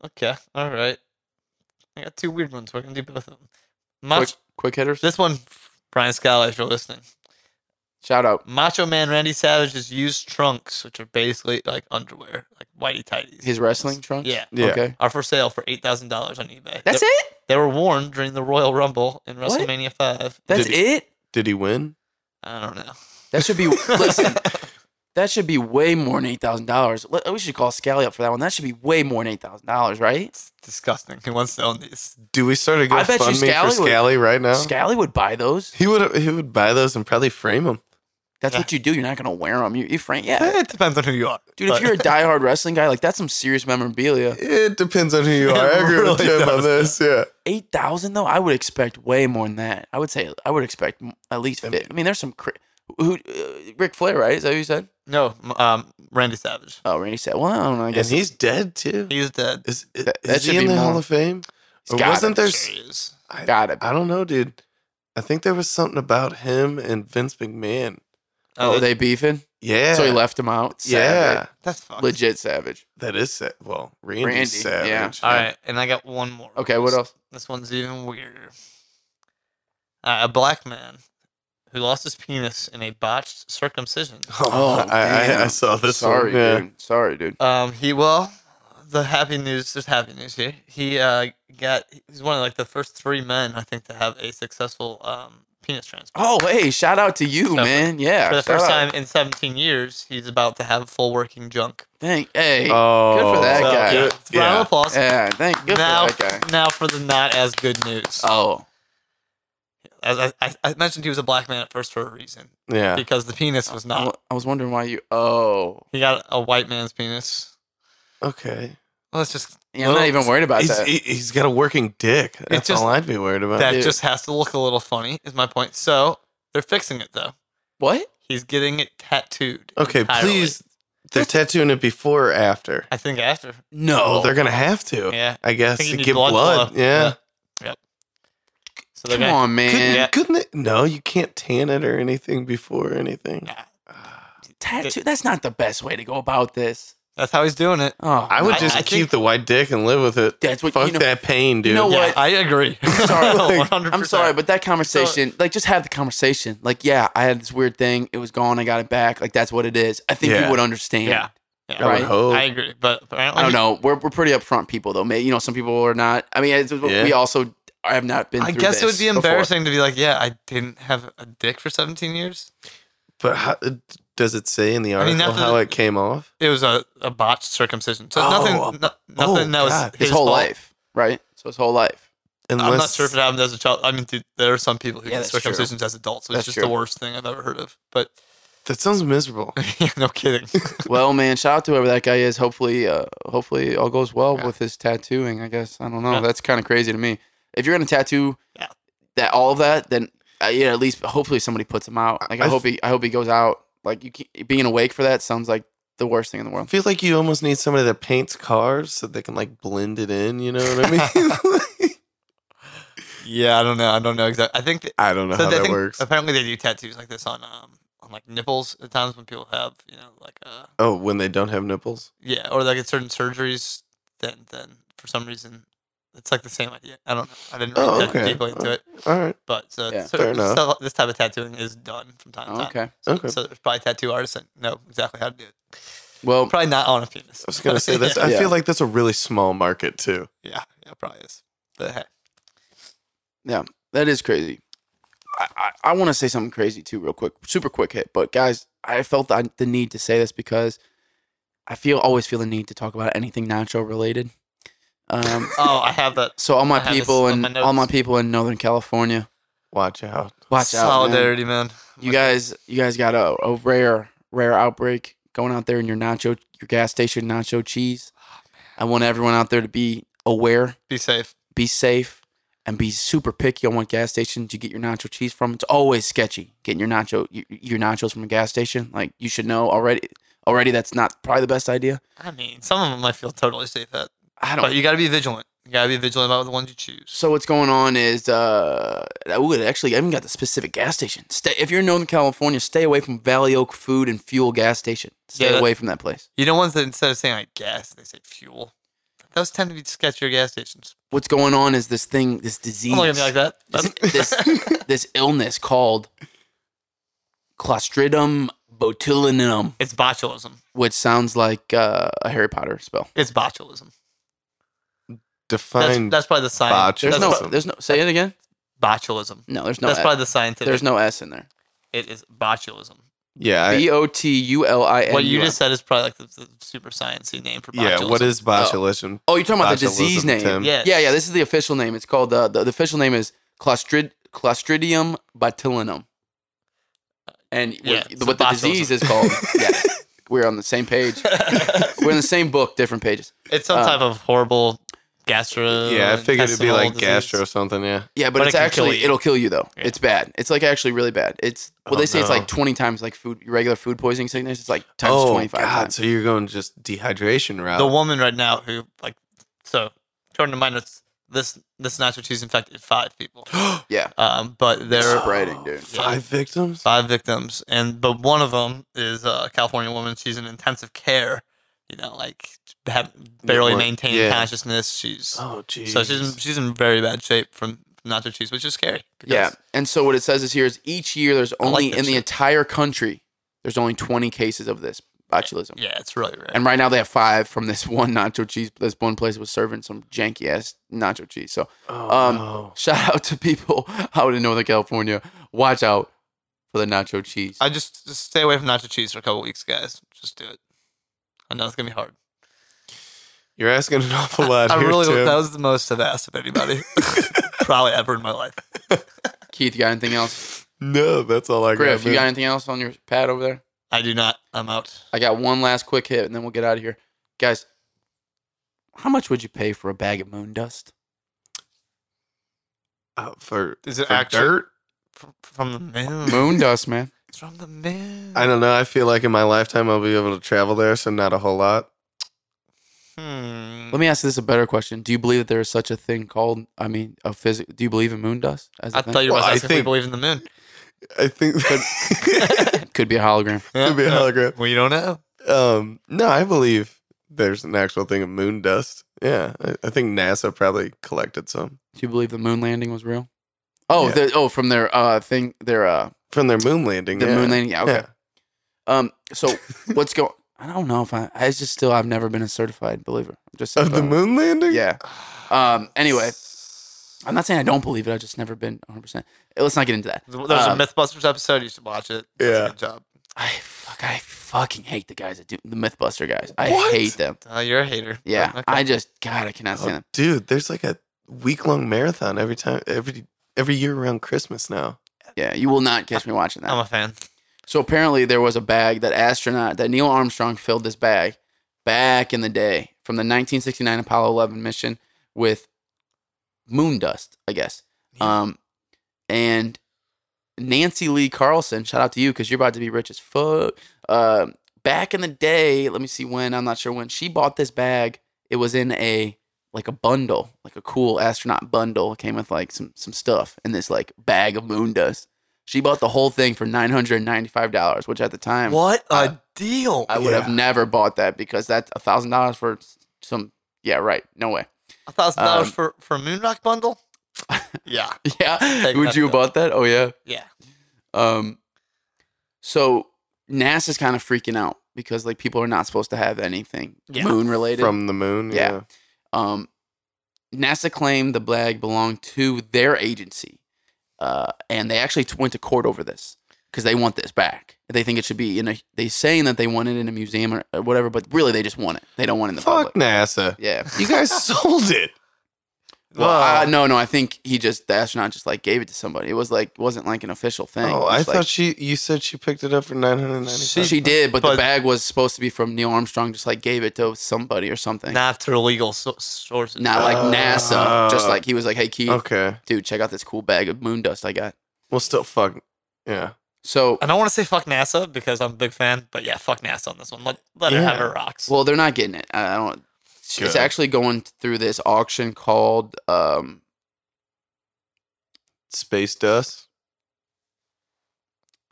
[SPEAKER 3] Okay, all right. I got two weird ones. We're gonna do both of them. Mach-
[SPEAKER 1] Quick quick hitters.
[SPEAKER 3] this one, Brian Scala, if you're listening.
[SPEAKER 1] Shout out.
[SPEAKER 3] Macho Man Randy Savage's used trunks, which are basically like underwear, like whitey tighties.
[SPEAKER 1] His wrestling trunks?
[SPEAKER 3] yeah,
[SPEAKER 2] Yeah.
[SPEAKER 1] Okay.
[SPEAKER 3] are for sale for eight thousand dollars on eBay.
[SPEAKER 1] That's
[SPEAKER 3] they,
[SPEAKER 1] it?
[SPEAKER 3] They were worn during the Royal Rumble in WrestleMania Five.
[SPEAKER 1] That's
[SPEAKER 2] Did
[SPEAKER 1] it?
[SPEAKER 2] Did he win?
[SPEAKER 3] I don't know.
[SPEAKER 1] That should be listen. That should be way more than eight thousand dollars. We should call Scally up for that one. That should be way more than eight thousand dollars, right?
[SPEAKER 3] It's disgusting. Who wants to own these?
[SPEAKER 2] Do we start a
[SPEAKER 1] I bet you
[SPEAKER 2] GoFundMe for
[SPEAKER 1] Scally would-
[SPEAKER 2] Scally right now?
[SPEAKER 1] Scally would buy those.
[SPEAKER 2] he would he would buy those and probably frame them.
[SPEAKER 1] That's what you do. You're not gonna wear them. You, you frank, yeah,
[SPEAKER 3] It depends on who you are.
[SPEAKER 1] dude. If you're a diehard wrestling guy, like that's some serious memorabilia.
[SPEAKER 2] It depends on who you are. I
[SPEAKER 3] It
[SPEAKER 2] agree with
[SPEAKER 3] really
[SPEAKER 2] Tim on
[SPEAKER 3] does.
[SPEAKER 2] this. Yeah.
[SPEAKER 1] Eight thousand though, I would expect way more than that. I would say I would expect m- at least. Fit. I mean, there's some. Cr- who, uh, Ric Flair, right? Is that what you said?
[SPEAKER 3] No, m- um, Randy Savage.
[SPEAKER 1] Oh, Randy said. Well, I don't know. I
[SPEAKER 2] And
[SPEAKER 1] guess
[SPEAKER 2] he's dead too.
[SPEAKER 3] He's dead.
[SPEAKER 2] Is, is
[SPEAKER 1] That- that should
[SPEAKER 2] he in
[SPEAKER 1] be
[SPEAKER 2] the Hall
[SPEAKER 1] more.
[SPEAKER 2] of Fame? Or
[SPEAKER 1] gotta
[SPEAKER 2] wasn't there?
[SPEAKER 1] be.
[SPEAKER 2] s-
[SPEAKER 3] There he is.
[SPEAKER 1] he got it.
[SPEAKER 2] I don't know, dude. I think there was something about him and Vince McMahon.
[SPEAKER 1] Oh,
[SPEAKER 3] Oh,
[SPEAKER 1] they beefing?
[SPEAKER 2] Yeah.
[SPEAKER 1] So he left him out.
[SPEAKER 2] Yeah.
[SPEAKER 1] Savage.
[SPEAKER 3] that's fucked.
[SPEAKER 1] legit savage.
[SPEAKER 2] That is sa- well, Randy's
[SPEAKER 1] Randy, yeah.
[SPEAKER 2] savage.
[SPEAKER 3] All right, and I got one more.
[SPEAKER 1] Okay, what else?
[SPEAKER 3] This one's even weirder. Uh, a black man who lost his penis in a botched circumcision.
[SPEAKER 1] Oh,
[SPEAKER 2] I, I, I
[SPEAKER 1] damn.
[SPEAKER 2] saw this.
[SPEAKER 1] Sorry,
[SPEAKER 2] one. Yeah.
[SPEAKER 1] dude. Sorry, dude.
[SPEAKER 3] Um, he well, the happy news. There's happy news here. He uh got. He's one of like the first three men I think to have a successful um penis transplant.
[SPEAKER 1] Oh, hey, shout out to you,
[SPEAKER 3] So,
[SPEAKER 1] man. Yeah.
[SPEAKER 3] For the
[SPEAKER 1] shout
[SPEAKER 3] first
[SPEAKER 1] out.
[SPEAKER 3] time in 17 years, he's about to have full working junk.
[SPEAKER 1] Thank. Hey.
[SPEAKER 2] Oh,
[SPEAKER 1] Good for that
[SPEAKER 3] So,
[SPEAKER 1] guy.
[SPEAKER 3] yeah,
[SPEAKER 2] Good-
[SPEAKER 3] round of
[SPEAKER 2] yeah.
[SPEAKER 3] applause.
[SPEAKER 1] yeah. Thank. Good
[SPEAKER 3] now,
[SPEAKER 1] for that guy.
[SPEAKER 3] now for the not as good news.
[SPEAKER 1] Oh.
[SPEAKER 3] As I, I, I mentioned, he was a black man at first for a reason
[SPEAKER 2] Yeah.
[SPEAKER 3] because the penis was
[SPEAKER 1] I
[SPEAKER 3] not.
[SPEAKER 1] wa- I was wondering why you. Oh.
[SPEAKER 3] He got a white man's penis.
[SPEAKER 2] Okay.
[SPEAKER 3] Well, it's just
[SPEAKER 1] Yeah, I'm not even worried about
[SPEAKER 2] He's,
[SPEAKER 1] that.
[SPEAKER 2] he, he's got a working dick. That's
[SPEAKER 3] just-
[SPEAKER 2] all I'd be worried about.
[SPEAKER 3] that
[SPEAKER 1] dude.
[SPEAKER 3] just has to look a little funny. Is my point. So they're fixing it though.
[SPEAKER 1] what?
[SPEAKER 3] He's getting it tattooed.
[SPEAKER 2] okay,
[SPEAKER 3] entirely.
[SPEAKER 2] please. They're tattooing it before or after.
[SPEAKER 3] I think after.
[SPEAKER 2] Oh,
[SPEAKER 1] No.
[SPEAKER 2] they're gonna have
[SPEAKER 1] Uh,
[SPEAKER 2] to.
[SPEAKER 3] Yeah.
[SPEAKER 2] I guess
[SPEAKER 3] I think
[SPEAKER 2] to
[SPEAKER 3] you need
[SPEAKER 2] get blood.
[SPEAKER 3] blood flow.
[SPEAKER 2] Yeah.
[SPEAKER 3] So they're
[SPEAKER 1] Come
[SPEAKER 3] gonna,
[SPEAKER 1] on, man.
[SPEAKER 2] Couldn't, couldn't it? No, you can't tan it or anything before anything.
[SPEAKER 3] Nah.
[SPEAKER 1] Tattoo. That's not the best way to go about this.
[SPEAKER 3] That's how he's doing it.
[SPEAKER 1] Oh.
[SPEAKER 2] I would
[SPEAKER 3] I-
[SPEAKER 2] just
[SPEAKER 3] I
[SPEAKER 2] keep
[SPEAKER 3] think-
[SPEAKER 2] the white dick and live with it.
[SPEAKER 1] That's what-
[SPEAKER 2] Fuck
[SPEAKER 1] you know-
[SPEAKER 2] that pain, dude.
[SPEAKER 1] know
[SPEAKER 3] Yeah,
[SPEAKER 1] what?
[SPEAKER 3] I agree.
[SPEAKER 1] sorry.
[SPEAKER 2] Like,
[SPEAKER 3] 100%.
[SPEAKER 1] I'm sorry, but that conversation, like, just have the conversation. Like, yeah, I had this weird thing. It was gone. I got it back. Like, that's what it is. I think
[SPEAKER 2] Yeah.
[SPEAKER 1] you would understand.
[SPEAKER 3] Yeah.
[SPEAKER 2] I would
[SPEAKER 1] right.
[SPEAKER 2] hope.
[SPEAKER 3] I agree, but apparently
[SPEAKER 1] I don't know. We're, we're pretty upfront people, though. May you know, some people are not. I mean, it's, we
[SPEAKER 2] Yeah.
[SPEAKER 1] also I have not been.
[SPEAKER 3] I
[SPEAKER 1] through
[SPEAKER 3] guess it would
[SPEAKER 1] this
[SPEAKER 3] be
[SPEAKER 1] before.
[SPEAKER 3] embarrassing to be like, yeah, I didn't have a dick for 17 years.
[SPEAKER 2] but how, does it say in the
[SPEAKER 3] mean,
[SPEAKER 2] article
[SPEAKER 3] that's
[SPEAKER 2] how
[SPEAKER 3] the-
[SPEAKER 2] it came off?
[SPEAKER 3] It was a, a botched circumcision. So
[SPEAKER 2] Oh, a-
[SPEAKER 3] nothing, no, nothing that was
[SPEAKER 2] God.
[SPEAKER 1] oh, His, whole
[SPEAKER 3] fault.
[SPEAKER 1] life, right? So his whole life.
[SPEAKER 3] I'm not sure if it happened as a child. I mean, dude, there are some people who
[SPEAKER 1] Yeah,
[SPEAKER 3] get
[SPEAKER 1] that's true.
[SPEAKER 3] circumcisions as adults, which
[SPEAKER 1] That's
[SPEAKER 3] is just
[SPEAKER 1] true.
[SPEAKER 3] the worst thing I've ever heard of. But
[SPEAKER 2] that sounds miserable.
[SPEAKER 3] yeah, no kidding.
[SPEAKER 1] well, man, shout out to whoever that guy is. Hopefully, uh, hopefully all goes well with his tattooing. I guess I don't know.
[SPEAKER 3] Yeah.
[SPEAKER 1] That's kind of crazy to me. If you're gonna tattoo
[SPEAKER 3] Yeah.
[SPEAKER 1] that all of that, then uh, yeah, at least hopefully somebody puts him out. Like I,
[SPEAKER 2] I
[SPEAKER 1] hope he, I hope he goes out. Like you can't, being awake for that sounds like the worst thing in the
[SPEAKER 2] I
[SPEAKER 1] world.
[SPEAKER 2] feel like you almost need somebody that paints cars so they can like blend it in. You know what I mean?
[SPEAKER 3] yeah, I don't know. I don't know exactly. I think that,
[SPEAKER 2] I don't know
[SPEAKER 3] so
[SPEAKER 2] how
[SPEAKER 3] they
[SPEAKER 2] that
[SPEAKER 3] think-
[SPEAKER 2] works.
[SPEAKER 3] Apparently, they do tattoos like this on um on like nipples at times when people have you know like uh
[SPEAKER 2] Oh, when they don't have nipples.
[SPEAKER 3] yeah or like at certain surgeries. Then then for some reason it's like the same idea. I don't know. I didn't read
[SPEAKER 2] Oh,
[SPEAKER 3] that
[SPEAKER 2] okay.
[SPEAKER 3] deeply into
[SPEAKER 2] Oh.
[SPEAKER 3] it,
[SPEAKER 2] All right.
[SPEAKER 3] but so,
[SPEAKER 1] Yeah.
[SPEAKER 3] so-
[SPEAKER 2] Fair enough.
[SPEAKER 3] so this type of tattooing is done from time to time.
[SPEAKER 1] okay.
[SPEAKER 3] So,
[SPEAKER 2] Okay.
[SPEAKER 3] so there's probably tattoo artists that know exactly how to do it.
[SPEAKER 1] Well,
[SPEAKER 3] Probably not on a penis.
[SPEAKER 2] I was gonna say that's.
[SPEAKER 3] yeah,
[SPEAKER 2] I
[SPEAKER 1] Yeah.
[SPEAKER 2] feel like that's a really small market too.
[SPEAKER 3] yeah, yeah, probably is. But hey,
[SPEAKER 1] That is crazy. I, I, I want to say something crazy too, real quick, super quick hit. But guys, I felt the, the need to say this because I feel always feel the need to talk about anything nacho related. Um,
[SPEAKER 3] oh, I have that
[SPEAKER 1] so all
[SPEAKER 3] I
[SPEAKER 1] my
[SPEAKER 3] have this
[SPEAKER 1] people
[SPEAKER 3] on
[SPEAKER 1] and
[SPEAKER 3] my
[SPEAKER 1] all my
[SPEAKER 3] notes.
[SPEAKER 1] people in Northern California,
[SPEAKER 2] Watch out.
[SPEAKER 1] watch out, man.
[SPEAKER 3] solidarity, man.
[SPEAKER 1] You guys, you guys got a, a rare, rare outbreak going out there in your nacho, your gas station nacho cheese.
[SPEAKER 3] Oh,
[SPEAKER 1] I want everyone out there to be aware
[SPEAKER 3] Be safe.
[SPEAKER 1] be safe and be super picky on what gas stations you get your nacho cheese from. It's always sketchy getting your nacho your, your nachos from a gas station. Like you should know already. Already, that's not probably the best idea.
[SPEAKER 3] I mean, some of them I feel totally safe at,
[SPEAKER 1] I don't.
[SPEAKER 3] but you got to be vigilant. You got to be vigilant about the ones you choose.
[SPEAKER 1] so what's going on is uh, ooh, it actually I even got the specific gas station. Stay if you're in Northern California, stay away from Valley Oak Food and Fuel gas station. Stay
[SPEAKER 3] Yeah.
[SPEAKER 1] away from that place.
[SPEAKER 3] You know, ones that instead of saying like gas, they say fuel. Those tend to be sketchier gas stations.
[SPEAKER 1] What's going on is this thing, this disease.
[SPEAKER 3] Don't look at me like that. That's,
[SPEAKER 1] this this illness called Clostridium botulinum.
[SPEAKER 3] it's botulism.
[SPEAKER 1] which sounds like uh, a Harry Potter spell.
[SPEAKER 3] It's botulism. That's,
[SPEAKER 2] Define.
[SPEAKER 3] that's probably the science.
[SPEAKER 1] There's
[SPEAKER 3] That's
[SPEAKER 1] no,
[SPEAKER 2] Botulism.
[SPEAKER 1] there's no. Say it again.
[SPEAKER 3] botulism.
[SPEAKER 1] No, there's no.
[SPEAKER 3] that's
[SPEAKER 1] S.
[SPEAKER 3] probably the scientific.
[SPEAKER 1] there's no S in there.
[SPEAKER 3] it is botulism.
[SPEAKER 2] yeah. I-
[SPEAKER 1] B o t u l i n.
[SPEAKER 3] What you just said is probably like the, the super sciencey name for botulism.
[SPEAKER 2] yeah. What is botulism?
[SPEAKER 1] Oh, you're talking about the
[SPEAKER 2] botulism,
[SPEAKER 1] disease name.
[SPEAKER 2] Tim?
[SPEAKER 3] Yes.
[SPEAKER 1] Yeah, yeah. This is the official name. It's called uh, the the official name is Clostrid Clostridium botulinum. and what-
[SPEAKER 3] Yeah,
[SPEAKER 1] what the disease is called. yeah, we're on the same page. we're in the same book, different pages.
[SPEAKER 3] It's some
[SPEAKER 1] Uh,
[SPEAKER 3] type of horrible gastro.
[SPEAKER 2] Yeah, I figured it'd be
[SPEAKER 3] uh,
[SPEAKER 2] like
[SPEAKER 3] intestinal
[SPEAKER 2] gastro or
[SPEAKER 3] disease.
[SPEAKER 2] something. Yeah.
[SPEAKER 1] Yeah, but,
[SPEAKER 3] But
[SPEAKER 1] it's
[SPEAKER 3] it can
[SPEAKER 1] actually
[SPEAKER 3] kill you.
[SPEAKER 1] it'll kill you though.
[SPEAKER 3] Yeah.
[SPEAKER 1] It's bad. It's like actually really bad. It's well,
[SPEAKER 2] Oh,
[SPEAKER 1] they say it's
[SPEAKER 2] no.
[SPEAKER 1] like twenty times like food regular food poisoning sickness. It's like times
[SPEAKER 2] oh,
[SPEAKER 1] twenty five.
[SPEAKER 2] God.
[SPEAKER 1] times.
[SPEAKER 2] So you're going just dehydration route.
[SPEAKER 3] The woman right now who like so Jordan minus this this natural cheese infected five people.
[SPEAKER 1] Yeah,
[SPEAKER 3] Um, but there are
[SPEAKER 1] spreading, dude.
[SPEAKER 3] yeah,
[SPEAKER 2] Five victims?
[SPEAKER 3] five victims, and but one of them is a California woman. She's in intensive care. You know, like have barely
[SPEAKER 2] Yeah, like-
[SPEAKER 3] maintained
[SPEAKER 2] yeah.
[SPEAKER 3] consciousness. She's
[SPEAKER 2] Oh, jeez.
[SPEAKER 3] so she's in, she's in very bad shape from nacho cheese, which is scary. because
[SPEAKER 1] Yeah, and so what it says is here is each year there's
[SPEAKER 3] like
[SPEAKER 1] only
[SPEAKER 3] that
[SPEAKER 1] in the
[SPEAKER 3] shit.
[SPEAKER 1] entire country there's only twenty cases of this botulism.
[SPEAKER 3] Yeah, it's really rare.
[SPEAKER 1] And right now they have five from this one nacho cheese. This one place was serving some janky ass nacho cheese. So
[SPEAKER 2] Oh,
[SPEAKER 1] um,
[SPEAKER 2] no.
[SPEAKER 1] shout out to people out in Northern California. Watch out for the nacho cheese.
[SPEAKER 3] I just, just stay away from nacho cheese for a couple weeks, guys. Just do it. I know it's gonna be hard.
[SPEAKER 2] You're asking an awful lot
[SPEAKER 3] I
[SPEAKER 2] here,
[SPEAKER 3] really
[SPEAKER 2] Tim.
[SPEAKER 3] that was the most I've asked of anybody probably ever in my life.
[SPEAKER 1] Keith, you got anything else?
[SPEAKER 2] no, that's all I
[SPEAKER 1] Griff,
[SPEAKER 2] got.
[SPEAKER 1] you got
[SPEAKER 2] man.
[SPEAKER 1] anything else on your pad over there?
[SPEAKER 3] I do not. I'm out.
[SPEAKER 1] I got one last quick hit, and then we'll get out of here, guys. How much would you pay for a bag of moon dust?
[SPEAKER 2] Uh, for
[SPEAKER 3] Is it
[SPEAKER 2] for
[SPEAKER 3] actually-
[SPEAKER 2] dirt?
[SPEAKER 3] From, from the moon.
[SPEAKER 1] Moon dust, man.
[SPEAKER 3] It's From the moon.
[SPEAKER 2] I don't know. I feel like in my lifetime I'll be able to travel there, so not a whole lot.
[SPEAKER 3] Hmm.
[SPEAKER 1] Let me ask this a better question. Do you believe that there is such a thing called, I mean, a physic? Do you believe in moon dust? As a
[SPEAKER 3] I
[SPEAKER 1] thing?
[SPEAKER 3] thought you were
[SPEAKER 2] Well, I
[SPEAKER 3] asking if we
[SPEAKER 2] think-
[SPEAKER 3] believe in the moon.
[SPEAKER 2] I think that
[SPEAKER 1] could be a hologram.
[SPEAKER 2] could be a hologram.
[SPEAKER 3] We don't know.
[SPEAKER 2] Um, no, I believe there's an actual thing of moon dust. Yeah, I, I think NASA probably collected some
[SPEAKER 1] Do you believe the moon landing was real? Oh,
[SPEAKER 2] Yeah.
[SPEAKER 1] the, oh, from their uh thing, their uh,
[SPEAKER 2] from their moon landing.
[SPEAKER 1] the
[SPEAKER 2] yeah.
[SPEAKER 1] moon landing. Yeah, okay.
[SPEAKER 2] Yeah.
[SPEAKER 1] Um, so what's going? I don't know if I. I just still. I've never been a certified believer. I'm just
[SPEAKER 2] of the
[SPEAKER 1] uh,
[SPEAKER 2] moon landing.
[SPEAKER 1] Yeah. Um. Anyway, I'm not saying I don't believe it. I've just never been 100. percent Let's not get into that.
[SPEAKER 3] There's
[SPEAKER 1] Um,
[SPEAKER 3] a MythBusters episode. You should watch it. It's
[SPEAKER 2] Yeah.
[SPEAKER 3] a good job.
[SPEAKER 1] I fuck. I fucking hate the guys that do the MythBuster guys. I
[SPEAKER 2] What?
[SPEAKER 1] hate them.
[SPEAKER 3] Uh, you're a hater.
[SPEAKER 1] Yeah.
[SPEAKER 3] Okay.
[SPEAKER 1] I just God. I cannot
[SPEAKER 2] Oh,
[SPEAKER 1] stand them.
[SPEAKER 2] dude, there's like a week long marathon every time every every year around Christmas now.
[SPEAKER 1] Yeah. You will not catch me watching that.
[SPEAKER 3] I'm a fan.
[SPEAKER 1] So apparently there was a bag that astronaut that Neil Armstrong filled this bag back in the day from the 1969 Apollo 11 mission with moon dust, I guess. Um, and Nancy Lee Carlson, shout out to you because you're about to be rich as fuck. Uh, back in the day, let me see when. I'm not sure when she bought this bag. It was in a like a bundle, like a cool astronaut bundle. It came with like some some stuff in this like bag of moon dust. She bought the whole thing for nine hundred and ninety five dollars, which at the time
[SPEAKER 3] What a
[SPEAKER 1] I-
[SPEAKER 3] deal.
[SPEAKER 1] I would have
[SPEAKER 2] Yeah.
[SPEAKER 1] never bought that because that's a thousand dollars for some. Yeah, right. No way.
[SPEAKER 3] A thousand dollars
[SPEAKER 1] um,
[SPEAKER 3] for for a moon rock bundle. yeah.
[SPEAKER 1] Yeah,
[SPEAKER 3] Take
[SPEAKER 1] would
[SPEAKER 3] that
[SPEAKER 1] you have
[SPEAKER 3] though.
[SPEAKER 1] bought that? Oh yeah.
[SPEAKER 3] Yeah.
[SPEAKER 1] Um, so NASA's kind of freaking out because like people are not supposed to have anything
[SPEAKER 3] Yeah.
[SPEAKER 1] moon related.
[SPEAKER 2] From the moon.
[SPEAKER 1] Yeah.
[SPEAKER 2] Yeah.
[SPEAKER 1] um, NASA claimed the bag belonged to their agency, uh, and they actually t- went to court over this because they want this back. They think it should be in a. They saying that they want it in a museum or, or whatever, but really they just want it. They don't want it in the
[SPEAKER 2] Fuck
[SPEAKER 1] public.
[SPEAKER 2] NASA.
[SPEAKER 1] Yeah.
[SPEAKER 2] You guys sold it.
[SPEAKER 1] Well,
[SPEAKER 3] Wow.
[SPEAKER 1] uh, no, no. I think he just the astronaut just like gave it to somebody. It was like wasn't like an official thing.
[SPEAKER 2] Oh,
[SPEAKER 1] It
[SPEAKER 2] I
[SPEAKER 1] was, like-
[SPEAKER 2] thought she. You said she picked it up for nine hundred ninety.
[SPEAKER 3] She-
[SPEAKER 1] she did, but, the
[SPEAKER 3] but-
[SPEAKER 1] bag was supposed to be from Neil Armstrong. Just like gave it to somebody or something. Not,
[SPEAKER 3] Not through legal so- sources.
[SPEAKER 1] like
[SPEAKER 2] Oh.
[SPEAKER 3] Uh,
[SPEAKER 1] NASA. Just like he was like, "Hey, Keith,
[SPEAKER 2] Okay.
[SPEAKER 1] dude, check out this cool bag of moon dust I got."
[SPEAKER 2] Well, still, fuck. Yeah.
[SPEAKER 1] So
[SPEAKER 3] I don't want to say fuck NASA because I'm a big fan, but yeah, fuck NASA on this one. Let, let her
[SPEAKER 2] Yeah.
[SPEAKER 3] have her rocks.
[SPEAKER 1] Well, they're not getting it. I I don't. It's
[SPEAKER 2] Good.
[SPEAKER 1] actually going through this auction called. Um,
[SPEAKER 2] Space dust.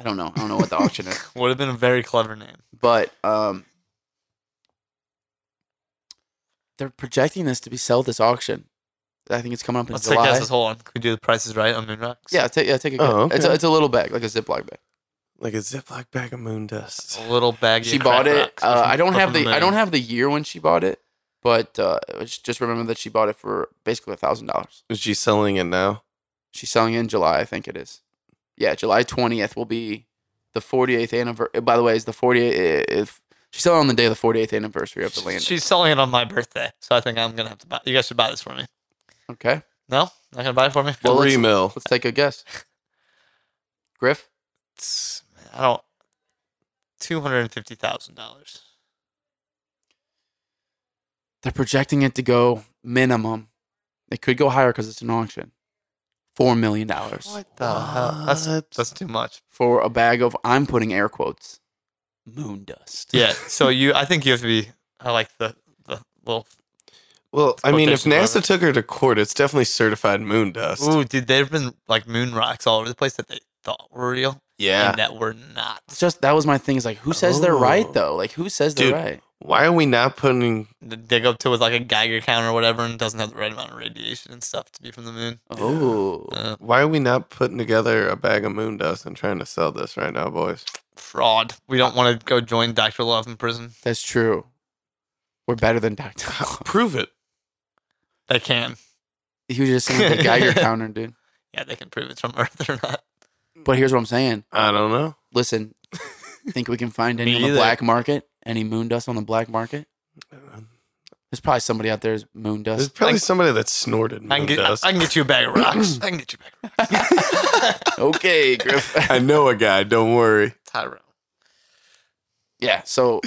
[SPEAKER 1] I don't know. I don't know what the auction is,
[SPEAKER 3] Would have been a very clever name.
[SPEAKER 1] but um, they're projecting this to be sold this auction. I think it's coming up in
[SPEAKER 3] Let's take
[SPEAKER 1] July.
[SPEAKER 3] guesses. Hold on. Can we do the prices right on moon rocks?
[SPEAKER 1] yeah, take yeah, take a.
[SPEAKER 2] Oh,
[SPEAKER 1] guess. It's a,
[SPEAKER 2] okay.
[SPEAKER 1] it's a little bag, like a Ziploc bag.
[SPEAKER 2] Like a Ziploc bag of moon dust.
[SPEAKER 3] A little baggy.
[SPEAKER 1] She
[SPEAKER 3] of
[SPEAKER 1] bought
[SPEAKER 3] crack
[SPEAKER 1] it.
[SPEAKER 3] rocks
[SPEAKER 1] Uh,
[SPEAKER 3] from-
[SPEAKER 1] I don't
[SPEAKER 3] from
[SPEAKER 1] have the I
[SPEAKER 3] moon.
[SPEAKER 1] don't have the year when she bought it, but uh, it was- just remember that she bought it for basically a thousand dollars.
[SPEAKER 2] Is she selling it now?
[SPEAKER 1] She's selling it in July, I think it is. Yeah, July 20th will be the 48th anniversary. By the way, is the 48th if she's selling on the day of the 48th anniversary of the landing.
[SPEAKER 3] She's selling it on my birthday, so I think I'm gonna have to buy. You guys should buy this for me.
[SPEAKER 1] okay.
[SPEAKER 3] No, not gonna buy it for me.
[SPEAKER 1] Well, let's-
[SPEAKER 2] Three mil.
[SPEAKER 1] Let's take a guess. Griff,
[SPEAKER 3] It's- I I don't. Two hundred and fifty thousand dollars.
[SPEAKER 1] They're projecting it to go minimum. It could go higher because it's an auction. Four million dollars
[SPEAKER 3] What the hell? Oh, uh, That's
[SPEAKER 2] What?
[SPEAKER 3] that's too much.
[SPEAKER 1] for a bag of I'm putting air quotes moon dust.
[SPEAKER 3] Yeah. So you, I think you have to be. I like the the little.
[SPEAKER 2] Well, I mean, if
[SPEAKER 3] Quotations
[SPEAKER 2] NASA
[SPEAKER 3] of it.
[SPEAKER 2] took her to court, it's definitely certified moon dust.
[SPEAKER 3] Ooh, dude, there've been like moon rocks all over the place that they thought were real
[SPEAKER 2] yeah.
[SPEAKER 3] and that were not.
[SPEAKER 1] It's just that was my thing. Is like who says they're right
[SPEAKER 2] Oh.
[SPEAKER 1] though? Like who says they're
[SPEAKER 2] Dude.
[SPEAKER 1] right?
[SPEAKER 2] Why are we not putting?
[SPEAKER 3] That They go up to with like a Geiger counter or whatever, and doesn't have the right amount of radiation and stuff to be from the moon.
[SPEAKER 1] Oh,
[SPEAKER 3] Uh,
[SPEAKER 2] Why are we not putting together a bag of moon dust and trying to sell this right now, boys?
[SPEAKER 3] fraud. We don't want to go join Doctor Love in prison.
[SPEAKER 1] that's true. We're better than Doctor.
[SPEAKER 2] Prove it.
[SPEAKER 3] They can.
[SPEAKER 1] he was just saying the Geiger counter, dude.
[SPEAKER 3] Yeah, they can prove it's from Earth or not.
[SPEAKER 1] But here's what I'm saying.
[SPEAKER 2] I don't know.
[SPEAKER 1] Listen, think we can find any
[SPEAKER 3] Me
[SPEAKER 1] on the
[SPEAKER 3] either.
[SPEAKER 1] black market? Any moon dust on the black market? There's probably somebody out there's moon
[SPEAKER 2] There's
[SPEAKER 1] dust.
[SPEAKER 2] probably
[SPEAKER 3] like-
[SPEAKER 2] somebody that snorted moon
[SPEAKER 3] I can get. I,
[SPEAKER 2] dust.
[SPEAKER 3] I can get you a bag of rocks. I can get you a bag of rocks.
[SPEAKER 1] okay, Griff.
[SPEAKER 2] I know a guy. Don't worry.
[SPEAKER 3] Tyrone.
[SPEAKER 1] yeah. So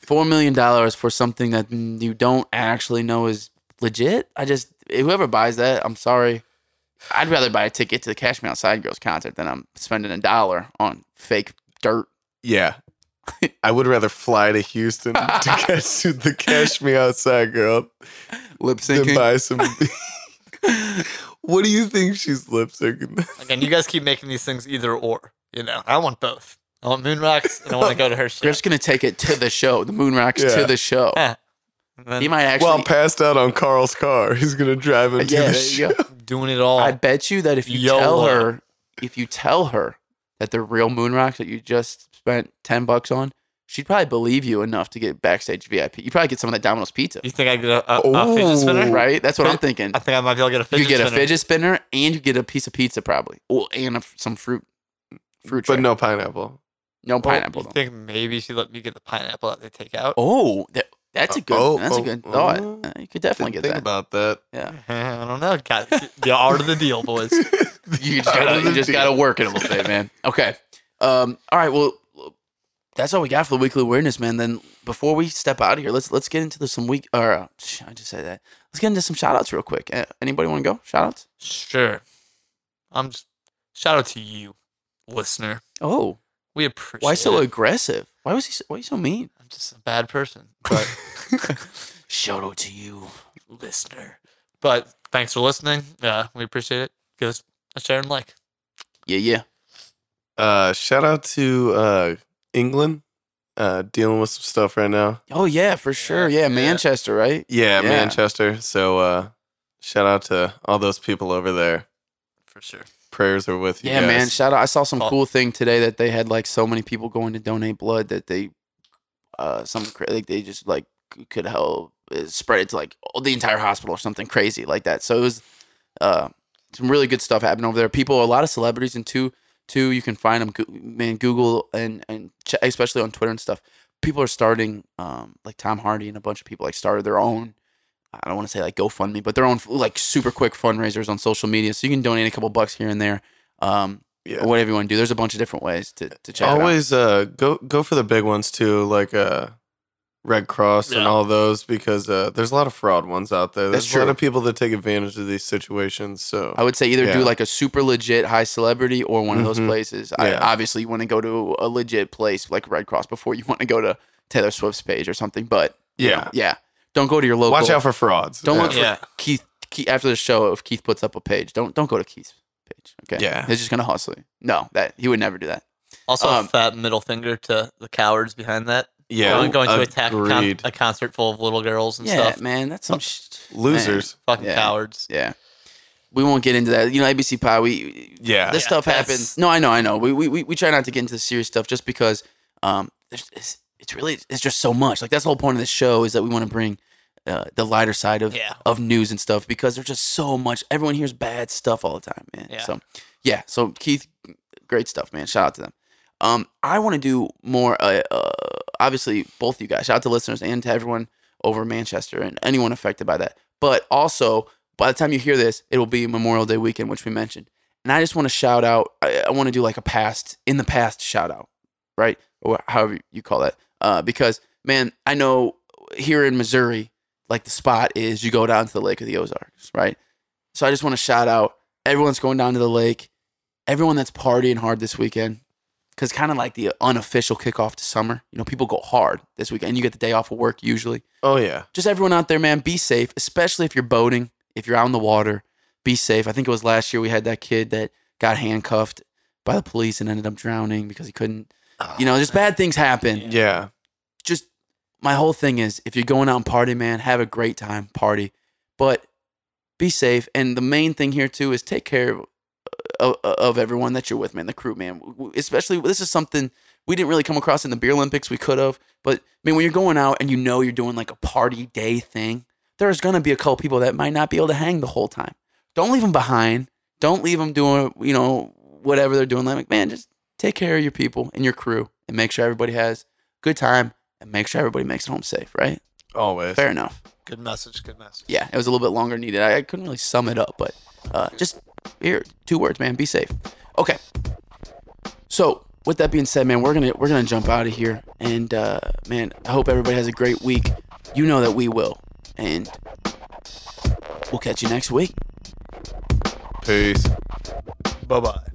[SPEAKER 1] four million dollars for something that you don't actually know is legit. I just whoever buys that, I'm sorry. I'd rather buy a ticket to the Cash Me Outside Girls concert than I'm spending a dollar on fake dirt.
[SPEAKER 2] Yeah. I would rather fly to Houston to catch the catch me outside girl
[SPEAKER 1] Lip
[SPEAKER 2] than
[SPEAKER 1] syncing.
[SPEAKER 2] buy some. what do you think she's lip syncing?
[SPEAKER 3] Again, you guys keep making these things either or. You know, I want both. I want moon rocks and I want to go to her show.
[SPEAKER 1] Griff's gonna take it to the show, the Moon Rocks
[SPEAKER 2] Yeah.
[SPEAKER 1] to the show.
[SPEAKER 3] Yeah. And then
[SPEAKER 1] He might actually.
[SPEAKER 2] Well, passed out on Carl's car. He's gonna drive him to
[SPEAKER 1] yeah,
[SPEAKER 2] the
[SPEAKER 1] there you
[SPEAKER 2] show.
[SPEAKER 1] go.
[SPEAKER 3] doing it all.
[SPEAKER 1] I bet you that if you tell
[SPEAKER 3] YOLO.
[SPEAKER 1] her, if you tell her that they're real moon rocks that you just spent ten bucks on, she'd probably believe you enough to get backstage VIP. You probably get some of that Domino's pizza,
[SPEAKER 3] you think I get a, a, a fidget spinner?
[SPEAKER 1] right? That's what I'm thinking.
[SPEAKER 3] I think I might be able to get a fidget
[SPEAKER 1] You get a
[SPEAKER 3] spinner.
[SPEAKER 1] fidget spinner and you get a piece of pizza probably, oh, and a f some fruit, fruit.
[SPEAKER 2] But
[SPEAKER 1] tray.
[SPEAKER 2] no oh, pineapple.
[SPEAKER 1] no
[SPEAKER 3] Well,
[SPEAKER 1] pineapple.
[SPEAKER 3] You
[SPEAKER 1] though.
[SPEAKER 3] think maybe she let me get the pineapple that they take out?
[SPEAKER 1] Oh, that, that's a good.
[SPEAKER 2] Oh,
[SPEAKER 1] that's a
[SPEAKER 2] oh,
[SPEAKER 1] good
[SPEAKER 2] oh.
[SPEAKER 1] thought. Uh, you could definitely
[SPEAKER 2] Didn't
[SPEAKER 1] get
[SPEAKER 2] think
[SPEAKER 1] that.
[SPEAKER 2] about that.
[SPEAKER 1] yeah,
[SPEAKER 3] I don't know. Got the art of the deal, boys.
[SPEAKER 1] you just gotta, you just gotta work it a little bit, man. Okay. Um, all right. Well, that's all we got for the weekly awareness, man. Then before we step out of here, let's let's get into the, some week. Or uh, sh- I just said that. Let's get into some shout outs real quick. Uh, anybody want to go? Shout outs?
[SPEAKER 3] Sure. I'm just shout out to you, listener.
[SPEAKER 1] Oh,
[SPEAKER 3] We appreciate.
[SPEAKER 1] why so
[SPEAKER 3] it.
[SPEAKER 1] aggressive? Why was he? So, why you so mean?
[SPEAKER 3] I'm just a bad person, but
[SPEAKER 1] Shout out to you.
[SPEAKER 3] listener. But thanks for listening. Uh, we appreciate it. Give us a share and like.
[SPEAKER 1] Yeah, yeah.
[SPEAKER 2] Uh, shout out to uh, England. Uh, dealing with some stuff right now.
[SPEAKER 1] Oh yeah, for sure. Yeah,
[SPEAKER 3] yeah.
[SPEAKER 1] Manchester, right?
[SPEAKER 2] Yeah,
[SPEAKER 1] Yeah.
[SPEAKER 2] Manchester. So uh, shout out to all those people over there.
[SPEAKER 3] For sure.
[SPEAKER 2] Prayers are with you.
[SPEAKER 1] Yeah,
[SPEAKER 2] guys.
[SPEAKER 1] man. Shout out. I saw some
[SPEAKER 3] Oh.
[SPEAKER 1] cool thing today that they had like so many people going to donate blood that they, uh, some cra- like they just like c- could help uh, spread it to like all- the entire hospital or something crazy like that. So it was, uh, some really good stuff happened over there. People, a lot of celebrities, and two, two you can find them. Go- man, Google and and ch- especially on Twitter and stuff. People are starting, um, like Tom Hardy and a bunch of people like started their own. I don't want to say like GoFundMe, but their own like super quick fundraisers on social media. So you can donate a couple bucks here and there. Um,
[SPEAKER 2] Yeah.
[SPEAKER 1] or whatever you want to do. There's a bunch of different ways to, to check it out.
[SPEAKER 2] Always uh, go go for the big ones too, like uh, Red Cross and
[SPEAKER 3] Yeah.
[SPEAKER 2] all those, because uh, there's a lot of fraud ones out there. There's
[SPEAKER 1] That's
[SPEAKER 2] a lot
[SPEAKER 1] true. Oh,
[SPEAKER 2] of people that take advantage of these situations. So
[SPEAKER 1] I would say either do
[SPEAKER 2] Yeah.
[SPEAKER 1] like a super legit high celebrity or one of those
[SPEAKER 2] Mhm.
[SPEAKER 1] places. I,
[SPEAKER 2] Yeah.
[SPEAKER 1] obviously, you want to go to a legit place like Red Cross before you want to go to Taylor Swift's page or something. But you
[SPEAKER 2] Yeah.
[SPEAKER 1] know, yeah, don't go to your local.
[SPEAKER 2] watch out for frauds.
[SPEAKER 1] Don't look
[SPEAKER 3] Yeah.
[SPEAKER 1] for Keith, Keith after the show. If Keith puts up a page, don't don't go to Keith's page. Okay,
[SPEAKER 2] Yeah.
[SPEAKER 1] he's just gonna hustle you. No, that he would never do that.
[SPEAKER 3] Also,
[SPEAKER 1] Um,
[SPEAKER 3] a fat middle finger to the cowards behind that.
[SPEAKER 2] yeah,
[SPEAKER 3] going, going to attack a, con-
[SPEAKER 2] agreed.
[SPEAKER 3] a concert full of little girls and
[SPEAKER 1] Yeah,
[SPEAKER 3] stuff.
[SPEAKER 1] man, that's some sh- man.
[SPEAKER 2] losers.
[SPEAKER 3] Fucking
[SPEAKER 1] Yeah.
[SPEAKER 3] cowards.
[SPEAKER 1] Yeah, we won't get into that. You know, ABC Pie. We
[SPEAKER 2] Yeah,
[SPEAKER 1] this
[SPEAKER 3] Yeah,
[SPEAKER 1] stuff
[SPEAKER 3] that's-
[SPEAKER 1] happens. No, I know, I know. We, we we we try not to get into the serious stuff just because um there's it's, it's really it's just so much. Like that's the whole point of this show is that we want to bring uh, the lighter side of
[SPEAKER 3] Yeah.
[SPEAKER 1] of news and stuff because there's just so much. Everyone hears bad stuff all the time, man.
[SPEAKER 3] Yeah.
[SPEAKER 1] So yeah, so Keith, great stuff, man. Shout out to them. Um, I want to do more. Uh, uh, obviously, both you guys. Shout out to listeners and to everyone over in Manchester and anyone affected by that. But also, by the time you hear this, it will be Memorial Day weekend, which we mentioned. And I just want to shout out. I, I want to do like a past in the past shout out, right? Or however you call that. Uh, because man, I know here in Missouri, like the spot is you go down to the Lake of the Ozarks, right? So I just want to shout out everyone's going down to the lake, everyone that's partying hard this weekend, because kind of like the unofficial kickoff to summer. You know, people go hard this weekend. and You get the day off of work usually
[SPEAKER 2] Oh yeah.
[SPEAKER 1] just everyone out there, man, be safe, especially if you're boating, if you're out in the water, be safe. I think it was last year we had that kid that got handcuffed by the police and ended up drowning because he couldn't, you know, just bad things happen.
[SPEAKER 2] Yeah.
[SPEAKER 1] Just my whole thing is if you're going out and party, man, have a great time, party, but be safe. And the main thing here too is take care of, of, of everyone that you're with, man, the crew, man. Especially this is something we didn't really come across in the beer Olympics. We could have, but I mean, when you're going out and you know you're doing like a party day thing, there's gonna be a couple people that might not be able to hang the whole time. Don't leave them behind. Don't leave them doing, you know, whatever they're doing. Like, man, just take care of your people and your crew and make sure everybody has a good time and make sure everybody makes it home safe, right?
[SPEAKER 2] Always.
[SPEAKER 1] Fair enough
[SPEAKER 3] Good message. Good message.
[SPEAKER 1] yeah, it was a little bit longer than needed. I, I couldn't really sum it up, but uh, just here, two words, man. Be safe. Okay. So with that being said, man, we're gonna we're gonna jump out of here, and uh, man, I hope everybody has a great week. You know that we will, and we'll catch you next week.
[SPEAKER 2] Peace.
[SPEAKER 3] Bye bye.